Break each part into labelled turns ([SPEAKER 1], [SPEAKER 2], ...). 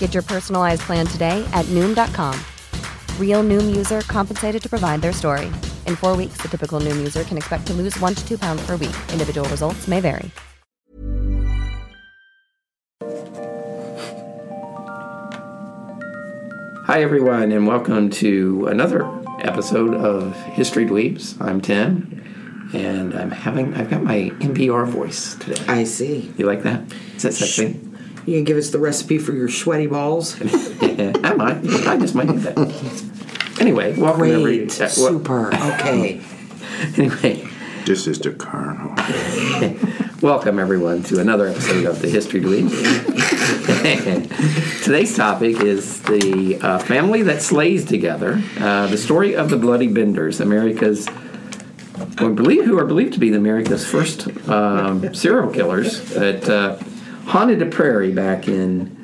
[SPEAKER 1] Get your personalized plan today at Noom.com. Real Noom user compensated to provide their story. In four weeks, the typical Noom user can expect to lose one to two pounds per week. Individual results may vary.
[SPEAKER 2] Hi, everyone, and welcome to another episode of History Dweebs. I'm Tim, and I'm having, I've got my NPR voice today.
[SPEAKER 3] I see.
[SPEAKER 2] You like that? Is that sexy?
[SPEAKER 3] You can give us the recipe for your sweaty balls.
[SPEAKER 2] I might. I just might do that. Anyway, welcome to every,
[SPEAKER 3] Great.
[SPEAKER 2] uh, well,
[SPEAKER 3] Super. Okay.
[SPEAKER 2] Anyway,
[SPEAKER 4] This is the Colonel.
[SPEAKER 2] welcome everyone to another episode of the History Dweeb. Today's topic is the uh, family that slays together, uh, the story of the Bloody Benders, America's who are believed, who are believed to be the America's first um, serial killers that uh, haunted a prairie back in.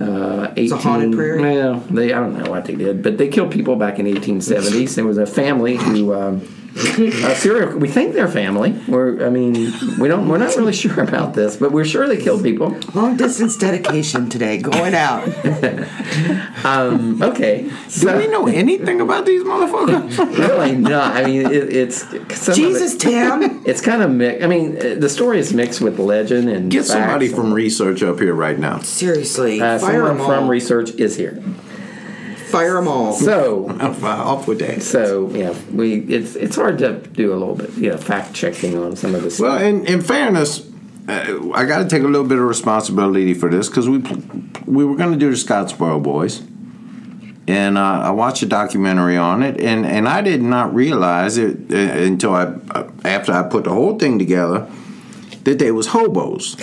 [SPEAKER 2] Uh, 18,
[SPEAKER 3] a haunted prairie?
[SPEAKER 2] Well, they I don't know what they did, but they killed people back in 1870s. There was a family who um, a serial. We think they're family. We're I mean we don't we're not really sure about this, but we're sure they killed people.
[SPEAKER 3] Long distance dedication today. Going out.
[SPEAKER 2] Okay,
[SPEAKER 4] Do
[SPEAKER 2] so
[SPEAKER 4] we know anything about these motherfuckers?
[SPEAKER 2] really not. I mean it, it's some of it-
[SPEAKER 3] Jesus, Tim.
[SPEAKER 2] It's kind of mixed. I mean, uh, the story is mixed with legend and
[SPEAKER 4] Get
[SPEAKER 2] facts
[SPEAKER 4] somebody
[SPEAKER 2] and-
[SPEAKER 4] from research up here right now.
[SPEAKER 3] Seriously.
[SPEAKER 2] Uh,
[SPEAKER 3] fire
[SPEAKER 2] someone
[SPEAKER 3] them all.
[SPEAKER 2] from research is here.
[SPEAKER 3] fire them all.
[SPEAKER 2] So,
[SPEAKER 4] I'm fine off with that.
[SPEAKER 2] so yeah, we it's it's hard to do a little bit, you know, fact checking on some of this.
[SPEAKER 4] Well, in, in fairness, uh, I got to take a little bit of responsibility for this because we pl- we were going to do the Scottsboro Boys, and uh, I watched a documentary on it, and, and I did not realize it uh, until I uh, after I put the whole thing together that they was hobos.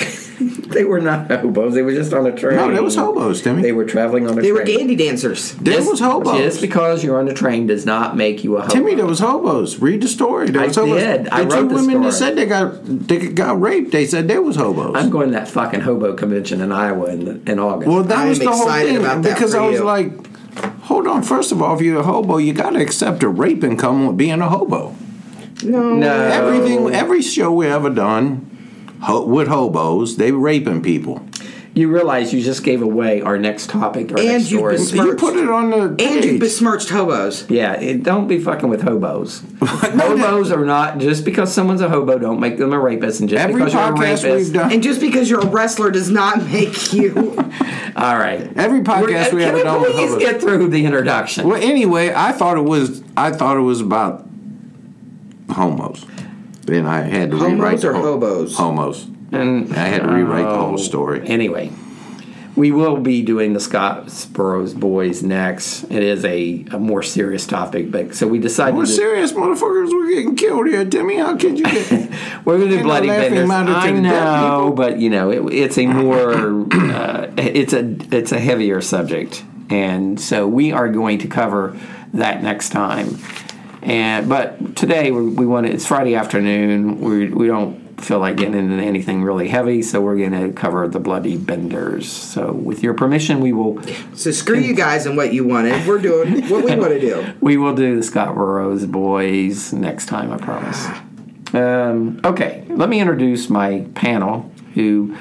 [SPEAKER 2] they were not hobos; they were just on a train.
[SPEAKER 4] No, they was hobos, Timmy.
[SPEAKER 2] They were traveling on a
[SPEAKER 3] They
[SPEAKER 2] train.
[SPEAKER 3] were dandy dancers.
[SPEAKER 4] They was hobos.
[SPEAKER 2] Just because you're on a train does not make you a hobo.
[SPEAKER 4] Timmy, there was hobos. Read the story. There
[SPEAKER 2] Oh. I
[SPEAKER 4] was hobos.
[SPEAKER 2] did. I
[SPEAKER 4] the
[SPEAKER 2] wrote
[SPEAKER 4] two
[SPEAKER 2] the
[SPEAKER 4] women that
[SPEAKER 2] story.
[SPEAKER 4] said they got they got raped. They said they was hobos.
[SPEAKER 2] I'm going to that fucking hobo convention in Iowa in, in August.
[SPEAKER 4] well, that
[SPEAKER 3] I
[SPEAKER 4] was
[SPEAKER 3] am
[SPEAKER 4] the whole
[SPEAKER 3] excited
[SPEAKER 4] thing
[SPEAKER 3] about that
[SPEAKER 4] because
[SPEAKER 3] for
[SPEAKER 4] I was
[SPEAKER 3] you.
[SPEAKER 4] like, hold on. First of all, if you're a hobo, you got to accept a rape and come with being a hobo.
[SPEAKER 2] no,
[SPEAKER 4] Everything, every show we ever done ho- with hobos, they raping people.
[SPEAKER 2] you realize you just gave away our next topic. Our
[SPEAKER 3] And
[SPEAKER 2] next
[SPEAKER 3] you've
[SPEAKER 2] story.
[SPEAKER 3] been
[SPEAKER 4] You
[SPEAKER 3] Smirched.
[SPEAKER 4] put it on the
[SPEAKER 3] And
[SPEAKER 4] page.
[SPEAKER 3] you besmirched hobos.
[SPEAKER 2] Yeah, it, don't be fucking with hobos. hobos are not just because someone's a hobo. Don't make them a rapist, and just
[SPEAKER 4] every
[SPEAKER 2] because you're a
[SPEAKER 4] podcast
[SPEAKER 2] rapist.
[SPEAKER 4] we've done.
[SPEAKER 3] And just because you're a wrestler does not make you.
[SPEAKER 2] all right.
[SPEAKER 4] every
[SPEAKER 2] We're- uh,
[SPEAKER 4] podcast we
[SPEAKER 2] can
[SPEAKER 4] ever
[SPEAKER 2] we
[SPEAKER 4] done with
[SPEAKER 2] please
[SPEAKER 4] hobos.
[SPEAKER 2] get through the introduction?
[SPEAKER 4] Well, anyway, I thought it was I thought it was about homos. Then I had to
[SPEAKER 3] Homos
[SPEAKER 4] rewrite the
[SPEAKER 3] or
[SPEAKER 4] whole-
[SPEAKER 3] hobos?
[SPEAKER 4] Homos.
[SPEAKER 2] And oh,
[SPEAKER 4] I had to rewrite the whole story.
[SPEAKER 2] anyway, we will be doing the Scott Burrows Boys next. It is a, a more serious topic, but so we decided
[SPEAKER 4] We're
[SPEAKER 2] to-
[SPEAKER 4] serious, motherfuckers. We're getting killed here, Timmy. How could you get?
[SPEAKER 2] We're gonna do
[SPEAKER 4] Ain't no
[SPEAKER 2] bloody
[SPEAKER 4] laughing
[SPEAKER 2] benders.
[SPEAKER 4] matter to
[SPEAKER 2] I
[SPEAKER 4] the dead
[SPEAKER 2] know, but you know, it, it's a more uh, it's a it's a heavier subject, and so we are going to cover that next time. And but today we, we want to, it's Friday afternoon. We we don't feel like getting into anything really heavy, so we're going to cover the bloody benders. So with your permission, we will
[SPEAKER 3] So screw you guys and what you wanted. We're doing what we want to do.
[SPEAKER 2] we will do the Scott Burrows boys next time, I promise. Um, okay, let me introduce my panel. Who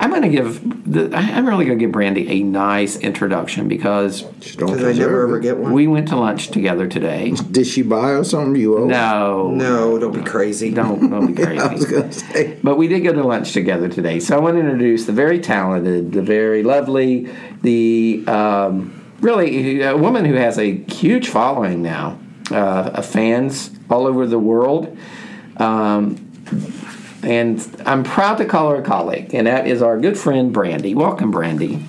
[SPEAKER 2] I'm going to give. The, I- I'm really going to give Brandy a nice introduction because
[SPEAKER 3] Because I never ever get one.
[SPEAKER 2] we went to lunch together today.
[SPEAKER 4] Did she buy or something? You owe?
[SPEAKER 2] No,
[SPEAKER 3] no, don't be crazy.
[SPEAKER 2] don't don't be
[SPEAKER 4] I was
[SPEAKER 2] crazy.
[SPEAKER 4] gonna say.
[SPEAKER 2] But we did go to lunch together today, so I want to introduce the very talented, the very lovely, the um, really a woman who has a huge following now uh, of fans all over the world. Um, And I'm proud to call her a colleague, and that is our good friend Brandy. Welcome, Brandy.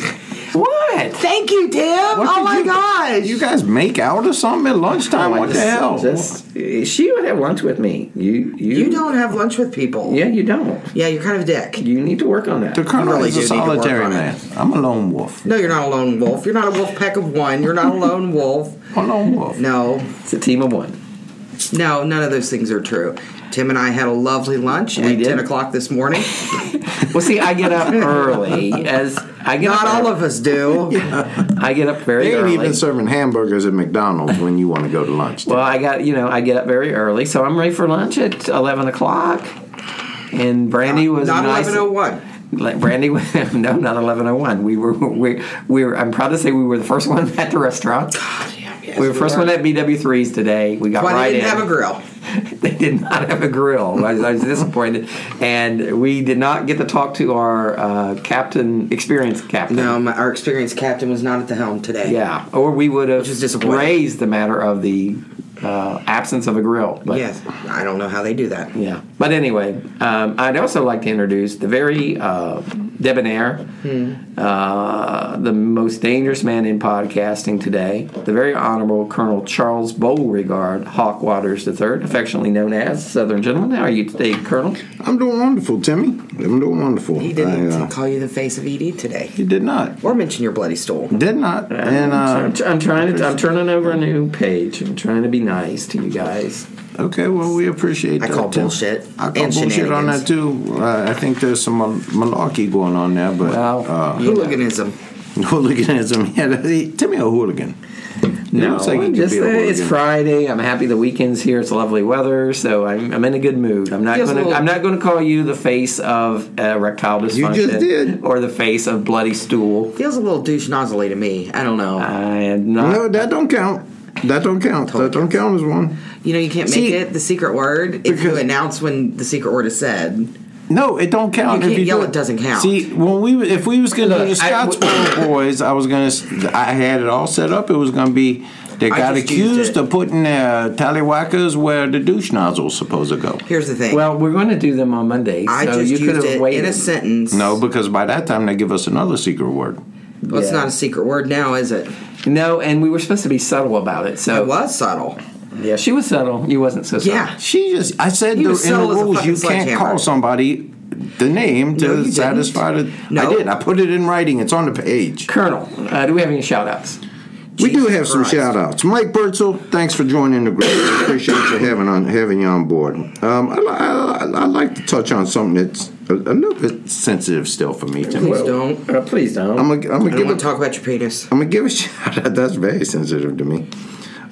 [SPEAKER 2] what?
[SPEAKER 3] Thank you, Tim. oh
[SPEAKER 4] did
[SPEAKER 3] my
[SPEAKER 4] you-
[SPEAKER 3] gosh.
[SPEAKER 4] You guys make out or something at
[SPEAKER 3] Oh,
[SPEAKER 4] lunchtime? what the hell?
[SPEAKER 2] Just, she would have lunch with me. You, you,
[SPEAKER 3] you don't have lunch with people.
[SPEAKER 2] Yeah, you don't.
[SPEAKER 3] Yeah, you're kind of a dick.
[SPEAKER 2] You need to work on that.
[SPEAKER 4] the colonel
[SPEAKER 3] really
[SPEAKER 4] is
[SPEAKER 3] do
[SPEAKER 4] a
[SPEAKER 3] need to work
[SPEAKER 4] solitary
[SPEAKER 3] on it.
[SPEAKER 4] man. I'm a lone wolf.
[SPEAKER 3] No, you're not a lone wolf. You're not a wolf pack of one. You're not a lone wolf.
[SPEAKER 4] I'm a lone wolf.
[SPEAKER 3] No,
[SPEAKER 2] It's a team of one.
[SPEAKER 3] no, none of those things are true. Tim and I had a lovely lunch at
[SPEAKER 2] did.
[SPEAKER 3] 10 o'clock this morning.
[SPEAKER 2] Well, see, I get up early as I get
[SPEAKER 3] not
[SPEAKER 2] up,
[SPEAKER 3] all of us do.
[SPEAKER 2] I get up very
[SPEAKER 4] They ain't
[SPEAKER 2] early.
[SPEAKER 4] even serving hamburgers at McDonald's when you want to go to lunch.
[SPEAKER 2] Well, I got you know I get up very early, so I'm ready for lunch at eleven o'clock. And Brandy was
[SPEAKER 3] Not
[SPEAKER 2] nice.
[SPEAKER 3] 1101.
[SPEAKER 2] Like, Brandy, was- no, not eleven oh one. We were we we were. I'm proud to say we were the first one at the restaurant. we were the first one at BW threes today. We got
[SPEAKER 3] Why
[SPEAKER 2] right
[SPEAKER 3] they didn't
[SPEAKER 2] in.
[SPEAKER 3] have a grill?
[SPEAKER 2] they did not have a grill. I was, I was disappointed, and we did not get to talk to our uh, captain, experienced captain.
[SPEAKER 3] No, my, Um, our experienced captain was not at the helm today.
[SPEAKER 2] Yeah, or we would have
[SPEAKER 3] is disappointing.
[SPEAKER 2] raised the matter of the uh, absence of a grill. But
[SPEAKER 3] Yes. I don't know how they do that.
[SPEAKER 2] yeah. But anyway, um, I'd also like to introduce the very uh, debonair,
[SPEAKER 3] Hmm.
[SPEAKER 2] uh, the most dangerous man in podcasting today, the very honorable Colonel Charles Beauregard Hawk Waters III, affectionately known as Southern Gentleman. How are you today, Colonel?
[SPEAKER 4] I'm doing wonderful, Timmy. I'm doing wonderful.
[SPEAKER 3] He didn't
[SPEAKER 4] I, uh,
[SPEAKER 3] call you the face of ED today
[SPEAKER 4] he did not.
[SPEAKER 3] or mention your bloody stool.
[SPEAKER 4] Did not. And
[SPEAKER 2] So I'm,
[SPEAKER 4] uh,
[SPEAKER 2] tr- I'm trying to. I'm turning over a new page. I'm trying to be nice to you guys.
[SPEAKER 4] okay, well, we appreciate
[SPEAKER 3] I
[SPEAKER 4] that.
[SPEAKER 3] call
[SPEAKER 4] Tim.
[SPEAKER 3] bullshit
[SPEAKER 4] I call
[SPEAKER 3] and
[SPEAKER 4] bullshit on
[SPEAKER 3] shenanigans.
[SPEAKER 4] that too. Uh, I think there's some mal- malarkey going on there, but
[SPEAKER 2] Well,
[SPEAKER 4] uh,
[SPEAKER 3] Hooliganism.
[SPEAKER 4] hooliganism. Yeah, he- Timmy a hooligan.
[SPEAKER 2] No,
[SPEAKER 4] looks like he could
[SPEAKER 2] just,
[SPEAKER 4] be a
[SPEAKER 2] uh, it's
[SPEAKER 4] hooligan.
[SPEAKER 2] Friday. I'm happy the weekend's here. It's lovely weather, so I'm, I'm in a good mood. I'm not
[SPEAKER 3] Feels a
[SPEAKER 2] going to
[SPEAKER 3] little-
[SPEAKER 2] I'm not going to call you the face of uh, erectile dysfunction
[SPEAKER 4] You just did.
[SPEAKER 2] or the face of bloody stool.
[SPEAKER 3] Feels a little douche nozzly to me. I don't know.
[SPEAKER 2] I am not.
[SPEAKER 4] No, that don't count. That don't count. that don't count as one.
[SPEAKER 3] you know, you can't make
[SPEAKER 4] See-
[SPEAKER 3] it the secret word if you
[SPEAKER 4] Because-
[SPEAKER 3] announce when the secret word is said.
[SPEAKER 4] No, it don't count.
[SPEAKER 3] You
[SPEAKER 4] if
[SPEAKER 3] can't yell,
[SPEAKER 4] do
[SPEAKER 3] it doesn't count.
[SPEAKER 4] See, when we if we was gonna do the
[SPEAKER 2] Look, I-
[SPEAKER 4] Scottsboro boys, I was gonna s- I had it all set up. It was gonna be they
[SPEAKER 3] I
[SPEAKER 4] got
[SPEAKER 3] just used
[SPEAKER 4] accused
[SPEAKER 3] it.
[SPEAKER 4] of putting their tallywhackers where the douche nozzle's supposed to go.
[SPEAKER 3] Here's the thing.
[SPEAKER 2] Well, we're going to do them on Monday,
[SPEAKER 3] I
[SPEAKER 2] so
[SPEAKER 3] just
[SPEAKER 2] you could
[SPEAKER 3] used
[SPEAKER 2] have
[SPEAKER 3] it
[SPEAKER 2] waited.
[SPEAKER 3] in a sentence.
[SPEAKER 4] No, Oh, because by that time they give us another secret word.
[SPEAKER 3] well, it's
[SPEAKER 2] Yeah.
[SPEAKER 3] not a secret word now, is it?
[SPEAKER 2] No, and we were supposed to be subtle about it. So
[SPEAKER 3] It was subtle.
[SPEAKER 2] yeah, she was subtle. You wasn't so subtle.
[SPEAKER 3] Yeah.
[SPEAKER 4] She just I said
[SPEAKER 3] You
[SPEAKER 4] the,
[SPEAKER 3] was
[SPEAKER 4] in the
[SPEAKER 3] subtle as a
[SPEAKER 4] rules
[SPEAKER 3] fucking
[SPEAKER 4] you can't
[SPEAKER 3] sledgehammer.
[SPEAKER 4] call somebody the name
[SPEAKER 3] No,
[SPEAKER 4] to
[SPEAKER 3] you didn't.
[SPEAKER 4] satisfy the
[SPEAKER 3] No.
[SPEAKER 4] I did. I put it in writing. It's on the page.
[SPEAKER 2] Colonel, uh, do we have any shout outs?
[SPEAKER 4] We do
[SPEAKER 3] Jesus
[SPEAKER 4] have some
[SPEAKER 3] Christ.
[SPEAKER 4] shout outs. Mike Bertzel, thanks for joining the group. We appreciate you having on having you on board. Um, I, I, I like to touch on something that's a, a little bit sensitive still for me. Tim.
[SPEAKER 3] Please don't.
[SPEAKER 2] Uh, please don't.
[SPEAKER 4] I'm gonna I'm
[SPEAKER 3] I
[SPEAKER 4] gonna
[SPEAKER 3] don't
[SPEAKER 4] give
[SPEAKER 3] want to
[SPEAKER 4] a,
[SPEAKER 3] talk about your penis.
[SPEAKER 4] I'm gonna give a shout out. That's very sensitive to me.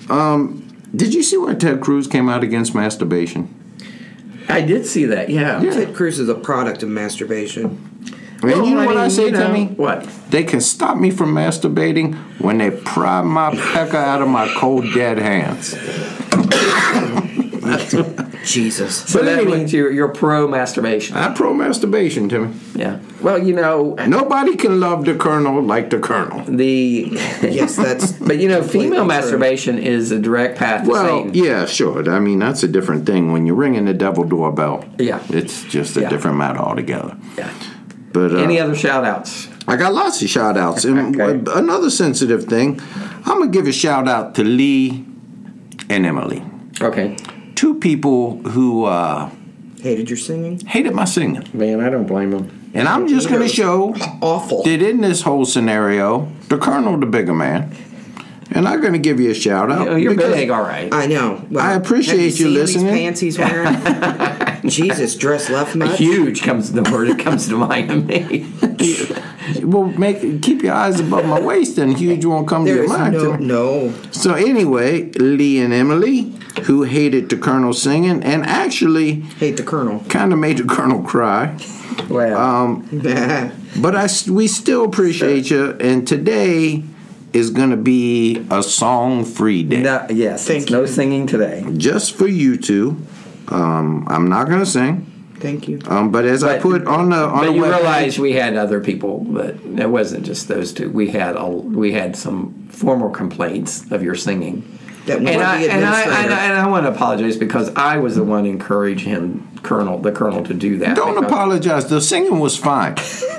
[SPEAKER 4] Um, did you see where Ted Cruz came out against masturbation?
[SPEAKER 2] I did see that. Yeah.
[SPEAKER 3] Ted Cruz is a product of masturbation.
[SPEAKER 4] And you know what I say,
[SPEAKER 2] you know,
[SPEAKER 4] Timmy?
[SPEAKER 2] What?
[SPEAKER 4] They can stop me from masturbating when they pry my pecker out of my cold dead hands.
[SPEAKER 3] Jesus.
[SPEAKER 2] So
[SPEAKER 4] But
[SPEAKER 2] that
[SPEAKER 4] anyway-
[SPEAKER 2] means you're, you're pro masturbation.
[SPEAKER 4] I'm pro masturbation, Timmy.
[SPEAKER 2] Yeah. Well, you know
[SPEAKER 4] Nobody can love the Colonel like the Colonel.
[SPEAKER 2] the,
[SPEAKER 3] Yes, that's.
[SPEAKER 2] but you know,
[SPEAKER 3] Completely
[SPEAKER 2] female
[SPEAKER 3] true.
[SPEAKER 2] masturbation is a direct path to
[SPEAKER 4] Well,
[SPEAKER 2] Satan.
[SPEAKER 4] yeah, sure. I mean, that's a different thing. When you're ringing the devil doorbell,
[SPEAKER 2] Yeah.
[SPEAKER 4] it's just a
[SPEAKER 2] Yeah.
[SPEAKER 4] different matter altogether.
[SPEAKER 2] Yeah.
[SPEAKER 4] But uh,
[SPEAKER 2] Any other shout outs?
[SPEAKER 4] I got lots of shout outs. And
[SPEAKER 2] Okay.
[SPEAKER 4] uh, another sensitive thing, I'm going to give a shout out to Lee and Emily,
[SPEAKER 2] Okay.
[SPEAKER 4] two people who uh,
[SPEAKER 3] Hated your singing?
[SPEAKER 4] hated my singing.
[SPEAKER 2] Man, I don't blame them.
[SPEAKER 4] And I'm just going to show
[SPEAKER 3] Awful.
[SPEAKER 4] that in this whole scenario, the Colonel, the bigger man, and I'm going to give you a shout out.
[SPEAKER 2] Oh, you're
[SPEAKER 4] because-
[SPEAKER 2] big, all right.
[SPEAKER 3] I know. Well,
[SPEAKER 4] I appreciate
[SPEAKER 3] have you,
[SPEAKER 4] you
[SPEAKER 3] seen
[SPEAKER 4] listening.
[SPEAKER 3] These pants he's wearing. Jesus, dress left much.
[SPEAKER 2] Huge comes the word that comes to mind to me.
[SPEAKER 4] Well, make keep your eyes above my waist, and huge won't come to
[SPEAKER 3] There
[SPEAKER 4] your
[SPEAKER 3] is
[SPEAKER 4] mind.
[SPEAKER 3] no,
[SPEAKER 4] Timmy.
[SPEAKER 3] no.
[SPEAKER 4] So anyway, Lee and Emily, who hated the Colonel singing and actually
[SPEAKER 3] Hate the colonel.
[SPEAKER 4] kind of made the Colonel cry, um,
[SPEAKER 2] Wow.
[SPEAKER 4] but I s- we still appreciate you. And today is going to be a song free day
[SPEAKER 2] no, yes.
[SPEAKER 3] Thank
[SPEAKER 2] it's no
[SPEAKER 3] you.
[SPEAKER 2] singing today.
[SPEAKER 4] just for you two. Um, I'm not going to sing,
[SPEAKER 3] Thank you.
[SPEAKER 4] um, but as I
[SPEAKER 2] But-
[SPEAKER 4] put on the on
[SPEAKER 2] But
[SPEAKER 4] the
[SPEAKER 2] you
[SPEAKER 4] web-
[SPEAKER 2] realize we had other people, but it wasn't just those two. We had a, we had some formal complaints of your singing.
[SPEAKER 3] that will
[SPEAKER 5] And I,
[SPEAKER 3] be
[SPEAKER 5] and, I,
[SPEAKER 3] administrator.
[SPEAKER 5] and, I, and I want to apologize because I was the one encouraging him, Colonel, the Colonel, to do that.
[SPEAKER 4] Don't
[SPEAKER 5] because-
[SPEAKER 4] apologize. The singing was fine.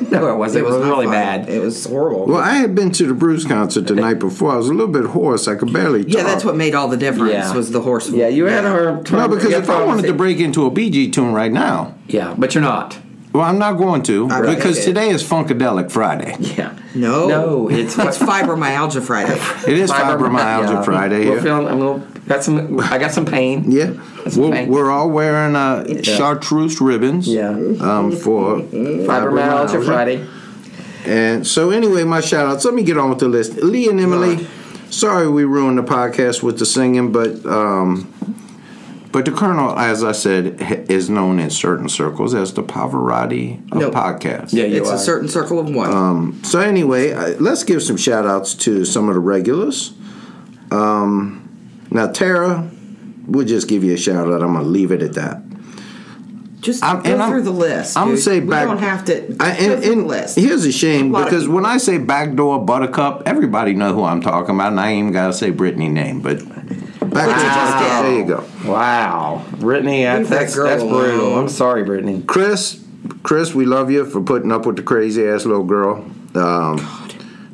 [SPEAKER 5] No, it wasn't. It was,
[SPEAKER 3] not
[SPEAKER 5] really
[SPEAKER 3] fun.
[SPEAKER 5] bad.
[SPEAKER 3] It was horrible.
[SPEAKER 4] Well, I had been to the Bruce concert the night before. I was a little bit hoarse. I could barely talk.
[SPEAKER 3] yeah, that's what made all the difference
[SPEAKER 5] Yeah.
[SPEAKER 3] was the horse.
[SPEAKER 5] yeah, you had a hard
[SPEAKER 4] No,
[SPEAKER 5] time.
[SPEAKER 4] because
[SPEAKER 5] you
[SPEAKER 4] if I wanted to break into a BG tune right now,
[SPEAKER 5] yeah, but you're not.
[SPEAKER 4] well, I'm not going to
[SPEAKER 3] Right.
[SPEAKER 4] because today is Funkadelic Friday.
[SPEAKER 5] Yeah,
[SPEAKER 3] No.
[SPEAKER 5] no, it's
[SPEAKER 3] It's fibromyalgia Friday.
[SPEAKER 4] It is
[SPEAKER 5] Fibromyalgia.
[SPEAKER 4] Fibromyalgia Friday
[SPEAKER 5] We're
[SPEAKER 4] here.
[SPEAKER 5] feeling a little. Got some. I got some pain.
[SPEAKER 4] Yeah,
[SPEAKER 5] That's
[SPEAKER 4] we're,
[SPEAKER 5] fine.
[SPEAKER 4] we're all wearing uh, chartreuse ribbons.
[SPEAKER 5] Yeah. Uh,
[SPEAKER 4] um, for
[SPEAKER 5] Fibromyalgia Friday.
[SPEAKER 4] And so, anyway, my shout outs. Let me get on with the list. Lee and Emily, sorry we ruined the podcast with the singing, but um, but the Colonel, as I said, h- is known in certain circles as the Pavarotti of
[SPEAKER 3] Nope.
[SPEAKER 4] podcasts.
[SPEAKER 5] Yeah, you
[SPEAKER 3] It's
[SPEAKER 5] are.
[SPEAKER 3] a certain circle of one.
[SPEAKER 4] So, anyway, I, let's give some shout outs to some of the regulars. Um, now, Tara, we'll just give you a shout out. I'm going to leave it at that.
[SPEAKER 3] Just
[SPEAKER 4] I'm-
[SPEAKER 3] go
[SPEAKER 4] and I'm-
[SPEAKER 3] through the list.
[SPEAKER 4] I'm gonna
[SPEAKER 3] dude.
[SPEAKER 4] say back.
[SPEAKER 3] We don't have to.
[SPEAKER 4] I,
[SPEAKER 3] go
[SPEAKER 4] and,
[SPEAKER 3] through
[SPEAKER 4] and
[SPEAKER 3] the list.
[SPEAKER 4] here's a shame
[SPEAKER 3] A lot of
[SPEAKER 4] because
[SPEAKER 3] people.
[SPEAKER 4] when I say backdoor buttercup, everybody know who I'm talking about, and I ain't even gotta say Brittany name, but backdoor
[SPEAKER 3] just
[SPEAKER 4] buttercup.
[SPEAKER 3] did.
[SPEAKER 4] There you go.
[SPEAKER 5] Wow, Brittany, that's
[SPEAKER 3] Leave that
[SPEAKER 5] that's,
[SPEAKER 3] girl
[SPEAKER 5] that's brutal.
[SPEAKER 3] alone.
[SPEAKER 5] I'm sorry, Brittany.
[SPEAKER 4] Chris, Chris, we love you for putting up with the crazy ass little girl. Um,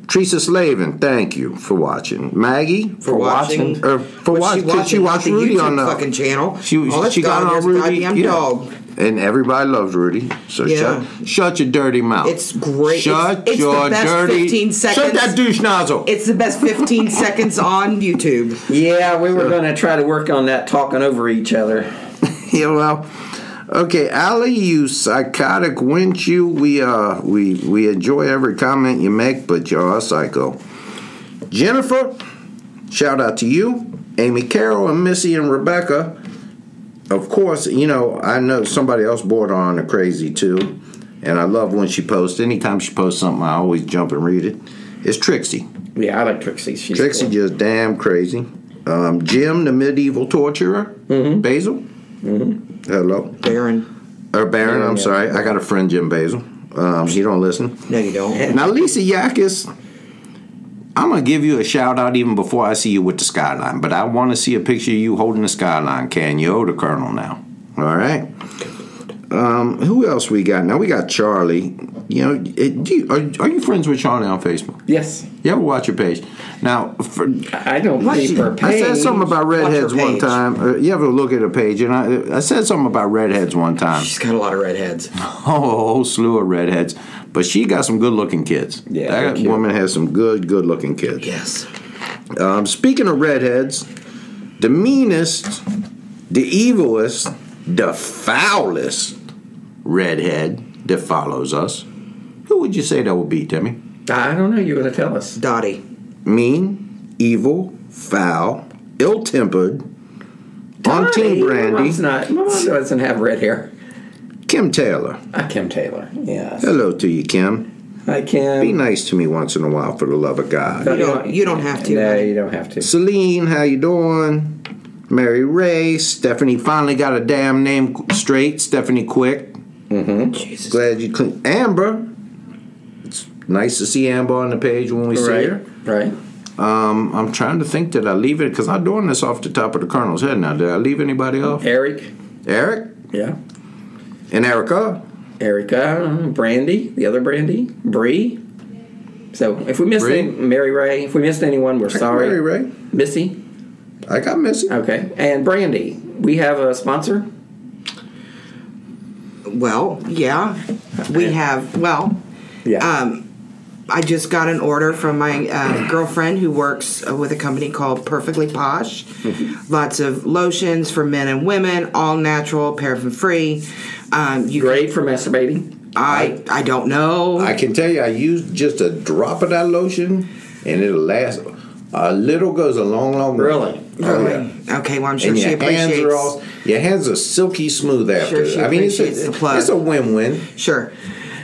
[SPEAKER 4] Teresa Slavin, thank you for watching. Maggie
[SPEAKER 3] for watching.
[SPEAKER 5] watching.
[SPEAKER 4] or for
[SPEAKER 3] What
[SPEAKER 4] watching, she, watched
[SPEAKER 3] the
[SPEAKER 4] Rudy
[SPEAKER 3] YouTube
[SPEAKER 4] on the
[SPEAKER 3] fucking channel.
[SPEAKER 4] She
[SPEAKER 3] oh, that
[SPEAKER 4] she got
[SPEAKER 3] dog
[SPEAKER 4] on
[SPEAKER 3] is
[SPEAKER 4] Rudy,
[SPEAKER 3] Goddamn dog.
[SPEAKER 4] and everybody loves Rudy. So
[SPEAKER 3] Yeah.
[SPEAKER 4] shut shut your dirty mouth.
[SPEAKER 3] It's great.
[SPEAKER 4] Shut
[SPEAKER 3] It's- it's
[SPEAKER 4] your
[SPEAKER 3] the best
[SPEAKER 4] dirty
[SPEAKER 3] 15
[SPEAKER 4] Shut
[SPEAKER 3] seconds.
[SPEAKER 4] that douche nozzle.
[SPEAKER 3] It's the best 15 seconds on YouTube.
[SPEAKER 5] Yeah, we were going to try to work on that talking over each other.
[SPEAKER 4] Yeah, well, okay, Ali, you psychotic winch, you. We uh, we we enjoy every comment you make, but you're a psycho. Jennifer, shout out to you, Amy Carroll, and Missy and Rebecca. Of course, you know I know somebody else bought on the crazy too, and I love when she posts. Anytime she posts something, I always jump and read it. It's Trixie.
[SPEAKER 5] Yeah, I like Trixie. She's
[SPEAKER 4] Trixie
[SPEAKER 5] cool.
[SPEAKER 4] just damn crazy. Um, Jim, the medieval torturer. Basil. Hello.
[SPEAKER 3] Baron.
[SPEAKER 4] Or Baron, I'm sorry. I got a friend, Jim Basil. Um, he don't listen.
[SPEAKER 3] No, you don't.
[SPEAKER 4] Now, Lisa Yakis, I'm going to give you a shout out even before I see you with the skyline, but I want to see a picture of you holding the skyline, can you? Oh, the Colonel now. All right. Um, who else we got? Now, we got Charlie. You know, it, do you, are, are you friends with Charlie on Facebook?
[SPEAKER 5] Yes,
[SPEAKER 4] You ever watch your page? Now, for,
[SPEAKER 5] I don't keep her page.
[SPEAKER 4] I said something about redheads
[SPEAKER 3] her
[SPEAKER 4] one
[SPEAKER 3] page.
[SPEAKER 4] time. Uh, You ever look at a page, and I, I said something about redheads one time.
[SPEAKER 3] She's got a lot of redheads.
[SPEAKER 4] whole, Oh, whole slew of redheads, but she got some good looking kids.
[SPEAKER 5] Yeah, they're
[SPEAKER 4] that
[SPEAKER 5] cute.
[SPEAKER 4] woman has some good, good looking kids.
[SPEAKER 3] Yes.
[SPEAKER 4] Um, speaking of redheads, the meanest, the evilest, the foulest redhead that follows us. Who would you say that would be, Timmy?
[SPEAKER 5] I don't know. You were going to tell us.
[SPEAKER 3] Dottie.
[SPEAKER 4] Mean, evil, foul, ill tempered, on
[SPEAKER 5] Dottie,
[SPEAKER 4] Team
[SPEAKER 5] My
[SPEAKER 4] Brandy,
[SPEAKER 5] mom's not. My mom doesn't have red hair.
[SPEAKER 4] Kim Taylor.
[SPEAKER 5] Ah, Kim Taylor. Yes.
[SPEAKER 4] Hello to you, Kim.
[SPEAKER 5] Hi, Kim.
[SPEAKER 4] Be nice to me once in a while for the love of God.
[SPEAKER 5] No,
[SPEAKER 3] You don't- you don't have to,
[SPEAKER 5] No,
[SPEAKER 3] honey.
[SPEAKER 5] you don't have to.
[SPEAKER 4] Celine, how you doing? Mary Ray, Stephanie finally got a damn name straight. Stephanie Quick.
[SPEAKER 5] Mm-hmm.
[SPEAKER 3] Jesus.
[SPEAKER 4] Glad you clean. Amber. It's nice to see Amber on the page when we see
[SPEAKER 5] Right.
[SPEAKER 4] her.
[SPEAKER 5] Right.
[SPEAKER 4] Um, I'm trying to think did I leave it because I'm doing this off the top of the Colonel's head now. Did I leave anybody off?
[SPEAKER 5] Eric.
[SPEAKER 4] Eric
[SPEAKER 5] Yeah.
[SPEAKER 4] and Erica.
[SPEAKER 5] Erica, Brandy, the other Brandy, Bree. So if we missed
[SPEAKER 4] Bree.
[SPEAKER 5] any, Mary Ray, if we missed anyone, we're sorry.
[SPEAKER 4] Mary Ray.
[SPEAKER 5] Missy.
[SPEAKER 4] I got Missy.
[SPEAKER 5] Okay. And Brandy, we have a sponsor.
[SPEAKER 3] Well, yeah. We have, well, um, I just got an order from my uh, girlfriend who works uh, with a company called Perfectly Posh.
[SPEAKER 4] Mm-hmm.
[SPEAKER 3] Lots of lotions for men and women, all natural, paraffin free. Um, you
[SPEAKER 5] Great for masturbating.
[SPEAKER 3] I I don't know.
[SPEAKER 4] I can tell you, I used just a drop of that lotion, and it'll last. A little goes a long, long way.
[SPEAKER 5] Really?
[SPEAKER 4] Oh, yeah.
[SPEAKER 3] Really? Okay, well I'm sure
[SPEAKER 4] and
[SPEAKER 3] she
[SPEAKER 4] your hands
[SPEAKER 3] appreciates.
[SPEAKER 4] are all your hands are silky smooth after.
[SPEAKER 3] she
[SPEAKER 4] I mean, it's
[SPEAKER 3] appreciates
[SPEAKER 4] a,
[SPEAKER 3] the plug.
[SPEAKER 4] it's a win-win.
[SPEAKER 3] Sure.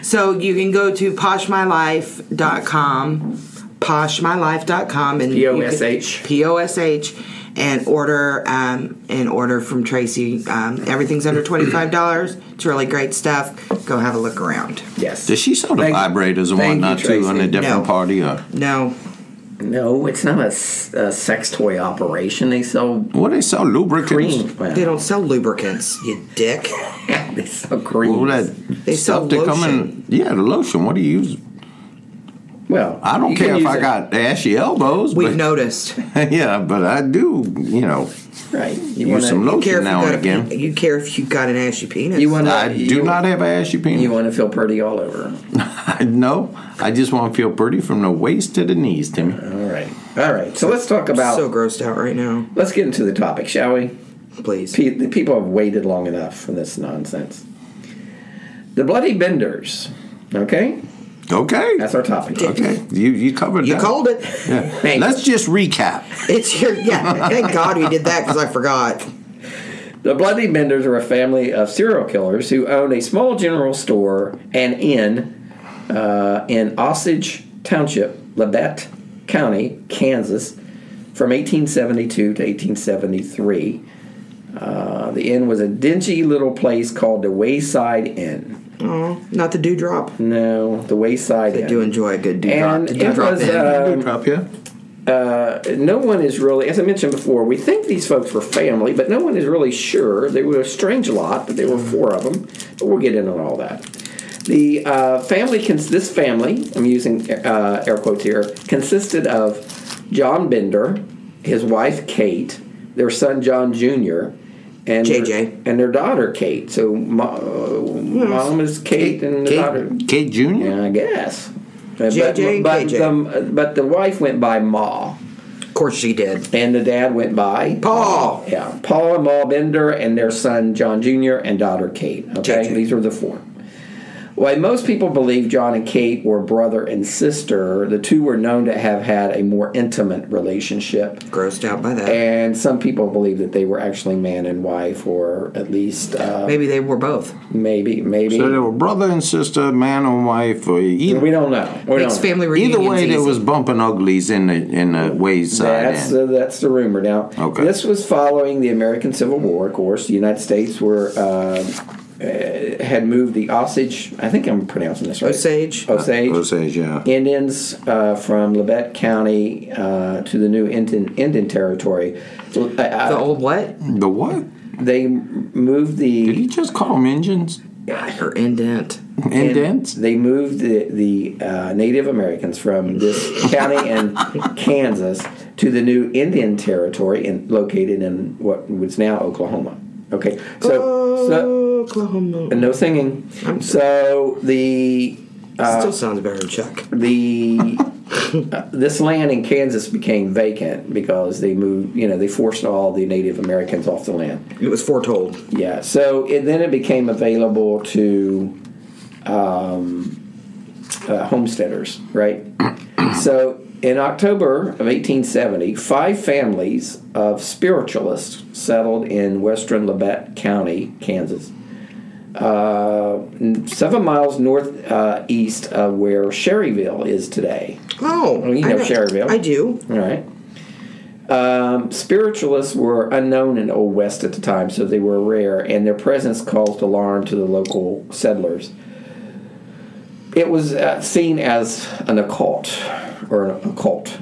[SPEAKER 3] So you can go to poshmylife.com, poshmylife.com, and you can-
[SPEAKER 5] P.O.S.H..
[SPEAKER 3] POSH, and order um, and order from Tracy. Um, everything's under twenty five dollars. It's really great stuff. Go have a look around.
[SPEAKER 5] Yes.
[SPEAKER 4] Does she sell the
[SPEAKER 5] Thank-
[SPEAKER 4] vibrators and
[SPEAKER 5] thank
[SPEAKER 4] whatnot
[SPEAKER 5] you,
[SPEAKER 4] too on a
[SPEAKER 5] Tracy.
[SPEAKER 4] different
[SPEAKER 3] No.
[SPEAKER 4] party? Or?
[SPEAKER 3] No,
[SPEAKER 2] No, it's not a, s- a sex toy operation. They sell
[SPEAKER 4] What they sell lubricants?
[SPEAKER 2] cream. Well,
[SPEAKER 3] They don't sell lubricants, you dick.
[SPEAKER 2] they sell cream.
[SPEAKER 4] Well, that
[SPEAKER 3] They
[SPEAKER 4] stuff
[SPEAKER 3] sell
[SPEAKER 4] that come in, yeah, the lotion. What do you use?
[SPEAKER 2] Well,
[SPEAKER 4] I don't
[SPEAKER 2] you can
[SPEAKER 4] care if
[SPEAKER 2] use
[SPEAKER 4] I
[SPEAKER 2] it-
[SPEAKER 4] got ashy elbows.
[SPEAKER 3] We've
[SPEAKER 4] but,
[SPEAKER 3] noticed.
[SPEAKER 4] yeah, but I do. You know,
[SPEAKER 2] right. You
[SPEAKER 4] use
[SPEAKER 2] want
[SPEAKER 4] some
[SPEAKER 2] to.
[SPEAKER 3] You care if you
[SPEAKER 4] lotion now and
[SPEAKER 3] got
[SPEAKER 4] again.
[SPEAKER 3] a, you care if you got an ashy penis.
[SPEAKER 2] Uh, You want to.
[SPEAKER 4] I do not have an ashy
[SPEAKER 2] You
[SPEAKER 4] penis.
[SPEAKER 2] want to feel pretty all over.
[SPEAKER 4] no, I just want to feel pretty from the waist to the knees, Timmy.
[SPEAKER 2] All right. All right. So let's talk about.
[SPEAKER 3] so grossed out right now.
[SPEAKER 2] let's get into the topic, shall we?
[SPEAKER 3] Please.
[SPEAKER 2] Pe- the people have waited long enough for this nonsense. The bloody benders. Okay,
[SPEAKER 4] Okay.
[SPEAKER 2] that's our topic.
[SPEAKER 4] Okay, you you covered
[SPEAKER 3] You
[SPEAKER 4] that.
[SPEAKER 3] called it.
[SPEAKER 4] Yeah.
[SPEAKER 2] Thanks.
[SPEAKER 4] Let's just recap.
[SPEAKER 3] It's your yeah. Thank God we did that because I forgot.
[SPEAKER 2] The Bloody Benders are a family of serial killers who owned a small general store and inn uh, in Osage Township, Labette County, Kansas, from 1872 to 1873. Uh, the inn was a dingy little place called the Wayside Inn.
[SPEAKER 3] Not the dewdrop.
[SPEAKER 2] No, the Wayside
[SPEAKER 3] I
[SPEAKER 2] Inn.
[SPEAKER 3] do enjoy a good dewdrop.
[SPEAKER 2] And
[SPEAKER 3] The
[SPEAKER 2] it
[SPEAKER 3] dewdrop
[SPEAKER 2] was,
[SPEAKER 3] in.
[SPEAKER 2] uh, Um,
[SPEAKER 4] Drop you.
[SPEAKER 2] no one is really, as I mentioned before, we think these folks were family, but no one is really sure. They were a strange lot, but there were four of them. But we'll get into all that. The uh, family, cons- this family, I'm using uh, air quotes here, consisted of John Bender, his wife Kate, their son John Jr., and
[SPEAKER 3] JJ.
[SPEAKER 2] Their, and their daughter Kate. So mo- uh, mom is Kate, and the daughter.
[SPEAKER 4] Kate, Kate Junior.
[SPEAKER 2] Yeah, I guess. Uh,
[SPEAKER 3] JJ,
[SPEAKER 2] but, but,
[SPEAKER 3] KJ.
[SPEAKER 2] The, but the wife went by Ma.
[SPEAKER 3] of course she did.
[SPEAKER 2] And the dad went by
[SPEAKER 3] Paul.
[SPEAKER 2] Yeah, Paul and Maul Bender and their son John Jr. and daughter Kate. Okay,
[SPEAKER 3] JJ.
[SPEAKER 2] these were the four. While most people believe John and Kate were brother and sister, the two were known to have had a more intimate relationship.
[SPEAKER 3] Grossed out by that.
[SPEAKER 2] And some people believe that they were actually man and wife, or at least uh,
[SPEAKER 3] Maybe they were both.
[SPEAKER 2] maybe, maybe.
[SPEAKER 4] So they were brother and sister, man and wife, or e- either,
[SPEAKER 2] we don't know. We
[SPEAKER 3] Makes
[SPEAKER 2] don't know.
[SPEAKER 3] family reunions
[SPEAKER 4] either way, there
[SPEAKER 3] easy.
[SPEAKER 4] was bumping uglies in the in the wayside.
[SPEAKER 2] That's
[SPEAKER 4] end.
[SPEAKER 2] the, that's the rumor. Now,
[SPEAKER 4] Okay.
[SPEAKER 2] this was following the American Civil War. Of course, the United States were uh, uh, had moved the Osage. I think I'm pronouncing this right.
[SPEAKER 3] Osage.
[SPEAKER 2] Osage.
[SPEAKER 4] Osage, yeah.
[SPEAKER 2] Indians uh, from Labette County uh, to the new Indian, Indian Territory. Uh,
[SPEAKER 3] The
[SPEAKER 2] uh,
[SPEAKER 3] old what?
[SPEAKER 4] the what?
[SPEAKER 2] they moved
[SPEAKER 4] Did
[SPEAKER 2] the.
[SPEAKER 4] he just call them engines?
[SPEAKER 3] Her indent.
[SPEAKER 4] Indents?
[SPEAKER 2] They moved the, the uh, Native Americans from this county in Kansas to the new Indian Territory and located in what was now Oklahoma. Okay, so, so
[SPEAKER 3] Oklahoma.
[SPEAKER 2] and no singing. So the Uh,
[SPEAKER 3] Still sounds better than Chuck.
[SPEAKER 2] the uh, this land in Kansas became vacant because they moved. You know, they forced all the Native Americans off the land.
[SPEAKER 3] It was foretold.
[SPEAKER 2] Yeah. So it, then it became available to um, uh, homesteaders, right? so in October of 1870, five families of spiritualists settled in western Labette County, Kansas, uh, n- seven miles northeast uh, east of where Sherryville is today.
[SPEAKER 3] Oh,
[SPEAKER 2] Well, you
[SPEAKER 3] I
[SPEAKER 2] know Sherryville.
[SPEAKER 3] I do.
[SPEAKER 2] All right. Um, spiritualists were unknown in Old West at the time, so they were rare, and their presence caused alarm to the local settlers. It was uh, seen as an occult or an occult.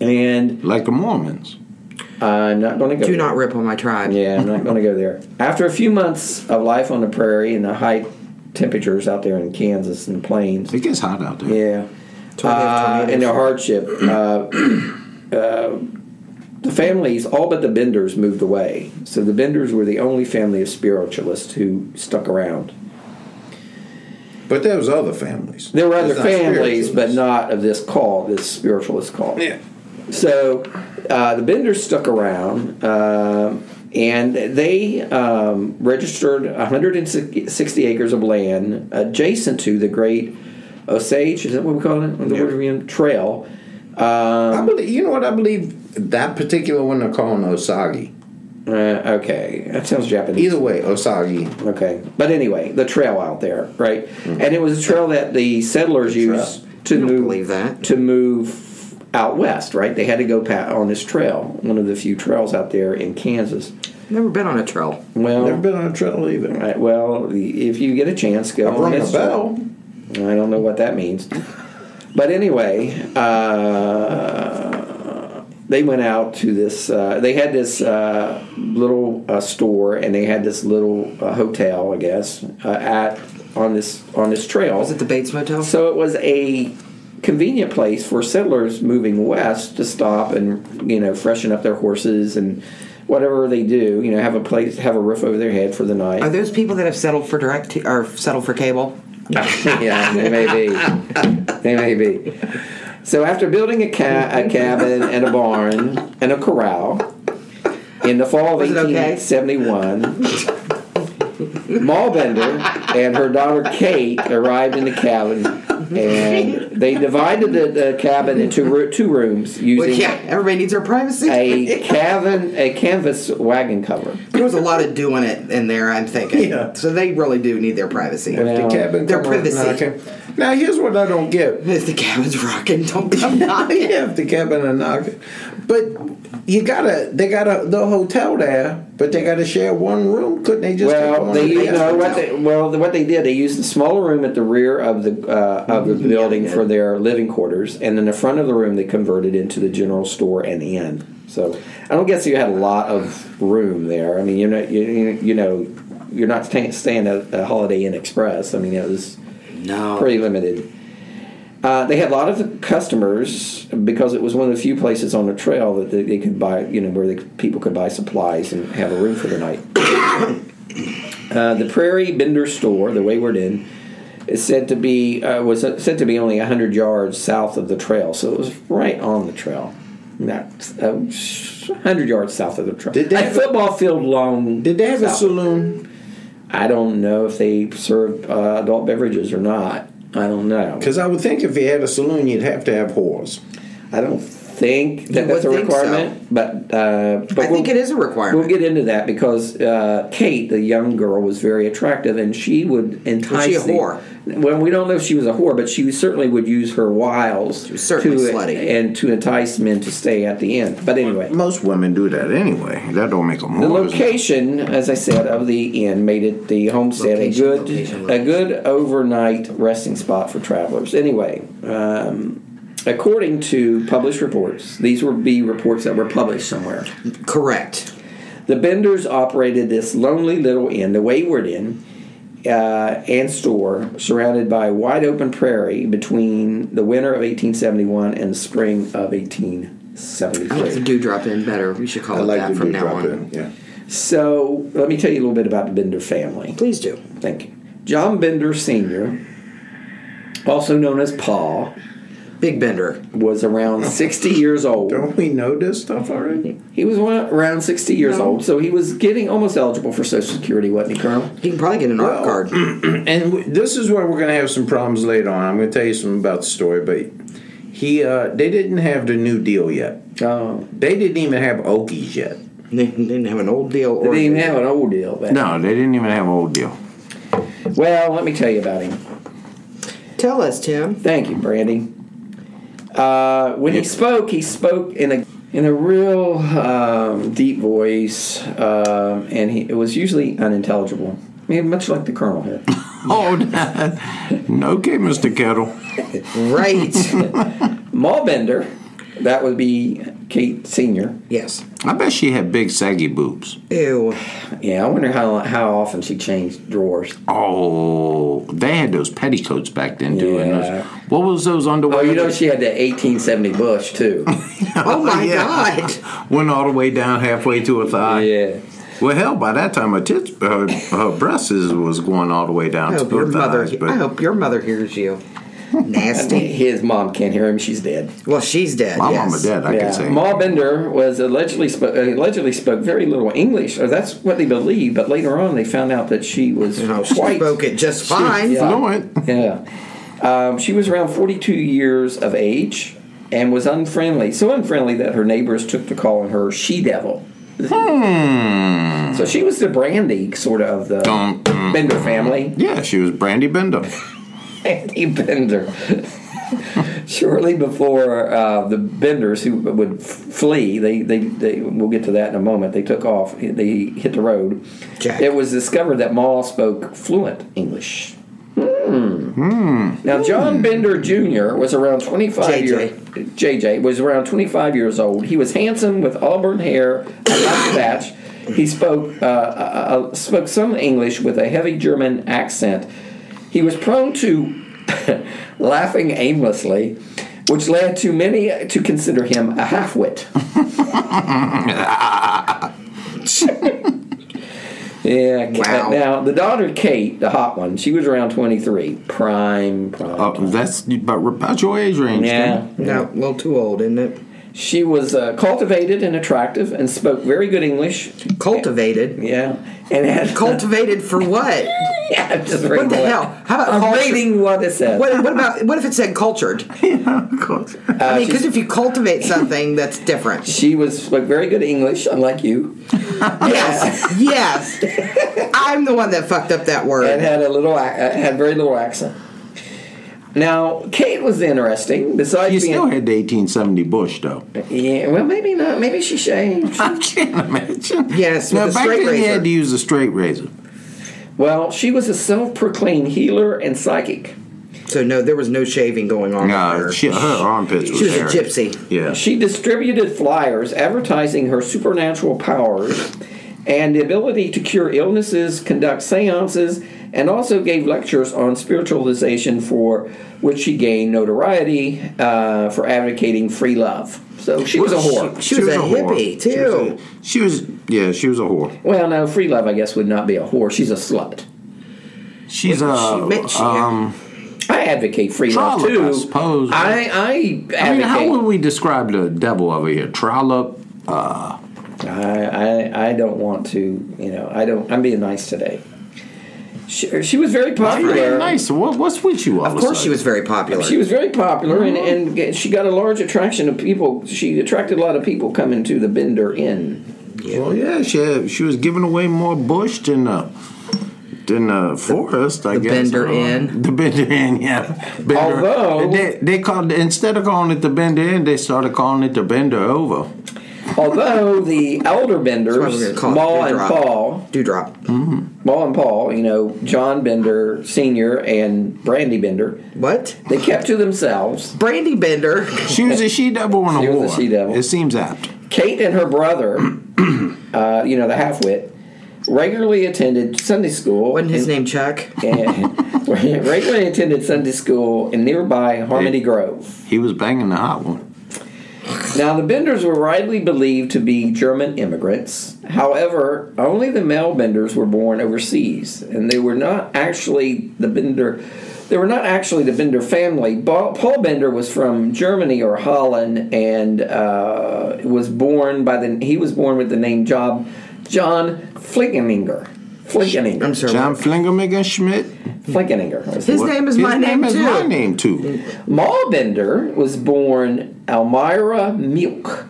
[SPEAKER 2] And
[SPEAKER 4] Like the Mormons.
[SPEAKER 2] I'm not going to go.
[SPEAKER 3] Do
[SPEAKER 2] there.
[SPEAKER 3] not rip on my tribe.
[SPEAKER 2] Yeah, I'm not going to go there. After a few months of life on the prairie and the high temperatures out there in Kansas and the plains,
[SPEAKER 4] It gets hot out there.
[SPEAKER 2] yeah,
[SPEAKER 3] Tornado-
[SPEAKER 2] uh,
[SPEAKER 3] tornadoes.
[SPEAKER 2] and their hardship. Uh, uh, the families, all but the Benders, moved away. So the Benders were the only family of spiritualists who stuck around.
[SPEAKER 4] But there was other families.
[SPEAKER 2] There were other families, but not of this cult, this spiritualist cult.
[SPEAKER 4] Yeah.
[SPEAKER 2] So uh, the Benders stuck around, um and they um, registered 160 acres of land adjacent to the Great Osage. Is that what we call it? The Wolverine Trail.
[SPEAKER 4] I believe, you know what I believe? That particular one they're calling Osagi.
[SPEAKER 2] Uh, okay, that sounds Japanese.
[SPEAKER 4] Either way, Osagi.
[SPEAKER 2] Okay, but anyway, the trail out there, right?
[SPEAKER 3] Mm-hmm.
[SPEAKER 2] And it was a trail that the settlers used to move
[SPEAKER 3] believe that.
[SPEAKER 2] to move out west, right? They had to go pat on this trail, one of the few trails out there in Kansas.
[SPEAKER 3] Never been on a trail.
[SPEAKER 2] Well,
[SPEAKER 4] Never been on a trail either.
[SPEAKER 2] right, well, if you get a chance, go
[SPEAKER 4] I
[SPEAKER 2] on
[SPEAKER 4] rung a
[SPEAKER 2] this trail.
[SPEAKER 4] bell.
[SPEAKER 2] I don't know what that means. But anyway, uh, they went out to this. Uh, they had this uh, little uh, store, and they had this little uh, hotel, I guess, uh, at on this on this trail.
[SPEAKER 3] Was it the Bates Motel?
[SPEAKER 2] So it was a convenient place for settlers moving west to stop and you know freshen up their horses and whatever they do. You know, have a place, have a roof over their head for the night.
[SPEAKER 3] Are those people that have settled for direct t- or settled for cable?
[SPEAKER 2] yeah, they may be. They may be. So after building a, ca- a cabin and a barn and a corral in the fall of
[SPEAKER 3] Was it okay?
[SPEAKER 2] 1871, Maulbender and her daughter Kate arrived in the cabin, and they divided the, the cabin into ro- two rooms
[SPEAKER 3] Well,
[SPEAKER 2] using
[SPEAKER 3] yeah, everybody needs their privacy.
[SPEAKER 2] a cabin a canvas wagon cover.
[SPEAKER 3] there was a lot of doing it in there. I'm thinking.
[SPEAKER 4] Yeah.
[SPEAKER 3] So they really do need their privacy.
[SPEAKER 2] Well,
[SPEAKER 4] cabin
[SPEAKER 3] Their
[SPEAKER 4] come on,
[SPEAKER 3] privacy.
[SPEAKER 4] knocking. Now here's what I don't get.
[SPEAKER 3] If the cabin's rocking, don't come knocking.
[SPEAKER 4] Yeah, if the cabin and knocking, but you gotta they got to the hotel there, but they gotta share one room. Couldn't they just? take
[SPEAKER 2] Well,
[SPEAKER 4] one
[SPEAKER 2] they
[SPEAKER 4] of the
[SPEAKER 2] you know
[SPEAKER 4] guests?
[SPEAKER 2] what they well what they did they used the smaller room at the rear of the uh, of the
[SPEAKER 4] Mm-hmm.
[SPEAKER 2] building for their living quarters, and then the front of the room they converted into the general store and inn. So I don't guess you had a lot of room there. I mean, you're not you, you you know you're not staying, staying at a Holiday Inn Express. I mean, it was
[SPEAKER 3] No.
[SPEAKER 2] pretty limited. Uh, they had a lot of customers because it was one of the few places on the trail that they, they could buy, you know, where they, people could buy supplies and have a room for the night. uh, the Prairie Bender store, the Wayward Inn, is said to be uh, was said to be only hundred yards south of the trail, so it was right on the trail. Not uh, hundred yards south of the trail.
[SPEAKER 4] Did they
[SPEAKER 2] a
[SPEAKER 4] have a-
[SPEAKER 2] football field long?
[SPEAKER 4] Did they have a
[SPEAKER 2] south.
[SPEAKER 4] saloon?
[SPEAKER 2] I don't know if they served uh, adult beverages or not. I don't know.
[SPEAKER 4] Because I would think if you had a saloon, you'd have to have whores.
[SPEAKER 2] I don't think
[SPEAKER 3] You
[SPEAKER 2] that that's a
[SPEAKER 3] would think so.
[SPEAKER 2] requirement, but uh, but
[SPEAKER 3] I think it is a requirement.
[SPEAKER 2] We'll get into that because uh, Kate, the young girl, was very attractive, and she would entice.
[SPEAKER 3] she a
[SPEAKER 2] the-
[SPEAKER 3] whore?
[SPEAKER 2] well, we don't know if she was a whore, but she certainly would use her wiles
[SPEAKER 3] was certainly
[SPEAKER 2] to
[SPEAKER 3] slutty.
[SPEAKER 2] and to entice men to stay at the inn. But anyway,
[SPEAKER 4] Most women do that anyway. That don't make them
[SPEAKER 2] the
[SPEAKER 4] whores.
[SPEAKER 2] location, as I said, of the inn made it the homestead
[SPEAKER 3] Location,
[SPEAKER 2] a good
[SPEAKER 3] location,
[SPEAKER 2] a good overnight resting spot for travelers. Anyway, um, according to published reports, these would be reports that were published somewhere.
[SPEAKER 3] Correct.
[SPEAKER 2] The Benders operated this lonely little inn, the Wayward Inn, uh, and store surrounded by wide open prairie between the winter of 1871 and the spring of 1873.
[SPEAKER 3] I like the dewdrop in better. We should call
[SPEAKER 4] I
[SPEAKER 3] it
[SPEAKER 4] like
[SPEAKER 3] that
[SPEAKER 4] to
[SPEAKER 3] from
[SPEAKER 4] do
[SPEAKER 3] now
[SPEAKER 4] drop
[SPEAKER 3] on.
[SPEAKER 4] in. Yeah.
[SPEAKER 2] So let me tell you a little bit about the Bender family.
[SPEAKER 3] Please do.
[SPEAKER 2] Thank you. John Bender Sr., also known as Paul,
[SPEAKER 3] Big Bender.
[SPEAKER 2] was around 60 years old.
[SPEAKER 4] Don't we know this stuff already?
[SPEAKER 2] He was one- around 60 years
[SPEAKER 4] No.
[SPEAKER 2] old, so he was getting almost eligible for Social Security, wasn't he, Colonel?
[SPEAKER 3] He can probably get an art card.
[SPEAKER 4] And w- this is where we're going to have some problems later on. I'm going to tell you something about the story, but he uh, they didn't have the New Deal yet.
[SPEAKER 2] Oh.
[SPEAKER 4] They didn't even have Okies yet.
[SPEAKER 3] They didn't have an old deal.
[SPEAKER 2] They
[SPEAKER 3] Or
[SPEAKER 2] didn't even have an old deal back
[SPEAKER 4] No, they didn't even have Old Deal.
[SPEAKER 2] Well, let me tell you about him.
[SPEAKER 3] Tell us, Tim.
[SPEAKER 2] Thank you, Brandy. Uh, when he spoke, he spoke in a in a real um, deep voice, um, and he, it was usually unintelligible. I mean, much like the Colonel here.
[SPEAKER 4] Oh, no, okay, Mr. Kettle.
[SPEAKER 3] Right.
[SPEAKER 2] Maulbender, that would be Kate Senior.
[SPEAKER 3] yes.
[SPEAKER 4] I bet she had big saggy boobs.
[SPEAKER 3] Ew.
[SPEAKER 2] Yeah, I wonder how how often she changed drawers.
[SPEAKER 4] Oh, they had those petticoats back then, too. and
[SPEAKER 2] Yeah.
[SPEAKER 4] those, what was those underwear?
[SPEAKER 2] Oh, you know she had that 1870 bush too.
[SPEAKER 3] Oh my
[SPEAKER 4] Yeah.
[SPEAKER 3] God.
[SPEAKER 4] went all the way down halfway to her thigh.
[SPEAKER 2] yeah.
[SPEAKER 4] Well, hell, by that time her tits, her, her breasts was going all the way down
[SPEAKER 3] I
[SPEAKER 4] to
[SPEAKER 3] hope your
[SPEAKER 4] her
[SPEAKER 3] mother.
[SPEAKER 4] thighs.
[SPEAKER 3] I
[SPEAKER 4] But
[SPEAKER 3] hope your mother hears you. Nasty.
[SPEAKER 2] His mom can't hear him. She's dead.
[SPEAKER 3] Well, she's dead.
[SPEAKER 4] my
[SPEAKER 3] yes.
[SPEAKER 4] mama dead, I
[SPEAKER 2] Yeah.
[SPEAKER 4] can say.
[SPEAKER 2] Maul Bender was allegedly sp- allegedly spoke very little English, or that's what they believed. But later on, they found out that she was
[SPEAKER 3] No, Oh, she
[SPEAKER 2] white.
[SPEAKER 3] spoke it just fine.
[SPEAKER 2] yeah.
[SPEAKER 4] Fluent.
[SPEAKER 2] Yeah, um, she was around 42 years of age and was unfriendly. So unfriendly that her neighbors took to calling her she devil.
[SPEAKER 4] Hmm.
[SPEAKER 2] So she was the brandy sort of the
[SPEAKER 4] Dum, dum,
[SPEAKER 2] Bender family.
[SPEAKER 4] Yeah, she was Brandy Bender.
[SPEAKER 2] Andy Bender. Shortly before uh, the Benders, who would f- flee, they, they, they we'll get to that in a moment. They took off. They hit the road.
[SPEAKER 3] Jack.
[SPEAKER 2] It was discovered that Maul spoke fluent English. Hmm. Now, John Bender Jr. was around 25
[SPEAKER 3] JJ.
[SPEAKER 2] years JJ was around 25 years old. He was handsome with auburn hair, a mustache. He spoke uh, uh, uh, spoke some English with a heavy German accent. He was prone to laughing aimlessly, which led to many to consider him a halfwit. yeah.
[SPEAKER 3] Wow.
[SPEAKER 2] Now the daughter Kate, the hot one, she was around 23, prime, prime.
[SPEAKER 3] Oh,
[SPEAKER 4] Uh, that's about, about your age range.
[SPEAKER 2] yeah.
[SPEAKER 4] then.
[SPEAKER 3] No, a little too old, isn't it?
[SPEAKER 2] She was uh, cultivated and attractive and spoke very good English.
[SPEAKER 3] Cultivated.
[SPEAKER 2] Yeah. And had
[SPEAKER 3] Cultivated for what?
[SPEAKER 2] Yeah, I'm just reading
[SPEAKER 3] What the
[SPEAKER 2] what-
[SPEAKER 3] hell? How about
[SPEAKER 2] I'm
[SPEAKER 3] culture-
[SPEAKER 2] reading what it says.
[SPEAKER 3] What, what about what if it said cultured? I mean, because if you cultivate something, that's different.
[SPEAKER 2] She was spoke very good English, unlike you,
[SPEAKER 3] Yes, yes. I'm the one that fucked up that
[SPEAKER 2] and
[SPEAKER 3] word.
[SPEAKER 2] had a little ac- uh, had very little accent. Now, Kate was interesting. Besides
[SPEAKER 4] You
[SPEAKER 2] being
[SPEAKER 4] still had the 1870 Bush, though.
[SPEAKER 2] yeah, well, maybe not. Maybe she shaved.
[SPEAKER 4] I can't imagine.
[SPEAKER 3] Yes,
[SPEAKER 4] Now,
[SPEAKER 3] with a
[SPEAKER 4] back
[SPEAKER 3] straight
[SPEAKER 4] then you
[SPEAKER 3] razor.
[SPEAKER 4] had to use a straight razor.
[SPEAKER 2] well, she was a self-proclaimed healer and psychic.
[SPEAKER 3] So no, there was no shaving going on. with
[SPEAKER 4] No,
[SPEAKER 3] her.
[SPEAKER 4] she, her armpits
[SPEAKER 3] She was a
[SPEAKER 4] hairy.
[SPEAKER 3] gypsy.
[SPEAKER 4] Yeah.
[SPEAKER 2] She distributed flyers advertising her supernatural powers and the ability to cure illnesses, conduct seances, and also gave lectures on spiritualization for which she gained notoriety uh, for advocating free love. So she was a whore.
[SPEAKER 3] She was a hippie,
[SPEAKER 4] She was a-
[SPEAKER 3] too.
[SPEAKER 4] She was, yeah, she was a whore.
[SPEAKER 2] Well, no, free love, I guess, would not be a whore. She's a slut.
[SPEAKER 4] She's a.
[SPEAKER 3] meant she-
[SPEAKER 4] um,
[SPEAKER 2] I advocate free love
[SPEAKER 4] Trollop,
[SPEAKER 2] too.
[SPEAKER 4] I suppose.
[SPEAKER 2] I, I advocate.
[SPEAKER 4] I mean, how would we describe the devil over here? Trollop. Uh,
[SPEAKER 2] I, I, I don't want to, you know, I don't, I'm being nice today. She, she was very popular.
[SPEAKER 4] pretty nice. What, what's with you all
[SPEAKER 3] Of course, she was very popular.
[SPEAKER 2] She was very popular
[SPEAKER 3] Uh-huh.
[SPEAKER 2] and, and get- she got a large attraction of people. She attracted a lot of people coming to the Bender Inn.
[SPEAKER 4] Well, yeah, she had, she was giving away more bush than the than the forest. I
[SPEAKER 3] the
[SPEAKER 4] guess
[SPEAKER 3] Bender
[SPEAKER 4] Uh,
[SPEAKER 3] Inn.
[SPEAKER 4] The Bender Inn, yeah. Bender,
[SPEAKER 2] Although-
[SPEAKER 4] they, they called instead of calling it the Bender Inn, they started calling it the Bender Over.
[SPEAKER 2] Although the elder
[SPEAKER 3] That's why we're
[SPEAKER 2] Benders,
[SPEAKER 3] gonna call it
[SPEAKER 2] Maul and
[SPEAKER 3] Dewdrop.
[SPEAKER 2] Paul,
[SPEAKER 3] Dewdrop.
[SPEAKER 2] Maul and Paul, you know, John Bender Sr. and Brandy Bender,
[SPEAKER 3] What?
[SPEAKER 2] they kept to themselves.
[SPEAKER 3] Brandy Bender.
[SPEAKER 4] She was a she devil and a
[SPEAKER 2] She was a
[SPEAKER 4] war.
[SPEAKER 2] she-devil.
[SPEAKER 4] It seems apt.
[SPEAKER 2] Kate and her brother, uh, you know, the halfwit, regularly attended Sunday school.
[SPEAKER 3] Wasn't his
[SPEAKER 2] in-
[SPEAKER 3] name Chuck?
[SPEAKER 2] and regularly attended Sunday school in nearby Harmony Grove.
[SPEAKER 4] He was banging the hot one.
[SPEAKER 2] Now, the Benders were widely believed to be German immigrants. However, only the male Benders were born overseas, and they were not actually the Bender. They were not actually the Bender family. Paul Paul Bender was from Germany or Holland, and uh, was born by the. He was born with the name Job John Flickeninger. Flickeninger.
[SPEAKER 3] I'm sorry.
[SPEAKER 4] John Flingermigan Schmidt.
[SPEAKER 2] Flickeninger.
[SPEAKER 3] His name is
[SPEAKER 4] His
[SPEAKER 3] my
[SPEAKER 4] name
[SPEAKER 3] name,
[SPEAKER 4] is
[SPEAKER 3] too.
[SPEAKER 4] my name too.
[SPEAKER 2] Maulbender was born Elmira Milk,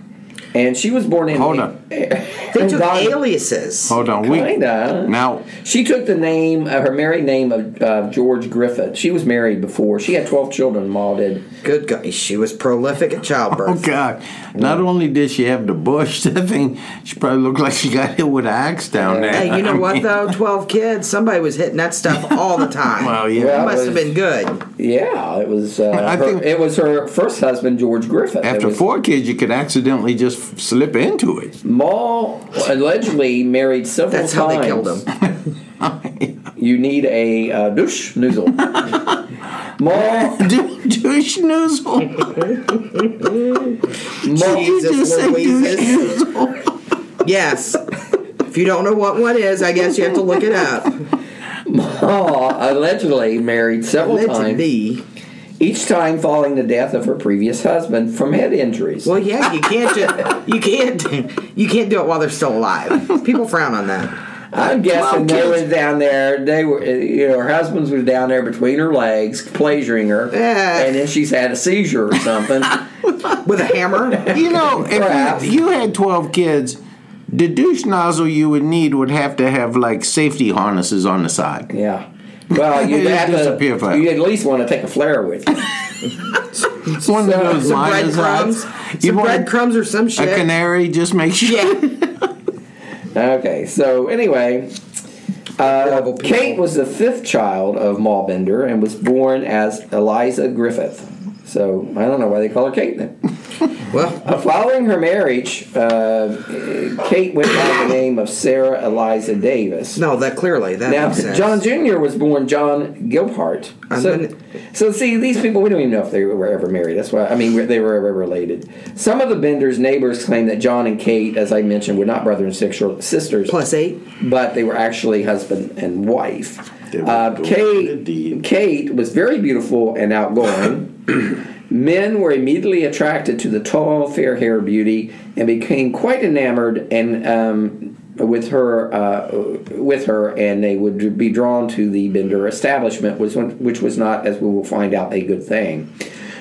[SPEAKER 2] and she was born in.
[SPEAKER 4] Hold on.
[SPEAKER 3] They
[SPEAKER 2] they
[SPEAKER 3] took aliases.
[SPEAKER 4] Hold on, we
[SPEAKER 2] Kinda.
[SPEAKER 4] now
[SPEAKER 2] She took the name, uh, her married name of uh, George Griffith. She was married before. She had 12 children, Maul did.
[SPEAKER 3] Good God. She was prolific at
[SPEAKER 4] Oh
[SPEAKER 3] childbirth.
[SPEAKER 4] God! Not only did she have the bush, that thing she probably looked like she got hit with an axe down there.
[SPEAKER 3] Hey, you know what though? Twelve kids. Somebody was hitting that stuff all the time.
[SPEAKER 4] Well, yeah.
[SPEAKER 3] it
[SPEAKER 2] Well,
[SPEAKER 3] must have
[SPEAKER 2] it
[SPEAKER 3] been good.
[SPEAKER 2] Yeah, it was. Uh,
[SPEAKER 4] I
[SPEAKER 2] her-
[SPEAKER 4] think-
[SPEAKER 2] it was her first husband, George Griffith. It
[SPEAKER 4] After
[SPEAKER 2] was-
[SPEAKER 4] four kids, you could accidentally just f- slip into it.
[SPEAKER 2] Maul allegedly married several
[SPEAKER 3] That's how
[SPEAKER 2] times.
[SPEAKER 3] they killed him.
[SPEAKER 2] You need a uh, douche noozle. Maul,
[SPEAKER 4] Do, do schnoozle.
[SPEAKER 2] Maul
[SPEAKER 4] You just say do
[SPEAKER 3] Louises. Yes. If you don't know what one is, I guess you have to look it up.
[SPEAKER 2] Maul allegedly married several times,
[SPEAKER 3] Allegedly.
[SPEAKER 2] each time following the death of her previous husband from head injuries.
[SPEAKER 3] Well, yeah, you can't just, you can't you can't do it while they're still alive. People frown on that.
[SPEAKER 2] I'm guessing they were down there. They were, eh, you know, her husband's was down there between her legs, pleasuring her,
[SPEAKER 3] Yeah.
[SPEAKER 2] and then she's had a seizure or something.
[SPEAKER 3] With a hammer.
[SPEAKER 4] You know,
[SPEAKER 2] Perhaps.
[SPEAKER 4] if you, you had twelve kids, the douche nozzle you would need would have to have like safety harnesses on the side.
[SPEAKER 2] yeah. Well, you
[SPEAKER 4] It
[SPEAKER 2] have to.
[SPEAKER 4] disappeared forever.
[SPEAKER 2] You at least want to take a flare with you.
[SPEAKER 4] It's one of those
[SPEAKER 3] Some
[SPEAKER 4] lions
[SPEAKER 3] breadcrumbs.
[SPEAKER 4] eyes. You
[SPEAKER 3] Some
[SPEAKER 4] want
[SPEAKER 3] breadcrumbs or some
[SPEAKER 4] a
[SPEAKER 3] shit.
[SPEAKER 4] canary? Just make sure.
[SPEAKER 3] Yeah.
[SPEAKER 2] Okay. So anyway,
[SPEAKER 3] level people.
[SPEAKER 2] Kate was the fifth child of Maulbender and was born as Eliza Griffith. So I don't know why they call her Kate then.
[SPEAKER 3] well,
[SPEAKER 2] Uh, following her marriage, uh, Kate went by the name of Sarah Eliza Davis.
[SPEAKER 3] no, that clearly that
[SPEAKER 2] Now,
[SPEAKER 3] makes sense.
[SPEAKER 2] John Jr. was born John Gilhart.
[SPEAKER 3] I'm
[SPEAKER 2] So,
[SPEAKER 3] gonna-
[SPEAKER 2] so, see, these people, we don't even know if they were ever married. That's why, I mean, they were ever related. Some of the Bender's neighbors claim that John and Kate, as I mentioned, were not brother and sister- sisters,
[SPEAKER 3] plus eight.
[SPEAKER 2] but they were actually husband and wife.
[SPEAKER 4] They were
[SPEAKER 2] Uh,
[SPEAKER 4] doing the
[SPEAKER 2] Kate,
[SPEAKER 4] deed.
[SPEAKER 2] Kate was very beautiful and outgoing. Men were immediately attracted to the tall, fair haired beauty and became quite enamored and um, with her, uh, with her, and they would be drawn to the Bender establishment, which, was- which was not, as we will find out, a good thing.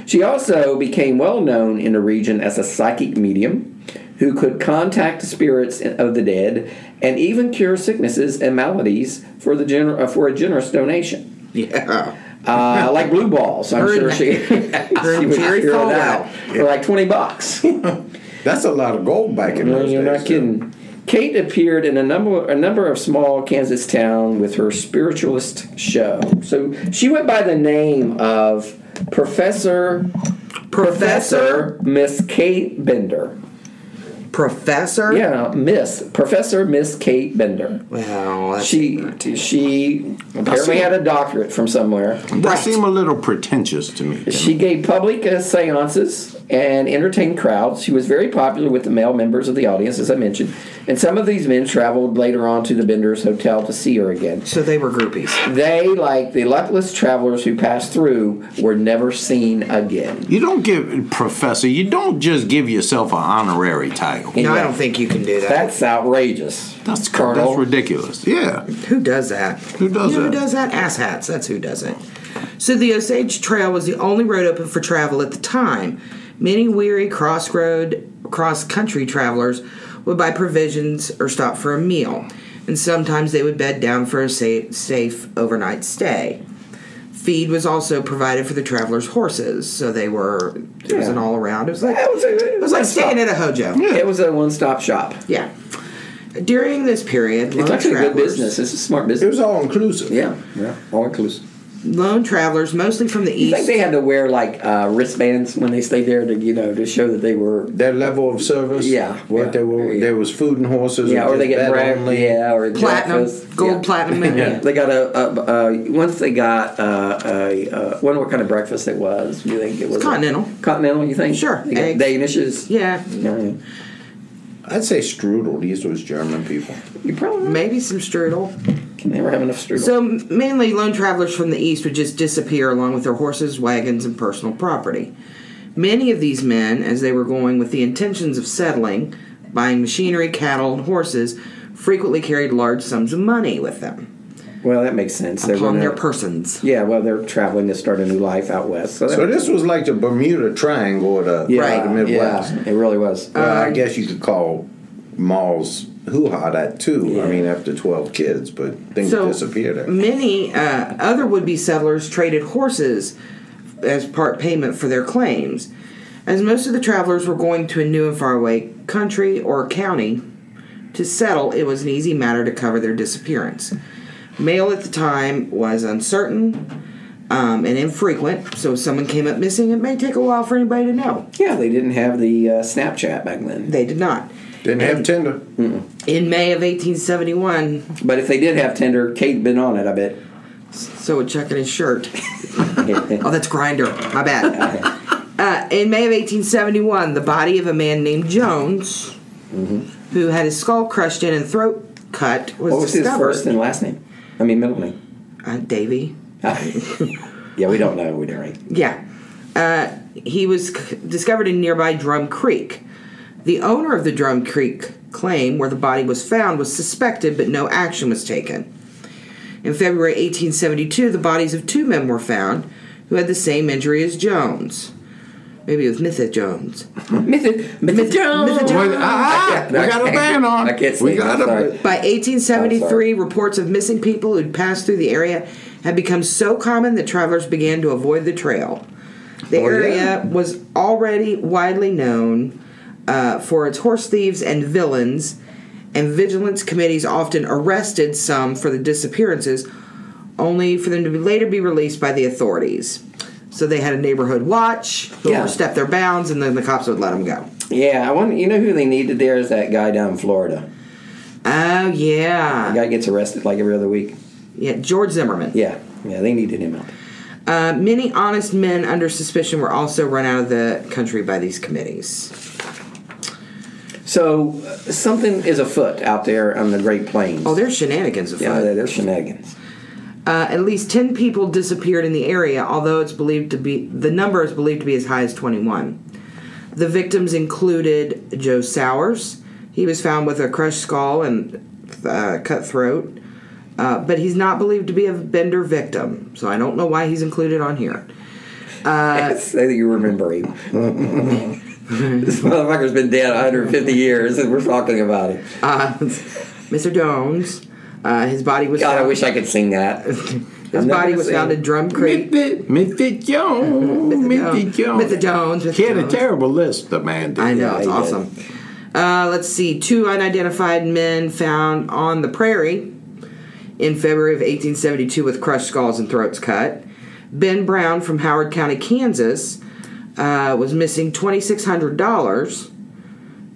[SPEAKER 2] She also became well known in the region as a psychic medium who could contact the spirits of the dead and even cure sicknesses and maladies for the gener- uh, for a generous donation.
[SPEAKER 3] Yeah.
[SPEAKER 2] Uh, like blue balls, I'm
[SPEAKER 3] Her
[SPEAKER 2] sure
[SPEAKER 3] and-
[SPEAKER 2] she, she would
[SPEAKER 3] Jerry
[SPEAKER 2] cure
[SPEAKER 3] Falwell.
[SPEAKER 2] that for like twenty bucks.
[SPEAKER 4] That's a lot of gold back in
[SPEAKER 2] No,
[SPEAKER 4] those
[SPEAKER 2] you're
[SPEAKER 4] days.
[SPEAKER 2] not kidding. Kate appeared in a number a number of small Kansas town with her spiritualist show. So she went by the name of Professor Professor Miss Kate Bender.
[SPEAKER 3] Professor.
[SPEAKER 2] Yeah, Miss Professor Miss Kate Bender.
[SPEAKER 3] Well, that's
[SPEAKER 2] She she apparently had a doctorate from somewhere.
[SPEAKER 4] They
[SPEAKER 3] Right.
[SPEAKER 4] seem a little pretentious to me.
[SPEAKER 2] She gave public uh, seances and entertained crowds. She was very popular with the male members of the audience, as I mentioned, and some of these men traveled later on to the Bender's Hotel to see her again.
[SPEAKER 3] so they were groupies.
[SPEAKER 2] They, like the luckless travelers who passed through, were never seen again.
[SPEAKER 4] You don't give professor. You don't just give yourself an honorary title.
[SPEAKER 3] No, I don't think you can do that.
[SPEAKER 2] That's outrageous.
[SPEAKER 4] That's
[SPEAKER 2] Colonel.
[SPEAKER 4] That's ridiculous. Yeah.
[SPEAKER 3] Who does that? Who
[SPEAKER 4] does
[SPEAKER 3] Who
[SPEAKER 4] that?
[SPEAKER 3] does that? Asshats. That's who does it. So the Osage Trail was the only road open for travel at the time. Many weary crossroad, cross-country travelers would buy provisions or stop for a meal, and sometimes they would bed down for a safe, safe overnight stay. Feed was also provided for the travelers' horses, so they were. It was an all-around. It was like
[SPEAKER 2] It was a- it
[SPEAKER 3] it was like
[SPEAKER 2] was a-
[SPEAKER 3] staying at a hojo.
[SPEAKER 2] It was a one-stop shop.
[SPEAKER 3] Yeah. During this period,
[SPEAKER 2] It's
[SPEAKER 3] lone
[SPEAKER 2] actually a good
[SPEAKER 3] travelers-
[SPEAKER 2] business. It's a smart business.
[SPEAKER 4] It was all inclusive.
[SPEAKER 2] yeah, yeah, all inclusive.
[SPEAKER 3] Lone travelers, mostly from the
[SPEAKER 2] I think
[SPEAKER 3] east.
[SPEAKER 2] they had to wear like uh, wristbands when they stayed there to you know to show that they were
[SPEAKER 4] Their level of service.
[SPEAKER 2] Yeah.
[SPEAKER 4] What
[SPEAKER 2] Yeah.
[SPEAKER 4] they were.
[SPEAKER 2] Yeah.
[SPEAKER 4] There was food and horses.
[SPEAKER 2] Yeah, or they
[SPEAKER 4] just
[SPEAKER 2] get
[SPEAKER 4] bed
[SPEAKER 2] brag,
[SPEAKER 4] only.
[SPEAKER 2] yeah, or
[SPEAKER 3] Platinum,
[SPEAKER 2] breakfast,
[SPEAKER 3] gold
[SPEAKER 2] yeah.
[SPEAKER 3] platinum.
[SPEAKER 2] Yeah, they got a, a, a once they got uh, a, uh wonder what kind of breakfast it was. You think it was a-
[SPEAKER 3] Continental.
[SPEAKER 2] continental, you think?
[SPEAKER 3] Sure.
[SPEAKER 2] They got
[SPEAKER 3] Eggs.
[SPEAKER 2] Danishes.
[SPEAKER 3] Yeah,
[SPEAKER 2] Yeah.
[SPEAKER 4] I'd say strudel. These was German people.
[SPEAKER 2] You probably
[SPEAKER 3] maybe some strudel.
[SPEAKER 2] can never have enough strudel.
[SPEAKER 3] So mainly lone travelers from the east would just disappear along with their horses, wagons, and personal property. Many of these men, as they were going with the intentions of settling, buying machinery, cattle, and horses, frequently carried large sums of money with them
[SPEAKER 2] well, that makes sense. They're
[SPEAKER 3] upon
[SPEAKER 2] gonna-
[SPEAKER 3] their persons.
[SPEAKER 2] Yeah, well, they're traveling to start a new life out west. So, that,
[SPEAKER 4] So this was like the Bermuda Triangle or the,
[SPEAKER 2] yeah,
[SPEAKER 3] Right. Uh,
[SPEAKER 4] the Midwest.
[SPEAKER 2] Yeah, it really was.
[SPEAKER 4] Well, I guess you could call Maul's hoo ha that too. I mean, after 12 kids, but things
[SPEAKER 3] So
[SPEAKER 4] disappear there.
[SPEAKER 3] many uh, other would-be settlers traded horses as part payment for their claims. As most of the travelers were going to a new and faraway country or county to settle, it was an easy matter to cover their disappearance. Mail at the time was uncertain um, and infrequent, so if someone came up missing, it may take a while for anybody to know.
[SPEAKER 2] yeah, they didn't have the uh, Snapchat back then.
[SPEAKER 3] They did not.
[SPEAKER 4] Didn't have Tinder.
[SPEAKER 3] In May of 1871,
[SPEAKER 2] But if they did have Tinder, Kate had been on it, I bet.
[SPEAKER 3] so would Chuck in his shirt. Oh, that's Grinder. My bad. uh, in May of 1871, the body of a man named Jones, who had his skull crushed in and throat cut, was
[SPEAKER 2] Mm-hmm. what was his
[SPEAKER 3] discovered.
[SPEAKER 2] first and last name? I mean, middle name.
[SPEAKER 3] uh, Davy.
[SPEAKER 2] Yeah, we don't know. We don't. Right?
[SPEAKER 3] Yeah. Uh, he was c- discovered in nearby Drum Creek. The owner of the Drum Creek claim where the body was found was suspected, but no action was taken. In February 1872, the bodies of two men were found who had the same injury as Jones. Maybe it was Mitha Jones.
[SPEAKER 2] Mrs. Mrs.
[SPEAKER 3] Mrs. Jones.
[SPEAKER 4] Well, ah, ah, we
[SPEAKER 2] I
[SPEAKER 4] got a
[SPEAKER 2] can't-
[SPEAKER 4] ban on.
[SPEAKER 2] I can't
[SPEAKER 4] we
[SPEAKER 2] say that,
[SPEAKER 4] got
[SPEAKER 2] sorry.
[SPEAKER 4] a.
[SPEAKER 3] By 1873, reports of missing people who'd passed through the area had become so common that travelers began to avoid the trail. The area was already widely known uh, for its horse thieves and villains, and vigilance committees often arrested some for the disappearances, only for them to be later be released by the authorities. So they had a neighborhood watch who
[SPEAKER 2] Yeah.
[SPEAKER 3] overstepped their bounds, and then the cops would let them go.
[SPEAKER 2] Yeah, I want you know who they needed there is that guy down in Florida.
[SPEAKER 3] Oh
[SPEAKER 2] The
[SPEAKER 3] yeah,
[SPEAKER 2] guy gets arrested like every other week.
[SPEAKER 3] yeah. George Zimmerman.
[SPEAKER 2] Yeah, yeah, they needed him out.
[SPEAKER 3] Uh, many honest men under suspicion were also run out of the country by these committees.
[SPEAKER 2] So uh, something is afoot out there on the Great Plains.
[SPEAKER 3] Oh, there's shenanigans afoot.
[SPEAKER 2] yeah, they're, they're shenanigans.
[SPEAKER 3] Uh, at least 10 people disappeared in the area, although it's believed to be the number is believed to be as high as 21. The victims included Joe Sowers. He was found with a crushed skull and uh, cut throat, uh, but he's not believed to be a Bender victim, so I don't know why he's included on here.
[SPEAKER 2] Say that you remember him. this motherfucker's been dead 150 years, and we're talking about him.
[SPEAKER 3] Uh, Mr. Jones, uh, his body was
[SPEAKER 2] God, I
[SPEAKER 3] found,
[SPEAKER 2] wish I could sing that.
[SPEAKER 3] his body was found in Drum Creek.
[SPEAKER 4] Miffy Jones. Miffy Jones.
[SPEAKER 3] Miffy Jones, Miffy
[SPEAKER 4] He had a
[SPEAKER 3] Jones.
[SPEAKER 4] terrible list, the man did.
[SPEAKER 3] I know,
[SPEAKER 2] Yeah,
[SPEAKER 3] it's
[SPEAKER 2] he did.
[SPEAKER 3] awesome. Uh, let's see. Two unidentified men found on the prairie in February of 1872 with crushed skulls and throats cut. Ben Brown from Howard County, Kansas, uh, was missing $2,600.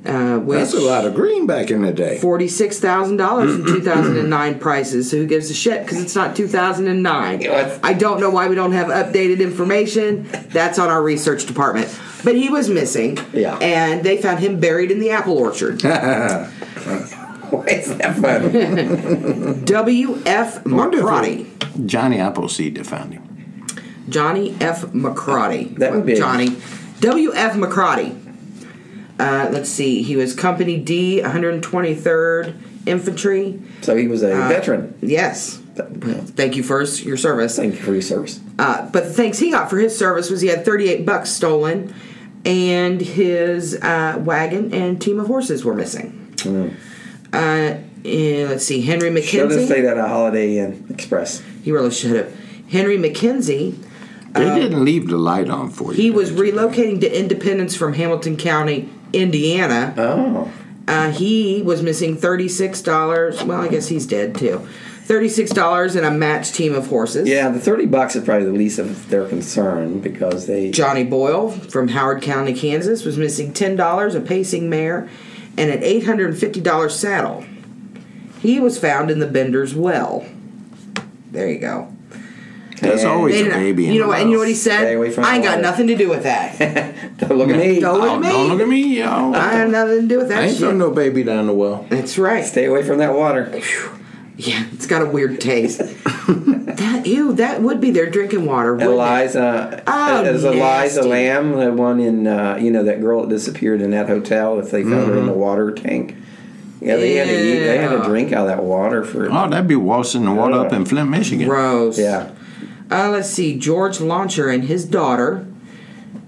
[SPEAKER 3] Uh, which
[SPEAKER 4] That's a lot of green back in the day.
[SPEAKER 3] Forty-six thousand dollars in two thousand and nine prices. So who gives a shit? Because it's not two thousand and nine.
[SPEAKER 2] Yes.
[SPEAKER 3] I don't know why we don't have updated information. That's on our research department. But he was missing.
[SPEAKER 2] Yeah.
[SPEAKER 3] And they found him buried in the apple orchard.
[SPEAKER 2] Why is that funny?
[SPEAKER 3] W. F.
[SPEAKER 4] Wonderful.
[SPEAKER 3] McCrotty.
[SPEAKER 4] Johnny Appleseed that found him.
[SPEAKER 3] Johnny F. McCrotty.
[SPEAKER 2] That would be-
[SPEAKER 3] Johnny. W. F. McCrotty. Uh, let's see. He was Company D, 123rd Infantry.
[SPEAKER 2] so he was a
[SPEAKER 4] Uh,
[SPEAKER 2] veteran.
[SPEAKER 3] Yes. Thank you for your service.
[SPEAKER 2] Thank you for your service.
[SPEAKER 3] Uh, but the thanks he got for his service was he had 38 bucks stolen, and his uh, wagon and team of horses were missing. Uh, and let's see, Henry
[SPEAKER 2] Should have
[SPEAKER 3] McKenzie.
[SPEAKER 2] stayed at a Holiday Inn Express.
[SPEAKER 3] He really should have. Henry McKenzie.
[SPEAKER 4] They didn't leave the light on for you.
[SPEAKER 3] Um, He was relocating to Independence from Hamilton County, Indiana.
[SPEAKER 2] Oh,
[SPEAKER 3] Uh, he was missing thirty-six dollars. Well, I guess he's dead too. Thirty-six dollars and a matched team of horses.
[SPEAKER 2] yeah. The 30 bucks is probably the least of their concern because they.
[SPEAKER 3] Johnny Boyle from Howard County, Kansas, was missing ten dollars, a pacing mare, and an eight hundred and fifty dollar saddle. He was found in the Bender's Well. There you go.
[SPEAKER 4] There's always
[SPEAKER 3] They
[SPEAKER 4] a
[SPEAKER 3] didn't-
[SPEAKER 4] baby in
[SPEAKER 3] you know
[SPEAKER 4] the
[SPEAKER 3] what? And you know
[SPEAKER 4] mouth.
[SPEAKER 3] what he said?
[SPEAKER 2] Stay away from
[SPEAKER 3] I ain't
[SPEAKER 2] the
[SPEAKER 3] got
[SPEAKER 2] water."
[SPEAKER 3] nothing to do with that.
[SPEAKER 2] Don't look at me.
[SPEAKER 3] Don't look
[SPEAKER 4] Oh,
[SPEAKER 3] at me.
[SPEAKER 4] Don't look at me, y'all.
[SPEAKER 3] I
[SPEAKER 4] I
[SPEAKER 3] have nothing to do with that
[SPEAKER 4] ain't
[SPEAKER 3] shit.
[SPEAKER 4] throw no baby down the well.
[SPEAKER 3] That's right.
[SPEAKER 2] Stay away from that water.
[SPEAKER 3] Yeah, it's got a weird taste. that ew, that would be their drinking water. wouldn't it?
[SPEAKER 2] Eliza,
[SPEAKER 3] Oh,
[SPEAKER 2] is Eliza
[SPEAKER 3] nasty.
[SPEAKER 2] Lamb the one in uh, you know that girl that disappeared in that hotel? If they found her in the water tank, yeah, they had to eat, they had to
[SPEAKER 3] Ew.
[SPEAKER 2] drink out of that water for
[SPEAKER 4] Oh, that'd be washing the water up in Flint, Michigan.
[SPEAKER 3] Gross.
[SPEAKER 2] yeah.
[SPEAKER 3] Uh, let's see. George Launcher and his daughter.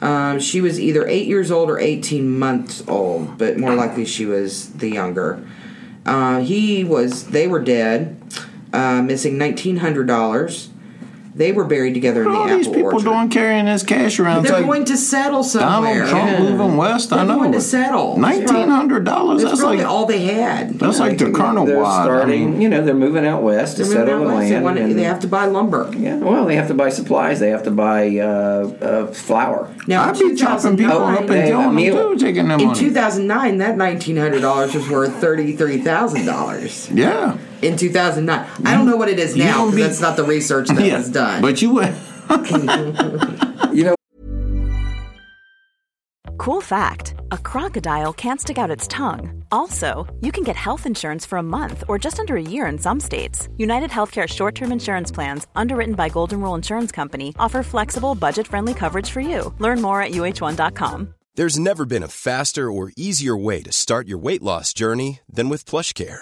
[SPEAKER 3] Um, she was either eight years old or 18 months old, but more likely she was the younger. Uh, he was, they were dead, uh, missing $1,900. They were buried together in
[SPEAKER 4] What
[SPEAKER 3] the
[SPEAKER 4] are all
[SPEAKER 3] apple
[SPEAKER 4] these people
[SPEAKER 3] orchard.
[SPEAKER 4] doing carrying this cash around? It's
[SPEAKER 3] They're
[SPEAKER 4] like
[SPEAKER 3] going to settle somewhere.
[SPEAKER 4] Donald Trump moving west. I
[SPEAKER 3] They're
[SPEAKER 4] know.
[SPEAKER 3] going to settle.
[SPEAKER 4] Nineteen hundred dollars.
[SPEAKER 3] That's
[SPEAKER 4] That's
[SPEAKER 3] probably
[SPEAKER 4] like
[SPEAKER 3] all they had.
[SPEAKER 4] that's like the Colonel
[SPEAKER 2] They're
[SPEAKER 4] wad. I
[SPEAKER 2] starting,
[SPEAKER 4] mean,
[SPEAKER 2] you know, they're moving out west to
[SPEAKER 3] They're
[SPEAKER 2] settle
[SPEAKER 3] moving
[SPEAKER 2] the
[SPEAKER 3] out west. They
[SPEAKER 2] land.
[SPEAKER 3] want-
[SPEAKER 2] and-
[SPEAKER 3] they have to buy lumber.
[SPEAKER 2] yeah, well, they have to buy supplies. They have to buy uh, uh, flour.
[SPEAKER 3] Now,
[SPEAKER 4] I'd be chopping people up and
[SPEAKER 2] they-
[SPEAKER 4] killing
[SPEAKER 2] they-
[SPEAKER 4] them too, taking their
[SPEAKER 3] Oh, In
[SPEAKER 4] money.
[SPEAKER 3] 2009, that $1,900 was worth $33,000.
[SPEAKER 4] yeah,
[SPEAKER 3] In 2009. I don't know what it is
[SPEAKER 4] You
[SPEAKER 3] now
[SPEAKER 4] don't
[SPEAKER 3] because
[SPEAKER 4] be-
[SPEAKER 3] that's not the research that
[SPEAKER 4] yeah.
[SPEAKER 3] was done.
[SPEAKER 4] But you would.
[SPEAKER 1] Cool fact a crocodile can't stick out its tongue. Also, you can get health insurance for a month or just under a year in some states. United Healthcare short term insurance plans, underwritten by Golden Rule Insurance Company, offer flexible, budget friendly coverage for you. Learn more at uh1.com.
[SPEAKER 6] There's never been a faster or easier way to start your weight loss journey than with PlushCare.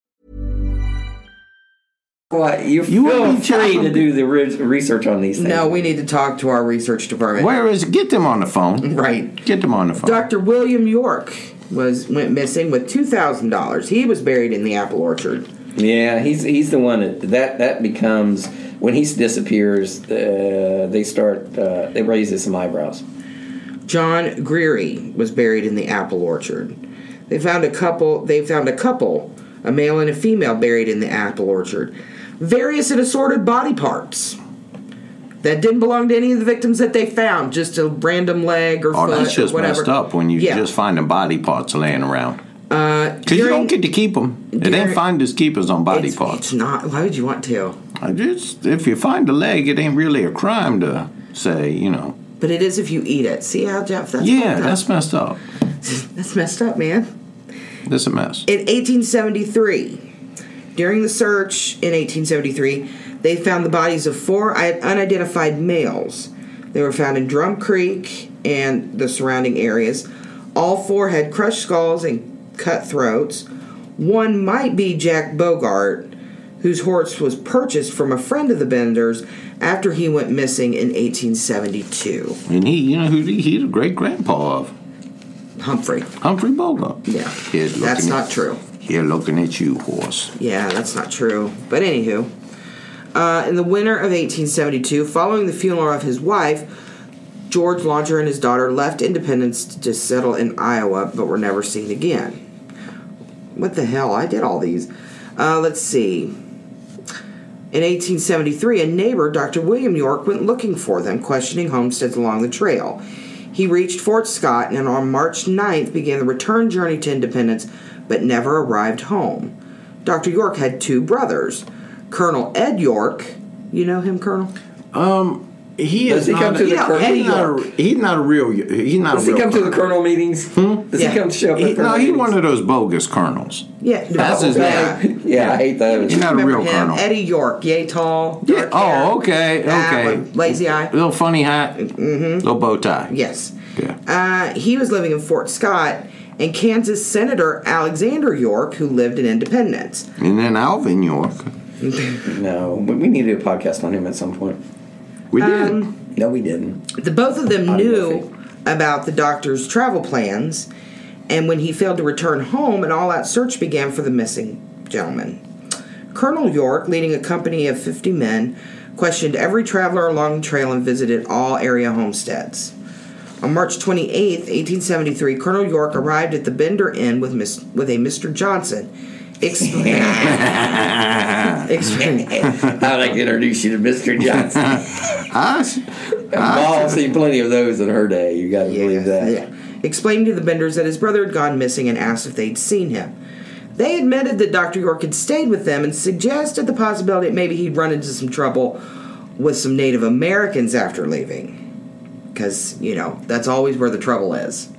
[SPEAKER 2] Well, you,
[SPEAKER 4] You
[SPEAKER 2] feel
[SPEAKER 4] would be
[SPEAKER 2] free
[SPEAKER 4] job-
[SPEAKER 2] to do the re- research on these things.
[SPEAKER 3] No, we need to talk to our research department.
[SPEAKER 4] Where is it? Get them on the phone.
[SPEAKER 3] Right.
[SPEAKER 4] Get them on the phone.
[SPEAKER 3] Dr. William York was went missing with two thousand dollars. He was buried in the apple orchard.
[SPEAKER 2] Yeah, he's he's the one that that, that becomes when he disappears. Uh, they start uh, it raises some eyebrows.
[SPEAKER 3] John Greery was buried in the apple orchard. They found a couple. They found a couple, a male and a female, buried in the apple orchard. Various and assorted body parts that didn't belong to any of the victims that they found. Just a random leg or
[SPEAKER 4] Oh,
[SPEAKER 3] foot
[SPEAKER 4] that's just
[SPEAKER 3] or whatever.
[SPEAKER 4] messed up when you
[SPEAKER 3] Yeah. Uh,
[SPEAKER 4] just find the body parts laying around. Because you
[SPEAKER 3] during-
[SPEAKER 4] don't get to keep them. It
[SPEAKER 3] during-
[SPEAKER 4] ain't finders keepers on body
[SPEAKER 3] it's, It's
[SPEAKER 4] parts.
[SPEAKER 3] not. Why would you want to?
[SPEAKER 4] I just if you find a leg, it ain't really a crime to say you know.
[SPEAKER 3] But it is if you eat it. See how Jeff? That's
[SPEAKER 4] Yeah,
[SPEAKER 3] fucked up.
[SPEAKER 4] that's messed up.
[SPEAKER 3] that's messed up, man.
[SPEAKER 4] That's a mess.
[SPEAKER 3] In 1873, during the search in 1873, they found the bodies of four i- unidentified males. They were found in Drum Creek and the surrounding areas. All four had crushed skulls and cut throats. One might be Jack Bogart, whose horse was purchased from a friend of the Benders after he went missing in 1872.
[SPEAKER 4] And he, you know, who he, he's a great grandpa of
[SPEAKER 3] Humphrey.
[SPEAKER 4] Humphrey Bogart.
[SPEAKER 3] Yeah.
[SPEAKER 4] Here's looking
[SPEAKER 3] That's
[SPEAKER 4] at-
[SPEAKER 3] not true.
[SPEAKER 4] Here looking at you, horse.
[SPEAKER 3] Yeah, that's not true. But anywho, uh, in the winter of 1872, following the funeral of his wife, George Launcher and his daughter left Independence to settle in Iowa, but were never seen again. What the hell? I did all these. Uh, let's see. In 1873, a neighbor, Dr. William York, went looking for them, questioning homesteads along the trail. He reached Fort Scott and on March 9th began the return journey to Independence, but never arrived home. Dr. York had two brothers, Colonel Ed York. You know him, Colonel?
[SPEAKER 4] He
[SPEAKER 2] Does he come to the
[SPEAKER 3] yeah,
[SPEAKER 2] colonel?
[SPEAKER 3] Eddie
[SPEAKER 4] he's, not a, he's not a real. He's not
[SPEAKER 2] Does
[SPEAKER 4] a
[SPEAKER 2] he
[SPEAKER 4] real.
[SPEAKER 2] come to the
[SPEAKER 4] colonel.
[SPEAKER 2] colonel meetings? Does
[SPEAKER 3] Yeah.
[SPEAKER 2] he come show up
[SPEAKER 4] He-
[SPEAKER 2] at colonel
[SPEAKER 4] no, he's
[SPEAKER 2] meetings?
[SPEAKER 4] one of those bogus colonels.
[SPEAKER 3] Yeah,
[SPEAKER 4] That's his
[SPEAKER 3] yeah.
[SPEAKER 4] name.
[SPEAKER 2] yeah, I hate those.
[SPEAKER 4] He's not a
[SPEAKER 3] Remember
[SPEAKER 4] real
[SPEAKER 3] him?
[SPEAKER 4] colonel.
[SPEAKER 3] Eddie York, yay tall.
[SPEAKER 4] Yeah.
[SPEAKER 3] dark hair.
[SPEAKER 4] Oh, okay.
[SPEAKER 3] That
[SPEAKER 4] Okay.
[SPEAKER 3] one, lazy eye.
[SPEAKER 4] Little funny hat. Little bow tie.
[SPEAKER 3] Yes.
[SPEAKER 4] Yeah.
[SPEAKER 3] Mm-hmm. Uh, he was living in Fort Scott, and Kansas Senator Alexander York, who lived in Independence.
[SPEAKER 4] And then Alvin York.
[SPEAKER 2] No, we we need to do a podcast on him at some point.
[SPEAKER 4] We did.
[SPEAKER 3] Um,
[SPEAKER 2] No, we didn't.
[SPEAKER 3] The both of them
[SPEAKER 2] Audie
[SPEAKER 3] knew
[SPEAKER 2] Murphy.
[SPEAKER 3] about the doctor's travel plans, and when he failed to return home, an all-out search began for the missing gentleman. Colonel York, leading a company of 50 men, questioned every traveler along the trail and visited all area homesteads. On March 28, 1873, Colonel York arrived at the Bender Inn with, Miss, with a Mr. Johnson. Explain. Explain.
[SPEAKER 2] I'd like to introduce you to Mr. Johnson.
[SPEAKER 4] Us?
[SPEAKER 2] I've seen plenty of those in her day. You got to believe that.
[SPEAKER 3] Yeah. Explained to the Benders that his brother had gone missing and asked if they'd seen him. They admitted that Dr. York had stayed with them and suggested the possibility that maybe he'd run into some trouble with some Native Americans after leaving. Because, you know, that's always where the trouble is.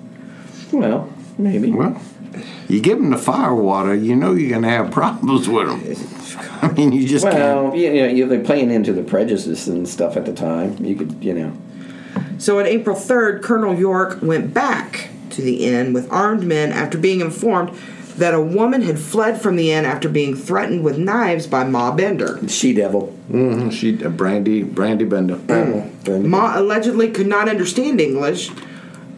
[SPEAKER 2] Well, maybe.
[SPEAKER 4] Well, you give them the fire water, you know you're going to have problems with them. I mean, you just can't.
[SPEAKER 2] Well, you know, you're they're playing into the prejudice and stuff at the time. You could, you know.
[SPEAKER 3] So on April 3rd, Colonel York went back to the inn with armed men after being informed that a woman had fled from the inn after being threatened with knives by Ma Bender.
[SPEAKER 2] She devil.
[SPEAKER 4] Mhm, She, uh, Brandy, Brandy Bender.
[SPEAKER 2] Mm-hmm.
[SPEAKER 3] Ma allegedly could not understand English,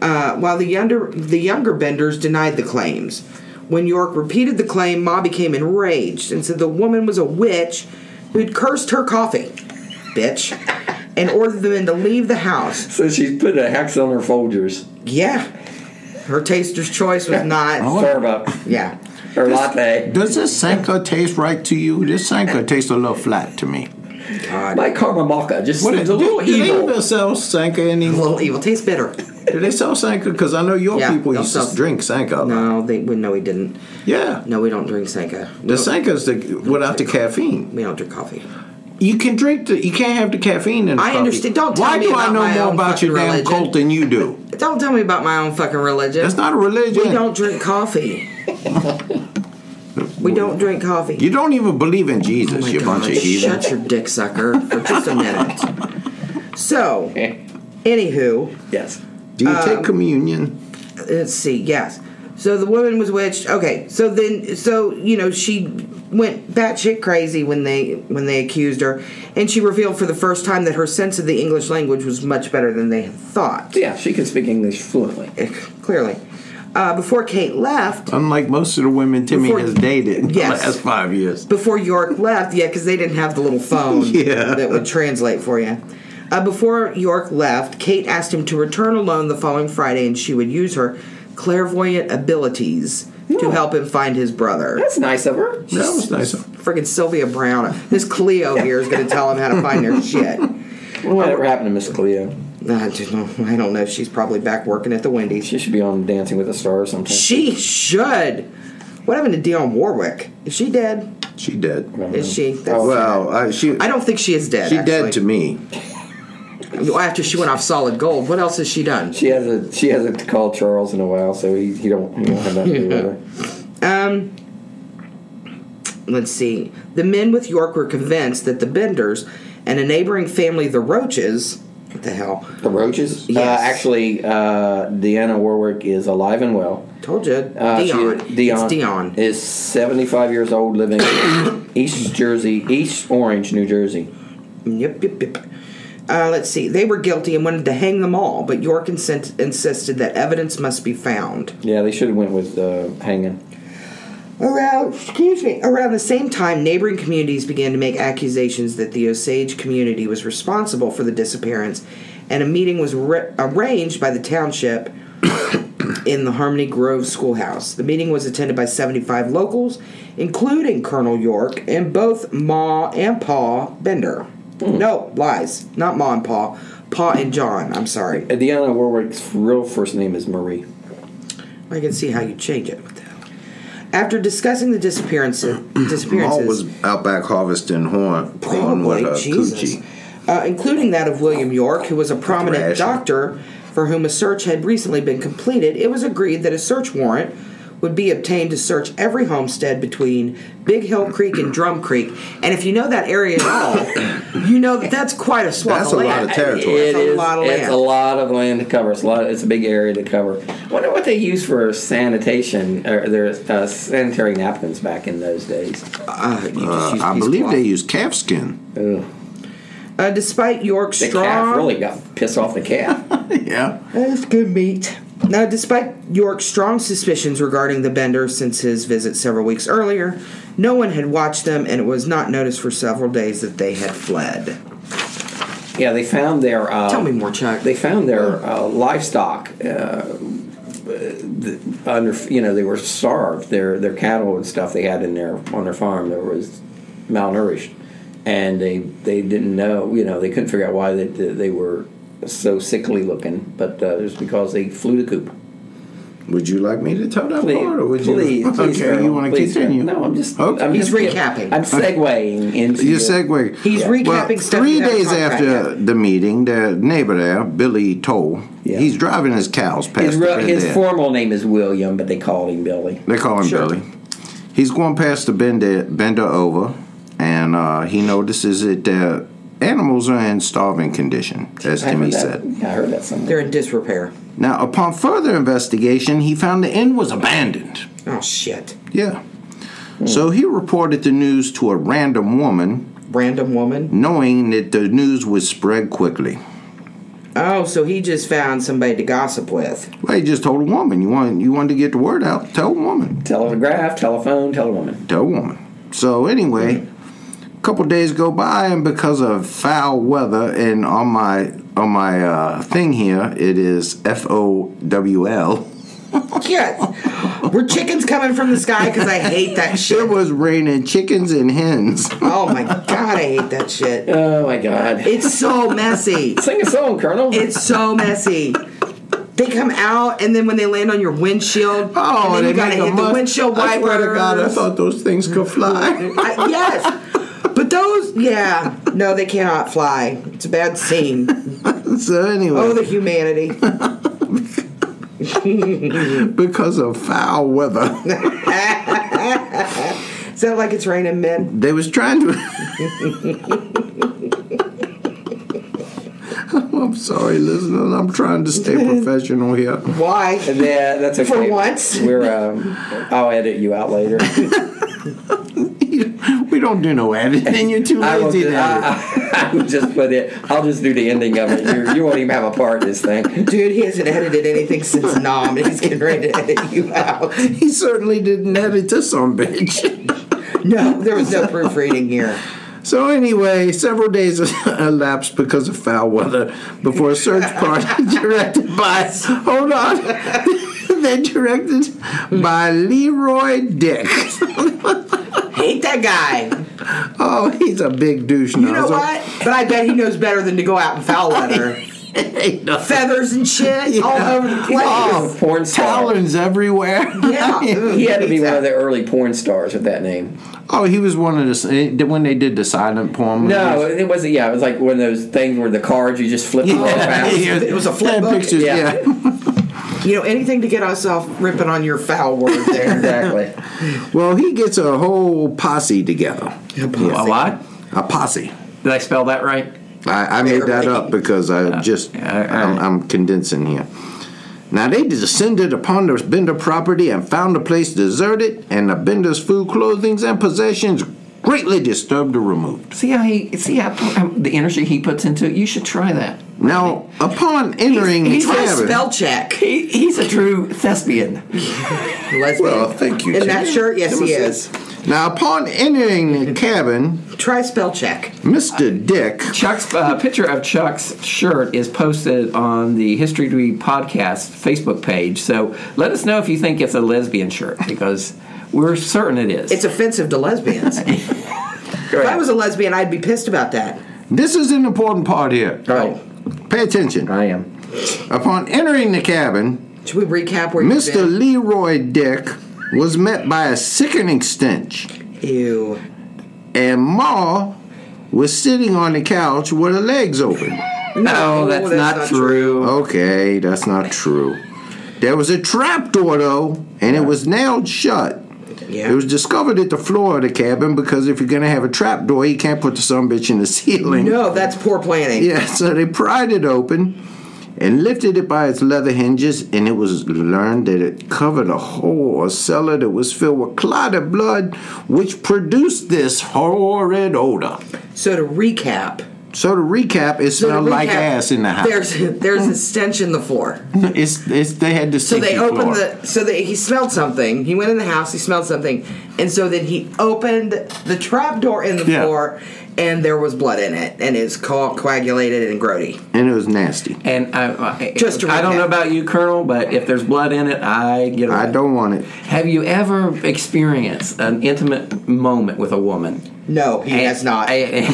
[SPEAKER 3] uh, while the younger the younger Benders denied the claims. When York repeated the claim, Ma became enraged and said the woman was a witch who'd cursed her coffee, bitch, and ordered the men to leave the house.
[SPEAKER 2] So she's put a hex on her Folgers,
[SPEAKER 3] Yeah, her taster's choice was
[SPEAKER 4] Oh.
[SPEAKER 3] not.
[SPEAKER 2] Starbucks,
[SPEAKER 3] Yeah,
[SPEAKER 2] her latte.
[SPEAKER 4] Does this Sanko taste right to you? This Sanko tastes a little flat to me.
[SPEAKER 2] My Karma Mocha just
[SPEAKER 4] What
[SPEAKER 2] seems
[SPEAKER 4] do,
[SPEAKER 2] a little
[SPEAKER 4] do they
[SPEAKER 2] evil.
[SPEAKER 4] even sell Sanko
[SPEAKER 3] a
[SPEAKER 4] anymore?
[SPEAKER 3] little evil tastes bitter.
[SPEAKER 4] Do they sell Sanko? Because I know your
[SPEAKER 3] Yeah,
[SPEAKER 4] people
[SPEAKER 3] they'll
[SPEAKER 4] used
[SPEAKER 3] sell-
[SPEAKER 4] to drink Sanko.
[SPEAKER 3] No, they we no we didn't.
[SPEAKER 4] Yeah.
[SPEAKER 3] No, we don't drink Sanka. We
[SPEAKER 4] The
[SPEAKER 3] don't-
[SPEAKER 4] Sanko's the, without the caffeine.
[SPEAKER 3] We don't drink coffee.
[SPEAKER 4] You can drink the. You can't have the caffeine in.
[SPEAKER 3] I
[SPEAKER 4] coffee.
[SPEAKER 3] understand- don't tell
[SPEAKER 4] Why
[SPEAKER 3] me
[SPEAKER 4] do
[SPEAKER 3] about
[SPEAKER 4] I know
[SPEAKER 3] my
[SPEAKER 4] more
[SPEAKER 3] own
[SPEAKER 4] about your
[SPEAKER 3] fucking
[SPEAKER 4] damn
[SPEAKER 3] religion.
[SPEAKER 4] cult than you do?
[SPEAKER 3] Don't tell me about my own fucking religion.
[SPEAKER 4] That's not a religion.
[SPEAKER 3] We don't drink coffee. we don't drink coffee.
[SPEAKER 4] You don't even believe in Jesus.
[SPEAKER 3] Oh my
[SPEAKER 4] you
[SPEAKER 3] God,
[SPEAKER 4] bunch of heathen.
[SPEAKER 3] Shut your dick sucker for just a minute. So, anywho,
[SPEAKER 2] Eh, Yes.
[SPEAKER 4] Do you take communion?
[SPEAKER 3] let's see. Yes, So the woman was witched. Okay. So then, so you know, she went batshit crazy when they when they accused her, and she revealed for the first time that her sense of the English language was much better than they had thought.
[SPEAKER 2] Yeah, she can speak English fluently.
[SPEAKER 3] Clearly, uh, before Kate left,
[SPEAKER 4] Unlike most of the women Timmy
[SPEAKER 3] Before-
[SPEAKER 4] has dated in
[SPEAKER 3] Yes.
[SPEAKER 4] the last five years.
[SPEAKER 3] before York left, yeah, because they didn't have the little phone
[SPEAKER 4] Yeah.
[SPEAKER 3] that would translate for you. Uh, before York left, Kate asked him to return alone the following Friday, and she would use her clairvoyant abilities
[SPEAKER 4] Hmm.
[SPEAKER 3] to help him find his brother.
[SPEAKER 2] That's nice of her.
[SPEAKER 4] That was nice. of her.
[SPEAKER 3] Friggin' Sylvia Brown, this Cleo here is going to tell him how to find their shit.
[SPEAKER 2] Whatever happened to Miss Cleo?
[SPEAKER 3] I don't know. I don't know. She's probably back working at the Wendy's.
[SPEAKER 2] She should be on Dancing with the Stars sometime.
[SPEAKER 3] She should. What happened to Dionne Warwick? Is she dead?
[SPEAKER 4] She dead.
[SPEAKER 3] Is she? That's-
[SPEAKER 4] Oh, Well, I, she.
[SPEAKER 3] I don't think she is dead.
[SPEAKER 4] She
[SPEAKER 3] actually.
[SPEAKER 4] dead to me.
[SPEAKER 3] Well, after she went off solid gold, what else has she done?
[SPEAKER 2] She hasn't she hasn't called Charles in a while, so he, he don't he don't have nothing to do with her.
[SPEAKER 3] Um, let's see. The men with York were convinced that the Benders and a neighboring family, the Roaches, what the hell?
[SPEAKER 2] The roaches.
[SPEAKER 3] Yes.
[SPEAKER 2] Uh, actually, uh, Deanna Warwick is alive and well.
[SPEAKER 3] Told you,
[SPEAKER 2] Uh, she-
[SPEAKER 3] Dion.
[SPEAKER 2] Dion
[SPEAKER 3] It's Dion.
[SPEAKER 2] is seventy five years old, living in East Jersey, East Orange, New Jersey.
[SPEAKER 3] Yep, yep, yep. Uh, let's see. They were guilty and wanted to hang them all, but York insent- insisted that evidence must be found.
[SPEAKER 2] Yeah, they should have went with uh, hanging.
[SPEAKER 3] Around, excuse me, around the same time, neighboring communities began to make accusations that the Osage community was responsible for the disappearance, and a meeting was re- arranged by the township in the Harmony Grove schoolhouse. The meeting was attended by 75 locals, including Colonel York and both Ma and Pa Bender. No, lies. Not Ma and Pa. Pa and John. I'm sorry.
[SPEAKER 2] Uh, Deanna Warwick's real first name is Marie.
[SPEAKER 3] I can see how you change it. What the hell? After discussing the disappearance, disappearances,
[SPEAKER 4] Maul was out back harvesting horn, corn
[SPEAKER 3] Probably,
[SPEAKER 4] with her
[SPEAKER 3] Jesus.
[SPEAKER 4] coochie.
[SPEAKER 3] Uh, including that of William York, who was a prominent
[SPEAKER 4] Thrashing.
[SPEAKER 3] doctor for whom a search had recently been completed, it was agreed that a search warrant would be obtained to search every homestead between Big Hill Creek and Drum Creek. And if you know that area at all, you know that that's quite a swath
[SPEAKER 4] That's
[SPEAKER 3] of
[SPEAKER 4] a lot
[SPEAKER 3] land.
[SPEAKER 4] of territory.
[SPEAKER 3] It's
[SPEAKER 2] It
[SPEAKER 3] a
[SPEAKER 2] is-
[SPEAKER 3] lot of
[SPEAKER 2] It's a
[SPEAKER 3] land.
[SPEAKER 2] lot of land to cover. It's a lot. It's a big area to cover. I wonder what they use for sanitation or their uh, sanitary napkins back in those days.
[SPEAKER 4] Uh, I believe they used calf skin.
[SPEAKER 3] Uh, despite York's
[SPEAKER 2] The
[SPEAKER 3] strong,
[SPEAKER 2] calf really got piss off the calf.
[SPEAKER 4] Yeah.
[SPEAKER 3] That's good meat. Now, despite York's strong suspicions regarding the Bender since his visit several weeks earlier, no one had watched them, and it was not noticed for several days that they had fled.
[SPEAKER 2] yeah, they found their. Uh,
[SPEAKER 3] Tell me more, Chuck.
[SPEAKER 2] They found their uh, livestock uh, uh, th- under. You know, they were starved. Their their cattle and stuff they had in their on their farm there was malnourished, and they they didn't know. You know, they couldn't figure out why they they were so sickly looking, but uh, it was because they flew the coop.
[SPEAKER 4] Would you like me to tell that
[SPEAKER 2] Please,
[SPEAKER 4] part, or would
[SPEAKER 2] please,
[SPEAKER 4] you?
[SPEAKER 2] please,
[SPEAKER 4] okay,
[SPEAKER 2] Harold,
[SPEAKER 4] you want to
[SPEAKER 2] please,
[SPEAKER 4] continue?
[SPEAKER 2] Harold. No, I'm just.
[SPEAKER 4] Okay.
[SPEAKER 2] I'm
[SPEAKER 3] He's
[SPEAKER 2] just get-
[SPEAKER 3] recapping.
[SPEAKER 2] I'm segueing into
[SPEAKER 4] You
[SPEAKER 2] the-
[SPEAKER 4] segue.
[SPEAKER 3] He's recapping stuff
[SPEAKER 4] Three
[SPEAKER 3] you haven't
[SPEAKER 4] days
[SPEAKER 3] talked about
[SPEAKER 4] after the meeting, the neighbor there, Billy Toll,
[SPEAKER 2] Yeah.
[SPEAKER 4] he's driving his cows past
[SPEAKER 2] His,
[SPEAKER 4] the
[SPEAKER 2] real,
[SPEAKER 4] red
[SPEAKER 2] his
[SPEAKER 4] there.
[SPEAKER 2] formal name is William, but they called him Billy.
[SPEAKER 4] They call him Billy. He's going past the bender, bender over, and uh, he notices that the animals are in starving condition, as
[SPEAKER 2] I
[SPEAKER 4] Timmy
[SPEAKER 2] heard that-
[SPEAKER 4] said.
[SPEAKER 2] Yeah, I heard that somewhere.
[SPEAKER 3] They're in disrepair.
[SPEAKER 4] Now, upon further investigation, he found the inn was abandoned.
[SPEAKER 3] Oh, shit.
[SPEAKER 4] Yeah. So he reported the news to a random woman,
[SPEAKER 3] Random woman.
[SPEAKER 4] knowing that the news would spread quickly.
[SPEAKER 3] Oh, so he just found somebody to gossip with.
[SPEAKER 4] Well, he just told a woman. You want you wanted to get the word out. Tell a woman.
[SPEAKER 2] Telegraph, telephone, telewoman.
[SPEAKER 4] Tell a woman. So anyway, a couple days go by, and because of foul weather, and on my on my uh, thing here, it is F O W L.
[SPEAKER 3] Yes! Were chickens coming from the sky? Because I hate that
[SPEAKER 4] It
[SPEAKER 3] shit.
[SPEAKER 4] was raining chickens and hens.
[SPEAKER 3] Oh, my God, I hate that shit.
[SPEAKER 2] Oh my God!
[SPEAKER 3] It's so messy.
[SPEAKER 2] Sing a song, Colonel.
[SPEAKER 3] It's so messy. They come out, and then when they land on your windshield,
[SPEAKER 4] Oh,
[SPEAKER 3] and then
[SPEAKER 4] they
[SPEAKER 3] you gotta
[SPEAKER 4] make a
[SPEAKER 3] hit the
[SPEAKER 4] mess.
[SPEAKER 3] windshield
[SPEAKER 4] I
[SPEAKER 3] wipers.
[SPEAKER 4] swear to God, I thought those things could fly.
[SPEAKER 3] I- yes, but those, yeah, no, they cannot fly. It's a bad scene.
[SPEAKER 4] so anyway,
[SPEAKER 3] Oh, the humanity.
[SPEAKER 4] because of foul weather.
[SPEAKER 3] Is that like it's raining men?
[SPEAKER 4] They was trying to. I'm sorry, listen. I'm trying to stay professional here.
[SPEAKER 3] Why?
[SPEAKER 2] Yeah, that's okay.
[SPEAKER 3] For once.
[SPEAKER 2] We're, um, I'll edit you out later.
[SPEAKER 4] We don't do no editing. You're too
[SPEAKER 2] I will
[SPEAKER 4] lazy.
[SPEAKER 2] just,
[SPEAKER 4] to edit.
[SPEAKER 2] I, I, I will just put it, I'll just do the ending of it. You, you won't even have a part in this thing.
[SPEAKER 3] Dude, he hasn't edited anything since Nom, and he's getting ready to edit you out.
[SPEAKER 4] He certainly didn't edit this on bitch.
[SPEAKER 3] No, there was no proofreading here.
[SPEAKER 4] So anyway, several days elapsed because of foul weather before a search party directed by hold on, then directed by Leroy Dick.
[SPEAKER 3] Hate that guy.
[SPEAKER 4] Oh, he's a big douche.
[SPEAKER 3] You know what? But I bet he knows better than to go out in foul weather. Feathers and shit all over the place.
[SPEAKER 4] Oh,
[SPEAKER 2] Porn star.
[SPEAKER 4] Talons everywhere.
[SPEAKER 3] Yeah. Ooh,
[SPEAKER 2] He had to be one of the early porn stars with that name.
[SPEAKER 4] Oh, he was one of the eh, when they did the silent poem.
[SPEAKER 2] No, it wasn't. Yeah, it was like one of those things where the cards you just flip them all fast.
[SPEAKER 3] It was a flip
[SPEAKER 4] Yeah,
[SPEAKER 3] book.
[SPEAKER 4] pictures.
[SPEAKER 2] Yeah.
[SPEAKER 4] Yeah.
[SPEAKER 3] You know, anything to get us off ripping on your foul word there.
[SPEAKER 2] Exactly.
[SPEAKER 4] Well, he gets a whole posse together.
[SPEAKER 5] A lot?
[SPEAKER 4] A posse.
[SPEAKER 5] Did I spell that right?
[SPEAKER 4] I, I made that up because I just
[SPEAKER 5] yeah,
[SPEAKER 4] I'm,
[SPEAKER 5] alright.
[SPEAKER 4] I'm condensing here. Now they descended upon the Bender property and found the place deserted, and the Bender's food, clothing, and possessions greatly disturbed or removed.
[SPEAKER 5] See how he see how how the energy he puts into it. You should try that.
[SPEAKER 4] Now, upon entering
[SPEAKER 5] he's
[SPEAKER 4] the
[SPEAKER 5] a
[SPEAKER 4] cabin,
[SPEAKER 3] Spell check.
[SPEAKER 5] He, he's a true thespian.
[SPEAKER 3] Lesbian.
[SPEAKER 4] Well, Oh, thank you,
[SPEAKER 3] In
[SPEAKER 4] Jen.
[SPEAKER 3] that shirt? Yes, he is.
[SPEAKER 4] now upon entering the cabin,
[SPEAKER 3] Try spell check.
[SPEAKER 4] Mister Dick.
[SPEAKER 5] Chuck's uh, picture of Chuck's shirt is posted on the History to Be podcast Facebook page. So let us know if you think it's a lesbian shirt because we're certain it is.
[SPEAKER 3] It's offensive to lesbians. if I was a lesbian, I'd be pissed about that. Oh,
[SPEAKER 4] This is an important part here.
[SPEAKER 2] Right.
[SPEAKER 4] Pay attention.
[SPEAKER 2] I am.
[SPEAKER 4] Upon entering the cabin,
[SPEAKER 3] Should we recap where you've
[SPEAKER 4] Mr. Leroy Dick was met by a sickening stench,
[SPEAKER 3] been? Ew.
[SPEAKER 4] and Ma was sitting on the couch with her legs open.
[SPEAKER 5] no, that's, not, true.
[SPEAKER 4] Okay, that's not true. There was a trap door though, and it was nailed shut.
[SPEAKER 3] Yeah.
[SPEAKER 4] It was discovered at the floor of the cabin because if you're gonna have a trap door, you can't put the some bitch in the ceiling.
[SPEAKER 3] No, that's poor planning.
[SPEAKER 4] Yeah, so they pried it open and lifted it by its leather hinges, and it was learned that it covered a hole or cellar that was filled with clotted blood, which produced this horrid odor.
[SPEAKER 3] So to recap.
[SPEAKER 4] So to recap, it
[SPEAKER 3] So to
[SPEAKER 4] smelled like
[SPEAKER 3] recap,
[SPEAKER 4] ass in the house.
[SPEAKER 3] There's there's a stench in the floor.
[SPEAKER 4] it's, it's they had the
[SPEAKER 3] So they opened the so they, he smelled something. He went in the house, he smelled something, and so then he opened the trap door in the
[SPEAKER 4] Yeah.
[SPEAKER 3] floor and there was blood in it and it's co- coagulated and grody.
[SPEAKER 4] and it was nasty.
[SPEAKER 5] And I, I,
[SPEAKER 3] Just to
[SPEAKER 5] I don't
[SPEAKER 3] recap.
[SPEAKER 5] know about you, Colonel, but if there's blood in it, I get it.
[SPEAKER 4] I don't want it.
[SPEAKER 5] Have you ever experienced an intimate moment with a woman?
[SPEAKER 3] No, he has not.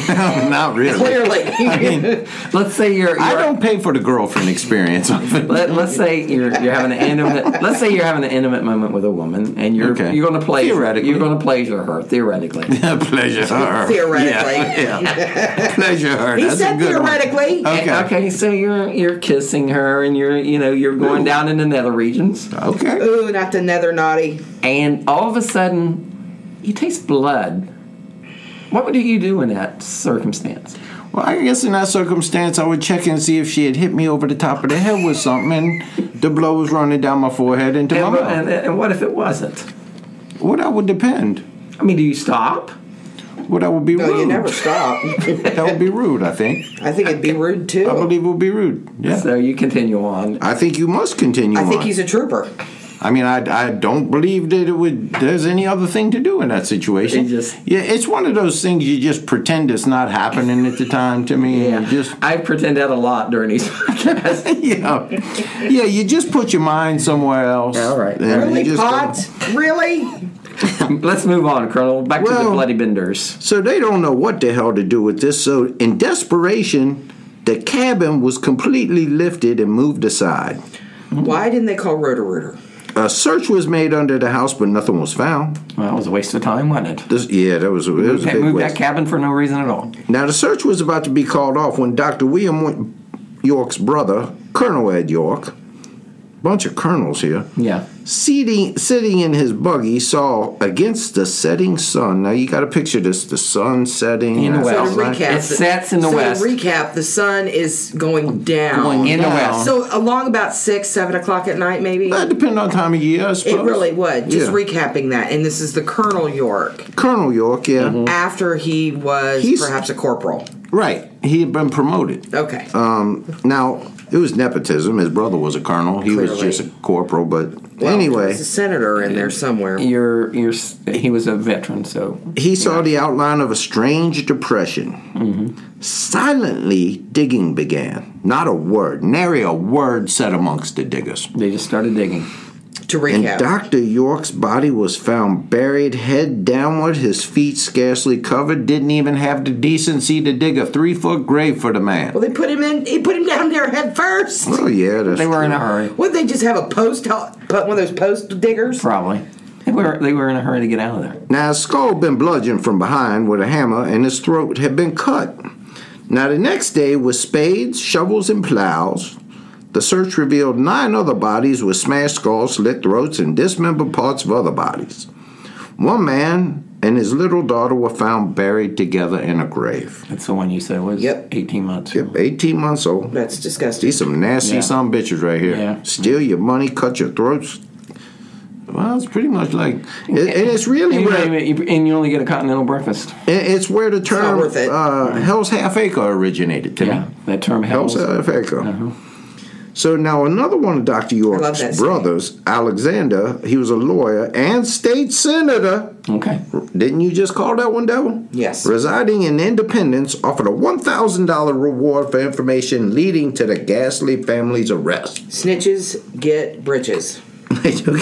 [SPEAKER 4] Not really.
[SPEAKER 3] Clearly.
[SPEAKER 4] I mean,
[SPEAKER 5] let's say you're.
[SPEAKER 4] I
[SPEAKER 5] you're-
[SPEAKER 4] don't pay for the girlfriend experience.
[SPEAKER 5] Let,
[SPEAKER 4] Mm-hmm.
[SPEAKER 5] let's say you're you're having an intimate. let's say you're having an intimate moment with a woman, and you're
[SPEAKER 4] Okay.
[SPEAKER 5] you're going to pleasure
[SPEAKER 4] Theoretically.
[SPEAKER 5] you're going to pleasure her theoretically.
[SPEAKER 4] pleasure her.
[SPEAKER 3] Theoretically.
[SPEAKER 4] Yeah, yeah. pleasure her.
[SPEAKER 3] He
[SPEAKER 4] That's a
[SPEAKER 3] said
[SPEAKER 4] good one.
[SPEAKER 3] theoretically.
[SPEAKER 4] Okay.
[SPEAKER 5] Okay, so you're you're kissing her, and you're you know you're going down in the nether regions,
[SPEAKER 4] Okay.
[SPEAKER 3] Ooh, not the nether naughty.
[SPEAKER 5] and all of a sudden, you taste blood. What would you do in that circumstance?
[SPEAKER 4] Well, I guess in that circumstance, I would check and see if she had hit me over the top of the head with something, and the blow was running down my forehead into my
[SPEAKER 5] And,
[SPEAKER 4] mouth.
[SPEAKER 5] and, and what if it wasn't?
[SPEAKER 4] what I would depend.
[SPEAKER 5] I mean, do you stop?
[SPEAKER 4] What I would be
[SPEAKER 3] No,
[SPEAKER 4] rude.
[SPEAKER 3] you never stop.
[SPEAKER 4] that would be rude. I think.
[SPEAKER 3] I think it'd be rude too.
[SPEAKER 4] I believe it would be rude. Yeah.
[SPEAKER 5] So you continue on.
[SPEAKER 4] I think you must continue.
[SPEAKER 3] I think
[SPEAKER 4] on.
[SPEAKER 3] he's a trooper.
[SPEAKER 4] I mean, I, I don't believe that it would. There's any other thing to do in that situation.
[SPEAKER 5] It just-
[SPEAKER 4] yeah, it's one of those things you just pretend it's not happening at the time. To me, and you just
[SPEAKER 5] I pretend that a lot during these podcasts.
[SPEAKER 4] yeah, yeah. You just put your mind somewhere else.
[SPEAKER 5] All right.
[SPEAKER 4] and you
[SPEAKER 3] Really,
[SPEAKER 4] just
[SPEAKER 3] Pot?
[SPEAKER 4] go- Mm-hmm.
[SPEAKER 3] Really?
[SPEAKER 5] Let's move on, Colonel. Back to the
[SPEAKER 4] Well-
[SPEAKER 5] bloody benders.
[SPEAKER 4] So they don't know what the hell to do with this. So in desperation, the cabin was completely lifted and moved aside.
[SPEAKER 3] Why didn't they call Roto Rooter?
[SPEAKER 4] A search was made under the house, but nothing was found.
[SPEAKER 5] Well, that was a waste of time, wasn't it?
[SPEAKER 4] This, yeah, that was, it was a
[SPEAKER 5] Can't
[SPEAKER 4] big
[SPEAKER 5] move
[SPEAKER 4] waste.
[SPEAKER 5] that cabin for no reason at all.
[SPEAKER 4] Now the search was about to be called off when Dr. William Win- York's brother, Colonel Ed York, bunch of colonels here.
[SPEAKER 5] Yeah.
[SPEAKER 4] Sitting, sitting in his buggy, saw against the setting sun. Now you got to picture this: the sun setting
[SPEAKER 5] In the
[SPEAKER 3] So to
[SPEAKER 5] west.
[SPEAKER 4] Right.
[SPEAKER 3] recap,
[SPEAKER 5] It sets in the
[SPEAKER 3] so
[SPEAKER 5] west.
[SPEAKER 3] To recap, the sun is going down.
[SPEAKER 5] Going in the west.
[SPEAKER 3] So along about six, seven o'clock at night, maybe.
[SPEAKER 4] That depends on time of year, I
[SPEAKER 3] It
[SPEAKER 4] suppose.
[SPEAKER 3] really would. Just
[SPEAKER 4] Yeah.
[SPEAKER 3] recapping that, and this is the Colonel York
[SPEAKER 4] Colonel York, yeah,
[SPEAKER 3] after he was
[SPEAKER 4] He's-
[SPEAKER 3] perhaps a corporal.
[SPEAKER 4] right. He had been promoted.
[SPEAKER 3] Okay.
[SPEAKER 4] Um, now it was nepotism. His brother was a colonel. He was
[SPEAKER 3] Clearly.
[SPEAKER 4] just a corporal. But
[SPEAKER 3] Well,
[SPEAKER 4] anyway,
[SPEAKER 3] there's a senator in there somewhere.
[SPEAKER 5] You're, you're, s- he was a veteran, so
[SPEAKER 4] He saw the outline of a strange depression. Silently, digging began. Not a word, nary a word said amongst the diggers.
[SPEAKER 5] they just started digging.
[SPEAKER 3] To
[SPEAKER 4] And
[SPEAKER 3] recap,
[SPEAKER 4] Dr. York's body was found buried head downward, his feet scarcely covered, didn't even have the decency to dig a three foot grave for the man.
[SPEAKER 3] well, they put him in. He put him down there head first.
[SPEAKER 4] Oh, yeah, that's
[SPEAKER 5] They were in
[SPEAKER 4] true.
[SPEAKER 5] a hurry,
[SPEAKER 3] Would they just have a post? Put one of those post diggers.
[SPEAKER 5] probably. They were, they were in a hurry to get out of there.
[SPEAKER 4] Now, his skull had been bludgeoned from behind with a hammer, and his throat had been cut. Now, the next day, with spades, shovels, and plows, the search revealed nine other bodies with smashed skulls, slit throats, and dismembered parts of other bodies. One man and his little daughter were found buried together in a grave.
[SPEAKER 5] That's the one you said was
[SPEAKER 3] Yep.
[SPEAKER 5] 18 months.
[SPEAKER 4] Yep, 18 months old.
[SPEAKER 3] That's disgusting.
[SPEAKER 4] These some nasty
[SPEAKER 5] Yeah.
[SPEAKER 4] some bitches right here.
[SPEAKER 5] Yeah.
[SPEAKER 4] Steal your money, cut your throats. Well, it's pretty much like, and and it's really
[SPEAKER 5] And you,
[SPEAKER 4] rare-
[SPEAKER 5] don't even- and you only get a continental breakfast.
[SPEAKER 4] It- It's where the
[SPEAKER 3] not
[SPEAKER 4] term
[SPEAKER 3] worth it. Mm-hmm.
[SPEAKER 4] Uh, Hell's Half Acre originated to
[SPEAKER 5] Yeah, Mm-hmm.
[SPEAKER 4] me.
[SPEAKER 5] that term
[SPEAKER 4] Hell's
[SPEAKER 5] helps.
[SPEAKER 4] Half Acre. So now another one of Dr.
[SPEAKER 3] love that
[SPEAKER 4] York's
[SPEAKER 3] saying.
[SPEAKER 4] brothers, Alexander, he was a lawyer and state senator.
[SPEAKER 5] Okay.
[SPEAKER 4] Didn't you just call that one devil?
[SPEAKER 3] Yes.
[SPEAKER 4] Residing in Independence, offered a $1,000 reward for information leading to the ghastly family's arrest.
[SPEAKER 3] Snitches get britches.
[SPEAKER 5] So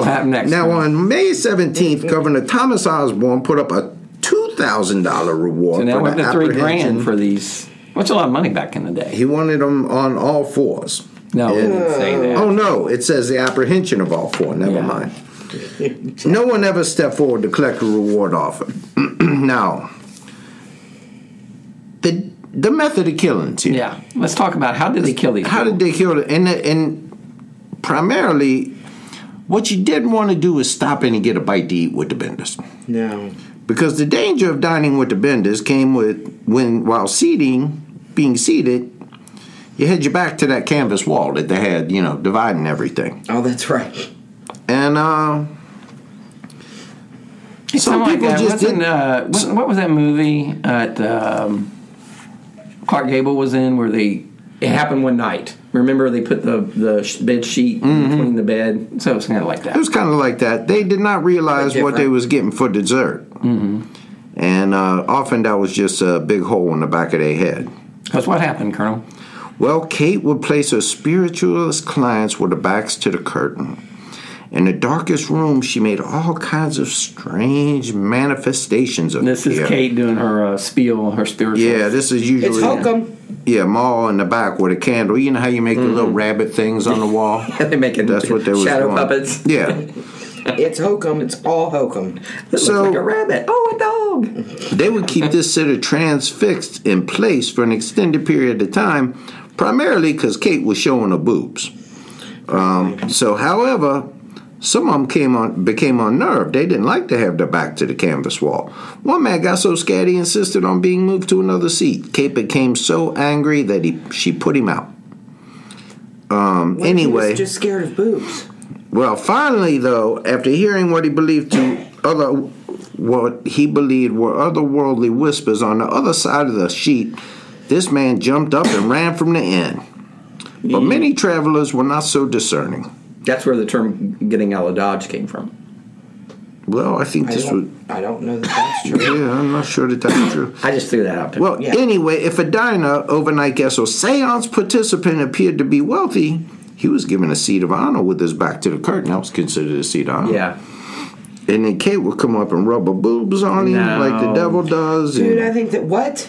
[SPEAKER 5] what happened next?
[SPEAKER 4] now, on May
[SPEAKER 3] Mm-hmm.
[SPEAKER 4] 17th, Governor Thomas Osborne put up a $2,000 reward
[SPEAKER 5] so now
[SPEAKER 4] for
[SPEAKER 5] we're up
[SPEAKER 4] the
[SPEAKER 5] to three
[SPEAKER 4] apprehension-
[SPEAKER 5] grand for these. What's a lot of money back in the day?
[SPEAKER 4] He wanted them on all fours.
[SPEAKER 5] No, it didn't say that.
[SPEAKER 4] Oh no, it says the apprehension of all four. Never
[SPEAKER 5] Yeah.
[SPEAKER 4] mind. No one ever stepped forward to collect a reward offer. now, the the method of killings here.
[SPEAKER 5] Yeah. Let's talk about how did they kill these?
[SPEAKER 4] How did
[SPEAKER 5] people?
[SPEAKER 4] they kill it? And and primarily, what you didn't want to do was stop in and get a bite to eat with the benders.
[SPEAKER 3] No.
[SPEAKER 4] Because the danger of dining with the benders came with when while seating, being seated, you had your back to that canvas wall that they had, you know, dividing everything.
[SPEAKER 3] Oh, that's right.
[SPEAKER 4] And uh,
[SPEAKER 5] It's
[SPEAKER 4] some
[SPEAKER 5] something
[SPEAKER 4] people
[SPEAKER 5] like that.
[SPEAKER 4] just
[SPEAKER 5] What's in,
[SPEAKER 4] didn't-
[SPEAKER 5] uh, what, what was that movie at um, Clark Gable was in where they it happened one night. Remember they put the the sh- bed sheet in between the bed, so it's kind of like that.
[SPEAKER 4] Mm-hmm. it was kind of like that. They did not realize
[SPEAKER 3] Bit
[SPEAKER 4] what they
[SPEAKER 3] different.
[SPEAKER 4] was getting for dessert. Mm-hmm. And uh, often that was just a big hole in the back of their head.
[SPEAKER 5] Because what happened, Colonel?
[SPEAKER 4] Well, Kate would place her spiritualist clients with their backs to the curtain. In the darkest room, she made all kinds of strange manifestations of
[SPEAKER 5] This is
[SPEAKER 4] fear.
[SPEAKER 5] Kate doing her uh, spiel, her spiritual.
[SPEAKER 4] Yeah, this is usually
[SPEAKER 3] It's Holcomb.
[SPEAKER 4] Yeah, Maul in the back with a candle. You know how you make the little rabbit things on the wall.
[SPEAKER 5] they making
[SPEAKER 4] That's what they was
[SPEAKER 5] Mm-hmm. shadow
[SPEAKER 4] doing.
[SPEAKER 5] puppets.
[SPEAKER 4] Yeah,
[SPEAKER 3] It's hokum. It's all hokum.
[SPEAKER 5] It
[SPEAKER 4] So-
[SPEAKER 5] looks like a rabbit. Oh, a dog.
[SPEAKER 4] they would keep this sitter transfixed in place for an extended period of time, primarily because Kate was showing her boobs. Um, so, however, some of them came on became unnerved. They didn't like to have their back to the canvas wall. One man got so scared he insisted on being moved to another seat. Kate became so angry that he she put him out. Um,
[SPEAKER 3] What if he
[SPEAKER 4] anyway,
[SPEAKER 3] was just scared of boobs.
[SPEAKER 4] Well, finally, though, after hearing what he believed to other what he believed were otherworldly whispers on the other side of the sheet, this man jumped up and ran from the inn. But many travelers were not so discerning.
[SPEAKER 5] That's where the term "getting out of Dodge" came from.
[SPEAKER 4] Well, I think
[SPEAKER 3] I
[SPEAKER 4] this was.
[SPEAKER 3] don't, I don't know that that's true.
[SPEAKER 4] Yeah, I'm not sure that that's true.
[SPEAKER 5] I just threw that out there.
[SPEAKER 4] Well,
[SPEAKER 3] Yeah.
[SPEAKER 4] anyway, if a diner, overnight guest, or seance participant appeared to be wealthy, he was given a seat of honor with his back to the curtain. That was considered a seat of honor.
[SPEAKER 5] yeah.
[SPEAKER 4] And then Kate would come up and rub her boobs on him
[SPEAKER 5] No.
[SPEAKER 4] like the devil does.
[SPEAKER 3] Dude, I
[SPEAKER 4] and
[SPEAKER 3] think that what?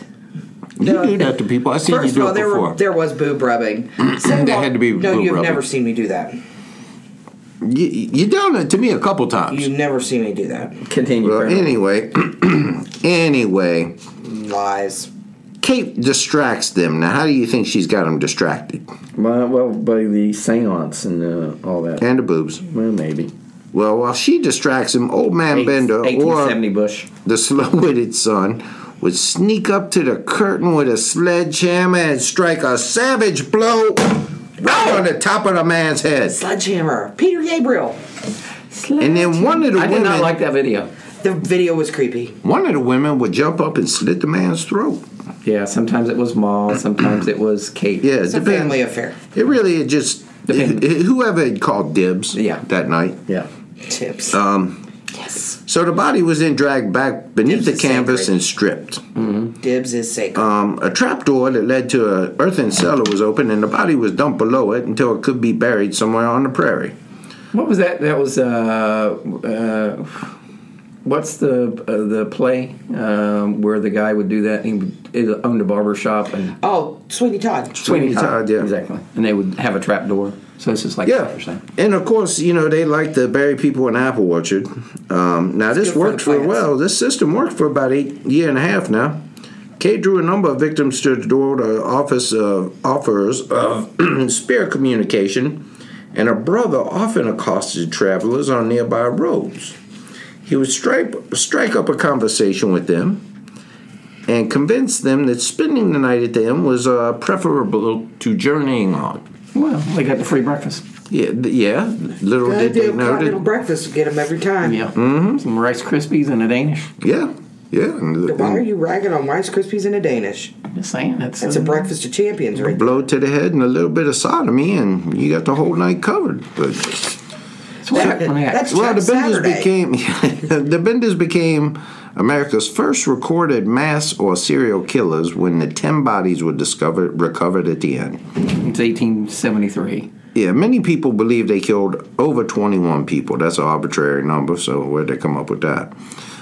[SPEAKER 4] you do that to people. I seen
[SPEAKER 3] First of
[SPEAKER 4] you do
[SPEAKER 3] all,
[SPEAKER 4] it
[SPEAKER 3] there
[SPEAKER 4] before.
[SPEAKER 3] were, there was boob rubbing. Second of
[SPEAKER 4] There
[SPEAKER 3] all,
[SPEAKER 4] had to be
[SPEAKER 3] No,
[SPEAKER 4] boob
[SPEAKER 3] you've
[SPEAKER 4] rubbing.
[SPEAKER 3] never seen me do that.
[SPEAKER 4] you, you done it to me a couple times.
[SPEAKER 3] You've never seen me do that.
[SPEAKER 5] Continue.
[SPEAKER 4] well,
[SPEAKER 5] Colonel.
[SPEAKER 4] anyway, anyway,
[SPEAKER 3] Lies.
[SPEAKER 4] Kate distracts them. Now, how do you think she's got them distracted?
[SPEAKER 2] Well, well, by the seance and uh, all that.
[SPEAKER 4] And the boobs.
[SPEAKER 2] well, maybe.
[SPEAKER 4] Well, while she distracts him, old man Bender or
[SPEAKER 2] 1870 Bush.
[SPEAKER 4] the slow-witted son would sneak up to the curtain with a sledgehammer and strike a savage blow right
[SPEAKER 3] Oh!
[SPEAKER 4] on the top of the man's head.
[SPEAKER 3] Sledgehammer, Peter Gabriel.
[SPEAKER 4] And then one of the
[SPEAKER 2] I did
[SPEAKER 4] women,
[SPEAKER 2] not like that video.
[SPEAKER 3] The video was creepy.
[SPEAKER 4] one of the women would jump up and slit the man's throat.
[SPEAKER 2] Yeah, sometimes it was Maul, sometimes it was Kate.
[SPEAKER 4] Yeah,
[SPEAKER 3] It's a
[SPEAKER 4] depend-
[SPEAKER 3] family affair.
[SPEAKER 4] It really it just
[SPEAKER 2] Depend-
[SPEAKER 4] it- it- whoever had called dibs
[SPEAKER 2] Yeah.
[SPEAKER 4] that night.
[SPEAKER 2] Yeah.
[SPEAKER 3] Tips.
[SPEAKER 4] Uh, So the body was then dragged back
[SPEAKER 3] Dibs
[SPEAKER 4] beneath the
[SPEAKER 3] is
[SPEAKER 4] canvas
[SPEAKER 3] sacred.
[SPEAKER 4] and stripped.
[SPEAKER 3] Dibs is sacred.
[SPEAKER 4] Um, a trapdoor that led to an earthen cellar was opened, and the body was dumped below it until it could be buried somewhere on the prairie.
[SPEAKER 2] What was that? That was uh, uh, what's the uh, the play um, where the guy would do that? He would, he owned a barber shop and
[SPEAKER 3] oh, Sweeney Todd.
[SPEAKER 2] Sweeney
[SPEAKER 4] Todd, yeah.
[SPEAKER 2] exactly. And they would have a trap door. So it's just like what you're
[SPEAKER 4] Yeah,
[SPEAKER 2] saying.
[SPEAKER 4] and of course, you know they like to bury people in apple orchard. Um, now this
[SPEAKER 3] good for
[SPEAKER 4] worked
[SPEAKER 3] the
[SPEAKER 4] for,
[SPEAKER 3] plants.
[SPEAKER 4] well. This system worked for about eight year and a half now. Kate drew a number of victims to the door to office of offers of spirit communication, and her brother often accosted travelers on nearby roads. He would strike strike up a conversation with them. And convince them that spending the night at the inn was uh, preferable to journeying on.
[SPEAKER 2] Well, they got the free breakfast.
[SPEAKER 4] Yeah, th- yeah. Little did they
[SPEAKER 3] Goddamn
[SPEAKER 4] know
[SPEAKER 3] continental
[SPEAKER 4] that.
[SPEAKER 3] breakfast will get them every time.
[SPEAKER 2] Yeah, some Rice Krispies and a Danish.
[SPEAKER 4] Yeah, yeah. And,
[SPEAKER 3] Why are
[SPEAKER 4] and
[SPEAKER 3] you ragging on Rice Krispies and a Danish?
[SPEAKER 2] Just saying, that's uh,
[SPEAKER 3] That's a breakfast of champions, right?
[SPEAKER 4] blow to the head and a little bit of sodomy, and you got the whole night covered. But
[SPEAKER 2] That's what I- I-
[SPEAKER 3] That's
[SPEAKER 4] well, the
[SPEAKER 3] Jack
[SPEAKER 4] Benders
[SPEAKER 3] Saturday.
[SPEAKER 4] became the Benders became America's first recorded mass or serial killers when the ten bodies were discovered recovered at the end.
[SPEAKER 2] it's 1873.
[SPEAKER 4] Yeah, many people believe they killed over twenty-one people. That's an arbitrary number, so where'd they come up with that?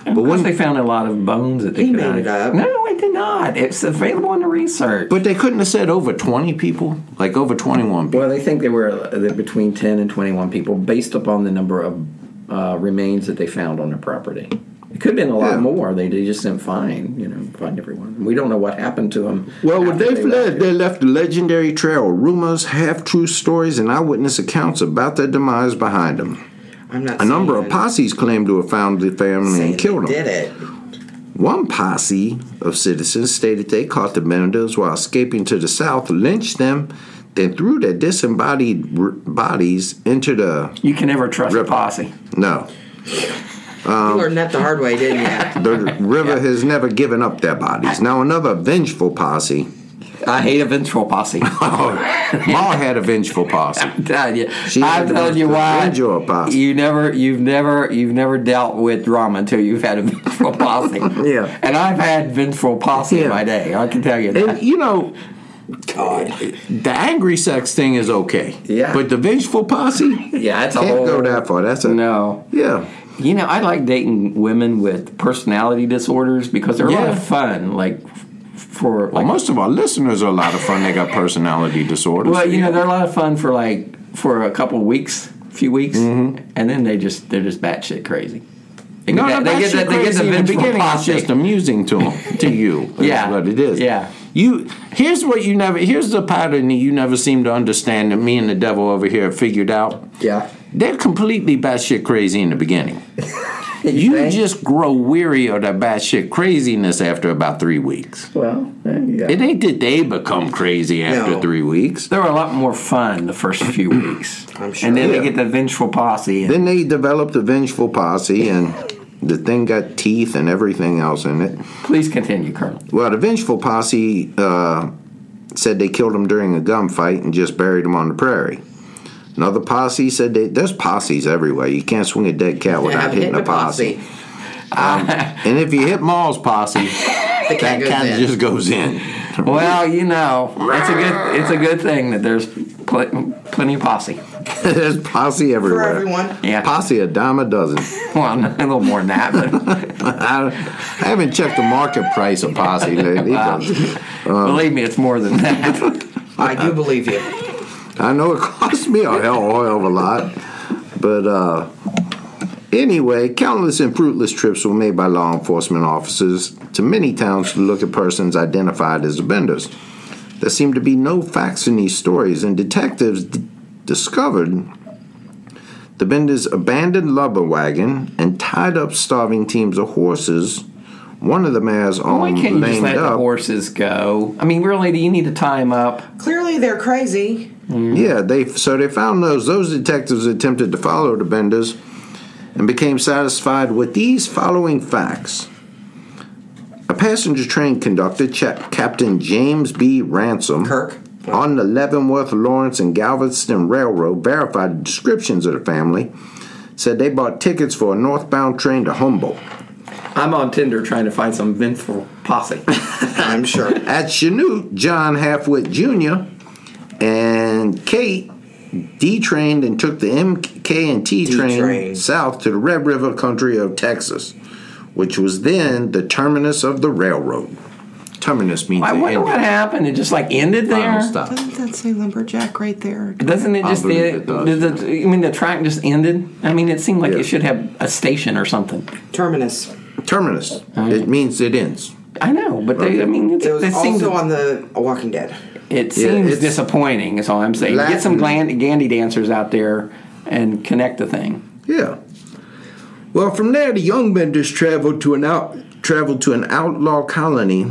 [SPEAKER 2] But when they found a lot of bones that they
[SPEAKER 3] He
[SPEAKER 2] could
[SPEAKER 3] made it
[SPEAKER 2] hide-
[SPEAKER 3] up.
[SPEAKER 2] No, I did not. It's available in the research.
[SPEAKER 4] But they couldn't have said over twenty people, like over twenty-one. people.
[SPEAKER 2] Well, they think there were uh, between 10 and 21 people based upon the number of uh, remains that they found on the property. It could have been a lot
[SPEAKER 4] Yeah.
[SPEAKER 2] more. They, they just didn't find, you know, find everyone. We don't know what happened to them.
[SPEAKER 4] Well, when
[SPEAKER 2] after
[SPEAKER 4] they
[SPEAKER 2] left
[SPEAKER 4] fled,
[SPEAKER 2] here.
[SPEAKER 4] they left a legendary trail of rumors, half true stories, and eyewitness accounts about their demise behind them.
[SPEAKER 3] I'm not
[SPEAKER 4] A number
[SPEAKER 3] saying
[SPEAKER 4] of
[SPEAKER 3] that-
[SPEAKER 4] posses claimed to have found the family
[SPEAKER 3] saying
[SPEAKER 4] and killed
[SPEAKER 3] they
[SPEAKER 4] them.
[SPEAKER 3] Did it?
[SPEAKER 4] One posse of citizens stated they caught the Benders while escaping to the south, lynched them, then threw their disembodied r- bodies into the.
[SPEAKER 2] You can never trust
[SPEAKER 4] Rip-
[SPEAKER 2] a posse.
[SPEAKER 4] No. Um,
[SPEAKER 3] you learned that the hard way, didn't you?
[SPEAKER 4] The river has never given up their bodies. Now, another vengeful posse.
[SPEAKER 2] I hate a ventral posse.
[SPEAKER 4] Oh, Ma had a vengeful posse.
[SPEAKER 2] God, yeah.
[SPEAKER 4] She
[SPEAKER 2] I
[SPEAKER 4] had
[SPEAKER 2] told you
[SPEAKER 4] the
[SPEAKER 2] why.
[SPEAKER 4] ventral posse.
[SPEAKER 2] You never, you've never, you've never dealt with drama until you've had a ventral posse.
[SPEAKER 4] Yeah.
[SPEAKER 2] And I've had ventral posse
[SPEAKER 4] Yeah.
[SPEAKER 2] in my day. I can tell you that.
[SPEAKER 4] And, you know,
[SPEAKER 3] God.
[SPEAKER 4] The angry sex thing is okay.
[SPEAKER 2] Yeah.
[SPEAKER 4] But the vengeful posse?
[SPEAKER 2] yeah, that's a
[SPEAKER 4] Can't
[SPEAKER 2] whole.
[SPEAKER 4] go that far. That's a
[SPEAKER 2] No.
[SPEAKER 4] Yeah.
[SPEAKER 2] You know, I like dating women with personality disorders because they're a lot
[SPEAKER 4] Yeah.
[SPEAKER 2] of fun. Like f- for
[SPEAKER 4] Well,
[SPEAKER 2] like,
[SPEAKER 4] most of our listeners are a lot of fun. They got personality disorders.
[SPEAKER 2] well, you know, they're a lot of fun for like for a couple weeks, few weeks, and then they just they're just batshit crazy. They
[SPEAKER 4] Mm-hmm. no,
[SPEAKER 2] that-
[SPEAKER 4] no,
[SPEAKER 2] they get that- they get the
[SPEAKER 4] in the
[SPEAKER 2] vengeful
[SPEAKER 4] beginning. It's
[SPEAKER 2] posse.
[SPEAKER 4] just amusing to 'em, to you. That's
[SPEAKER 2] Yeah.
[SPEAKER 4] what it is.
[SPEAKER 2] Yeah.
[SPEAKER 4] You here's what you never here's the pattern that you never seem to understand that me and the devil over here figured out.
[SPEAKER 2] Yeah.
[SPEAKER 4] They're completely batshit crazy in the beginning. you just grow weary of that batshit craziness after about three weeks.
[SPEAKER 2] Well, yeah.
[SPEAKER 4] It ain't that they become crazy after
[SPEAKER 3] No.
[SPEAKER 4] three weeks.
[SPEAKER 2] they're a lot more fun the first few weeks,
[SPEAKER 3] I'm sure.
[SPEAKER 2] and then
[SPEAKER 4] Yeah.
[SPEAKER 2] they get the vengeful posse. And,
[SPEAKER 4] Then they developed the vengeful posse, and the thing got teeth and everything else in it.
[SPEAKER 2] please continue, Colonel.
[SPEAKER 4] Well, the vengeful posse uh, said they killed him during a gunfight and just buried him on the prairie. Another posse said they, there's posses everywhere. You can't swing a dead cat without hitting, a posse. And if you hit Maul's posse,
[SPEAKER 3] The cat
[SPEAKER 4] that
[SPEAKER 3] goes
[SPEAKER 4] cat
[SPEAKER 3] in.
[SPEAKER 4] just goes in.
[SPEAKER 2] Well, you know, it's a good it's a good thing that there's pl- plenty of posse.
[SPEAKER 4] there's posse
[SPEAKER 3] for
[SPEAKER 4] everywhere.
[SPEAKER 3] everyone.
[SPEAKER 2] Yeah.
[SPEAKER 4] Posse a dime a dozen.
[SPEAKER 2] Well, a little more than that, but
[SPEAKER 4] I, I haven't checked the market price of posse lately. but
[SPEAKER 2] believe me, it's more than that.
[SPEAKER 3] I
[SPEAKER 4] Uh-huh.
[SPEAKER 3] do believe you.
[SPEAKER 4] I know it cost me a hell of a lot. But uh, anyway, countless and fruitless trips were made by law enforcement officers to many towns to look at persons identified as offenders. There seemed to be no facts in these stories, and detectives d- discovered the Benders' abandoned lumber wagon and tied up starving teams of horses. One of the mayor's own
[SPEAKER 2] Why can't you just
[SPEAKER 4] lamed
[SPEAKER 2] let the
[SPEAKER 4] Um, up.
[SPEAKER 2] horses go? I mean, really, do you need to tie them up?
[SPEAKER 3] Clearly, they're crazy.
[SPEAKER 4] Yeah, they so they found those. Those detectives attempted to follow the Benders and became satisfied with these following facts. A passenger train conductor, Cha- Captain James B. Ransom,
[SPEAKER 3] Kirk.
[SPEAKER 4] on the Leavenworth, Lawrence, and Galveston Railroad, verified descriptions of the family. Said they bought tickets for a northbound train to Humboldt.
[SPEAKER 7] I'm on Tinder trying to find some vengeful posse.
[SPEAKER 3] I'm sure.
[SPEAKER 4] At Chanute, John Halfwit Jr. and Kate detrained and took the MK and T train
[SPEAKER 3] D-train.
[SPEAKER 4] south to the Red River country of Texas, which was then the terminus of the railroad. Terminus means
[SPEAKER 2] I
[SPEAKER 4] the
[SPEAKER 2] wonder
[SPEAKER 4] end.
[SPEAKER 2] what happened. It just like ended there.
[SPEAKER 4] Final stop.
[SPEAKER 3] Doesn't that say lumberjack right there?
[SPEAKER 2] Doesn't it
[SPEAKER 4] I
[SPEAKER 2] just?
[SPEAKER 4] believe
[SPEAKER 2] the-
[SPEAKER 4] it does,
[SPEAKER 2] the- the- I mean, the track just ended. I mean, it seemed like
[SPEAKER 4] Yeah.
[SPEAKER 2] it should have a station or something.
[SPEAKER 3] Terminus.
[SPEAKER 4] Terminus. It means it ends.
[SPEAKER 2] I know, but they, I mean, it's,
[SPEAKER 3] It was
[SPEAKER 2] it seems
[SPEAKER 3] also on the Walking Dead.
[SPEAKER 2] it
[SPEAKER 4] Yeah,
[SPEAKER 2] seems
[SPEAKER 4] it's-
[SPEAKER 2] disappointing. Is all I'm saying. Get some
[SPEAKER 4] Latin.
[SPEAKER 2] gland, Gandhi dancers out there and connect the thing.
[SPEAKER 4] Yeah. Well, from there, the young benders traveled to an out traveled to an outlaw colony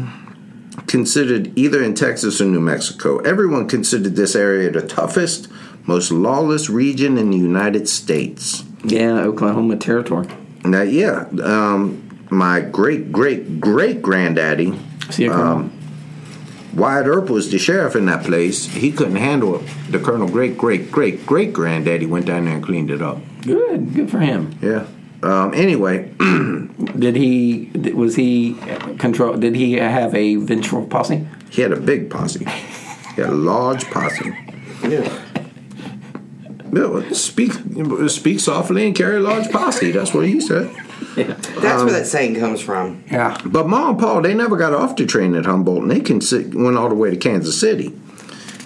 [SPEAKER 4] considered either in Texas or New Mexico. Everyone considered this area the toughest, most lawless region in the United States.
[SPEAKER 2] Yeah, Oklahoma territory.
[SPEAKER 4] Now, yeah, um, my great great great granddaddy
[SPEAKER 2] See, um,
[SPEAKER 4] Wyatt Earp was the sheriff in that place. He couldn't handle it. The Colonel great great great great granddaddy went down there and cleaned it up.
[SPEAKER 2] good, good for him.
[SPEAKER 4] Yeah. Um, anyway,
[SPEAKER 2] Did he? did- Was he control? Did he have a ventral posse?
[SPEAKER 4] He had a big posse. He had a large posse.
[SPEAKER 3] Yeah.
[SPEAKER 4] Yeah, well, speak speak softly and carry a large posse. That's what he said.
[SPEAKER 3] That's
[SPEAKER 4] Um,
[SPEAKER 3] where that saying comes from.
[SPEAKER 2] Yeah.
[SPEAKER 4] But Ma and Paul, they never got off the train at Humboldt, and they consi- went all the way to Kansas City.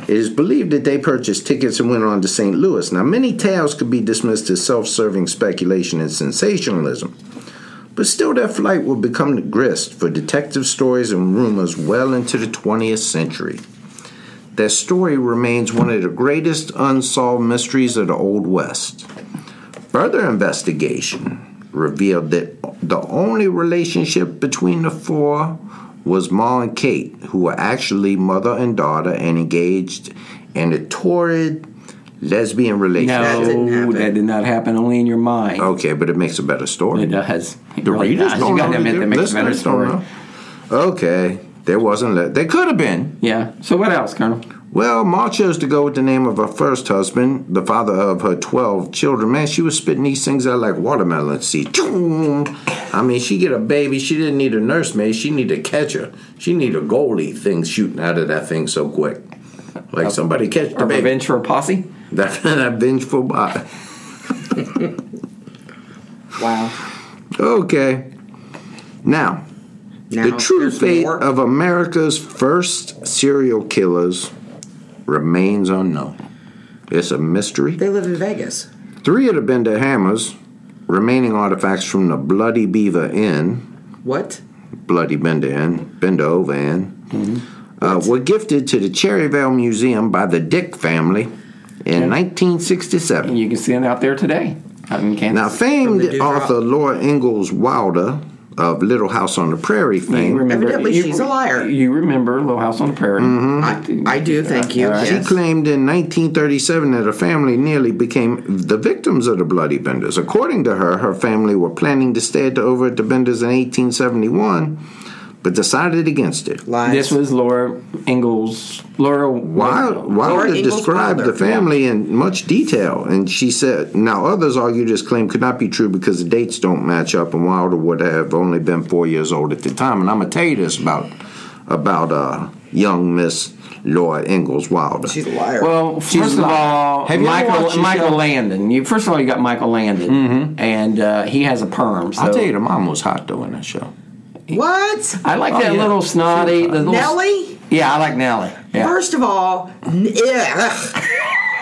[SPEAKER 4] It is believed that they purchased tickets and went on to St. Louis. Now, many tales could be dismissed as self serving speculation and sensationalism, but still, their flight would become the grist for detective stories and rumors well into the 20th century. Their story remains one of the greatest unsolved mysteries of the Old West. Further investigation revealed that the only relationship between the four was Ma and Kate, who were actually mother and daughter and engaged in a torrid lesbian
[SPEAKER 2] No,
[SPEAKER 4] relationship.
[SPEAKER 2] that,
[SPEAKER 3] didn't happen.
[SPEAKER 2] did not happen. Only in your mind.
[SPEAKER 4] Okay, but it makes a better story.
[SPEAKER 2] It does. It
[SPEAKER 4] Oh. The
[SPEAKER 2] really
[SPEAKER 4] readers
[SPEAKER 2] does.
[SPEAKER 4] don't
[SPEAKER 2] You gotta
[SPEAKER 4] know.
[SPEAKER 2] admit
[SPEAKER 4] The
[SPEAKER 2] that makes a better
[SPEAKER 4] listeners don't
[SPEAKER 2] story.
[SPEAKER 4] know. Okay, there wasn't. Le- there could have been.
[SPEAKER 2] Yeah. So what else, Colonel?
[SPEAKER 4] Well, Ma chose to go with the name of her first husband, the father of her twelve children. Man, she was spitting these things out like watermelon seeds. I mean, she get a baby. She didn't need a nursemaid. She need a catcher. She need a goalie thing shooting out of that thing so quick, like somebody catch the
[SPEAKER 2] Our
[SPEAKER 4] baby.
[SPEAKER 2] revenge for a posse?
[SPEAKER 4] That, that vengeful body.
[SPEAKER 3] Wow.
[SPEAKER 4] Okay. Now,
[SPEAKER 3] Now,
[SPEAKER 4] the true
[SPEAKER 3] there's
[SPEAKER 4] fate
[SPEAKER 3] more.
[SPEAKER 4] of America's first serial killers remains unknown. It's a mystery.
[SPEAKER 3] They live in Vegas.
[SPEAKER 4] Three of the Bender hammers, remaining artifacts from the Bloody Beaver Inn,
[SPEAKER 3] What?
[SPEAKER 4] Bloody Bender Inn, Bender Over Inn,
[SPEAKER 3] Mm-hmm.
[SPEAKER 4] uh, were gifted to the Cherryvale Museum by the Dick family in 1967.
[SPEAKER 2] You can see it out there today. Out in
[SPEAKER 4] Now,
[SPEAKER 2] Kansas.
[SPEAKER 4] famed
[SPEAKER 3] From the Dewdrop.
[SPEAKER 4] author Laura Ingalls Wilder of Little House on the Prairie
[SPEAKER 2] you
[SPEAKER 4] fame,
[SPEAKER 2] remember,
[SPEAKER 3] Evidently
[SPEAKER 2] you-
[SPEAKER 3] she's a liar.
[SPEAKER 2] You remember Little House on the Prairie.
[SPEAKER 4] Mm-hmm.
[SPEAKER 3] I, I do, thank you.
[SPEAKER 2] All right.
[SPEAKER 3] Yes.
[SPEAKER 4] claimed in 1937 that her family nearly became the victims of the Bloody Benders. According to her, her family were planning to stay at the, over at the Benders in 1871, but decided against it.
[SPEAKER 3] Lies.
[SPEAKER 2] This was Laura Ingalls. Laura
[SPEAKER 4] Wilder, Wilder
[SPEAKER 3] Ingalls
[SPEAKER 4] described
[SPEAKER 3] Wilder,
[SPEAKER 4] the family in much detail, and she said, now others argue this claim could not be true because the dates don't match up, and Wilder would have only been four years old at the time. And I'm gonna tell you this about about uh, young Miss Laura Ingalls Wilder.
[SPEAKER 3] She's a liar.
[SPEAKER 2] Well, first of all,
[SPEAKER 4] Have you ever
[SPEAKER 2] Michael
[SPEAKER 4] watched the
[SPEAKER 2] Michael
[SPEAKER 4] show?
[SPEAKER 2] Landon. You first of all, you got Michael Landon, and uh, he has a perm. So
[SPEAKER 4] I'll tell you, the mom was hot though in that show.
[SPEAKER 3] what?
[SPEAKER 2] I like
[SPEAKER 4] Oh,
[SPEAKER 2] that
[SPEAKER 4] yeah.
[SPEAKER 2] little snotty. The little,
[SPEAKER 3] Nelly?
[SPEAKER 2] Yeah, I like Nelly. Yeah.
[SPEAKER 3] First of all, n- ugh,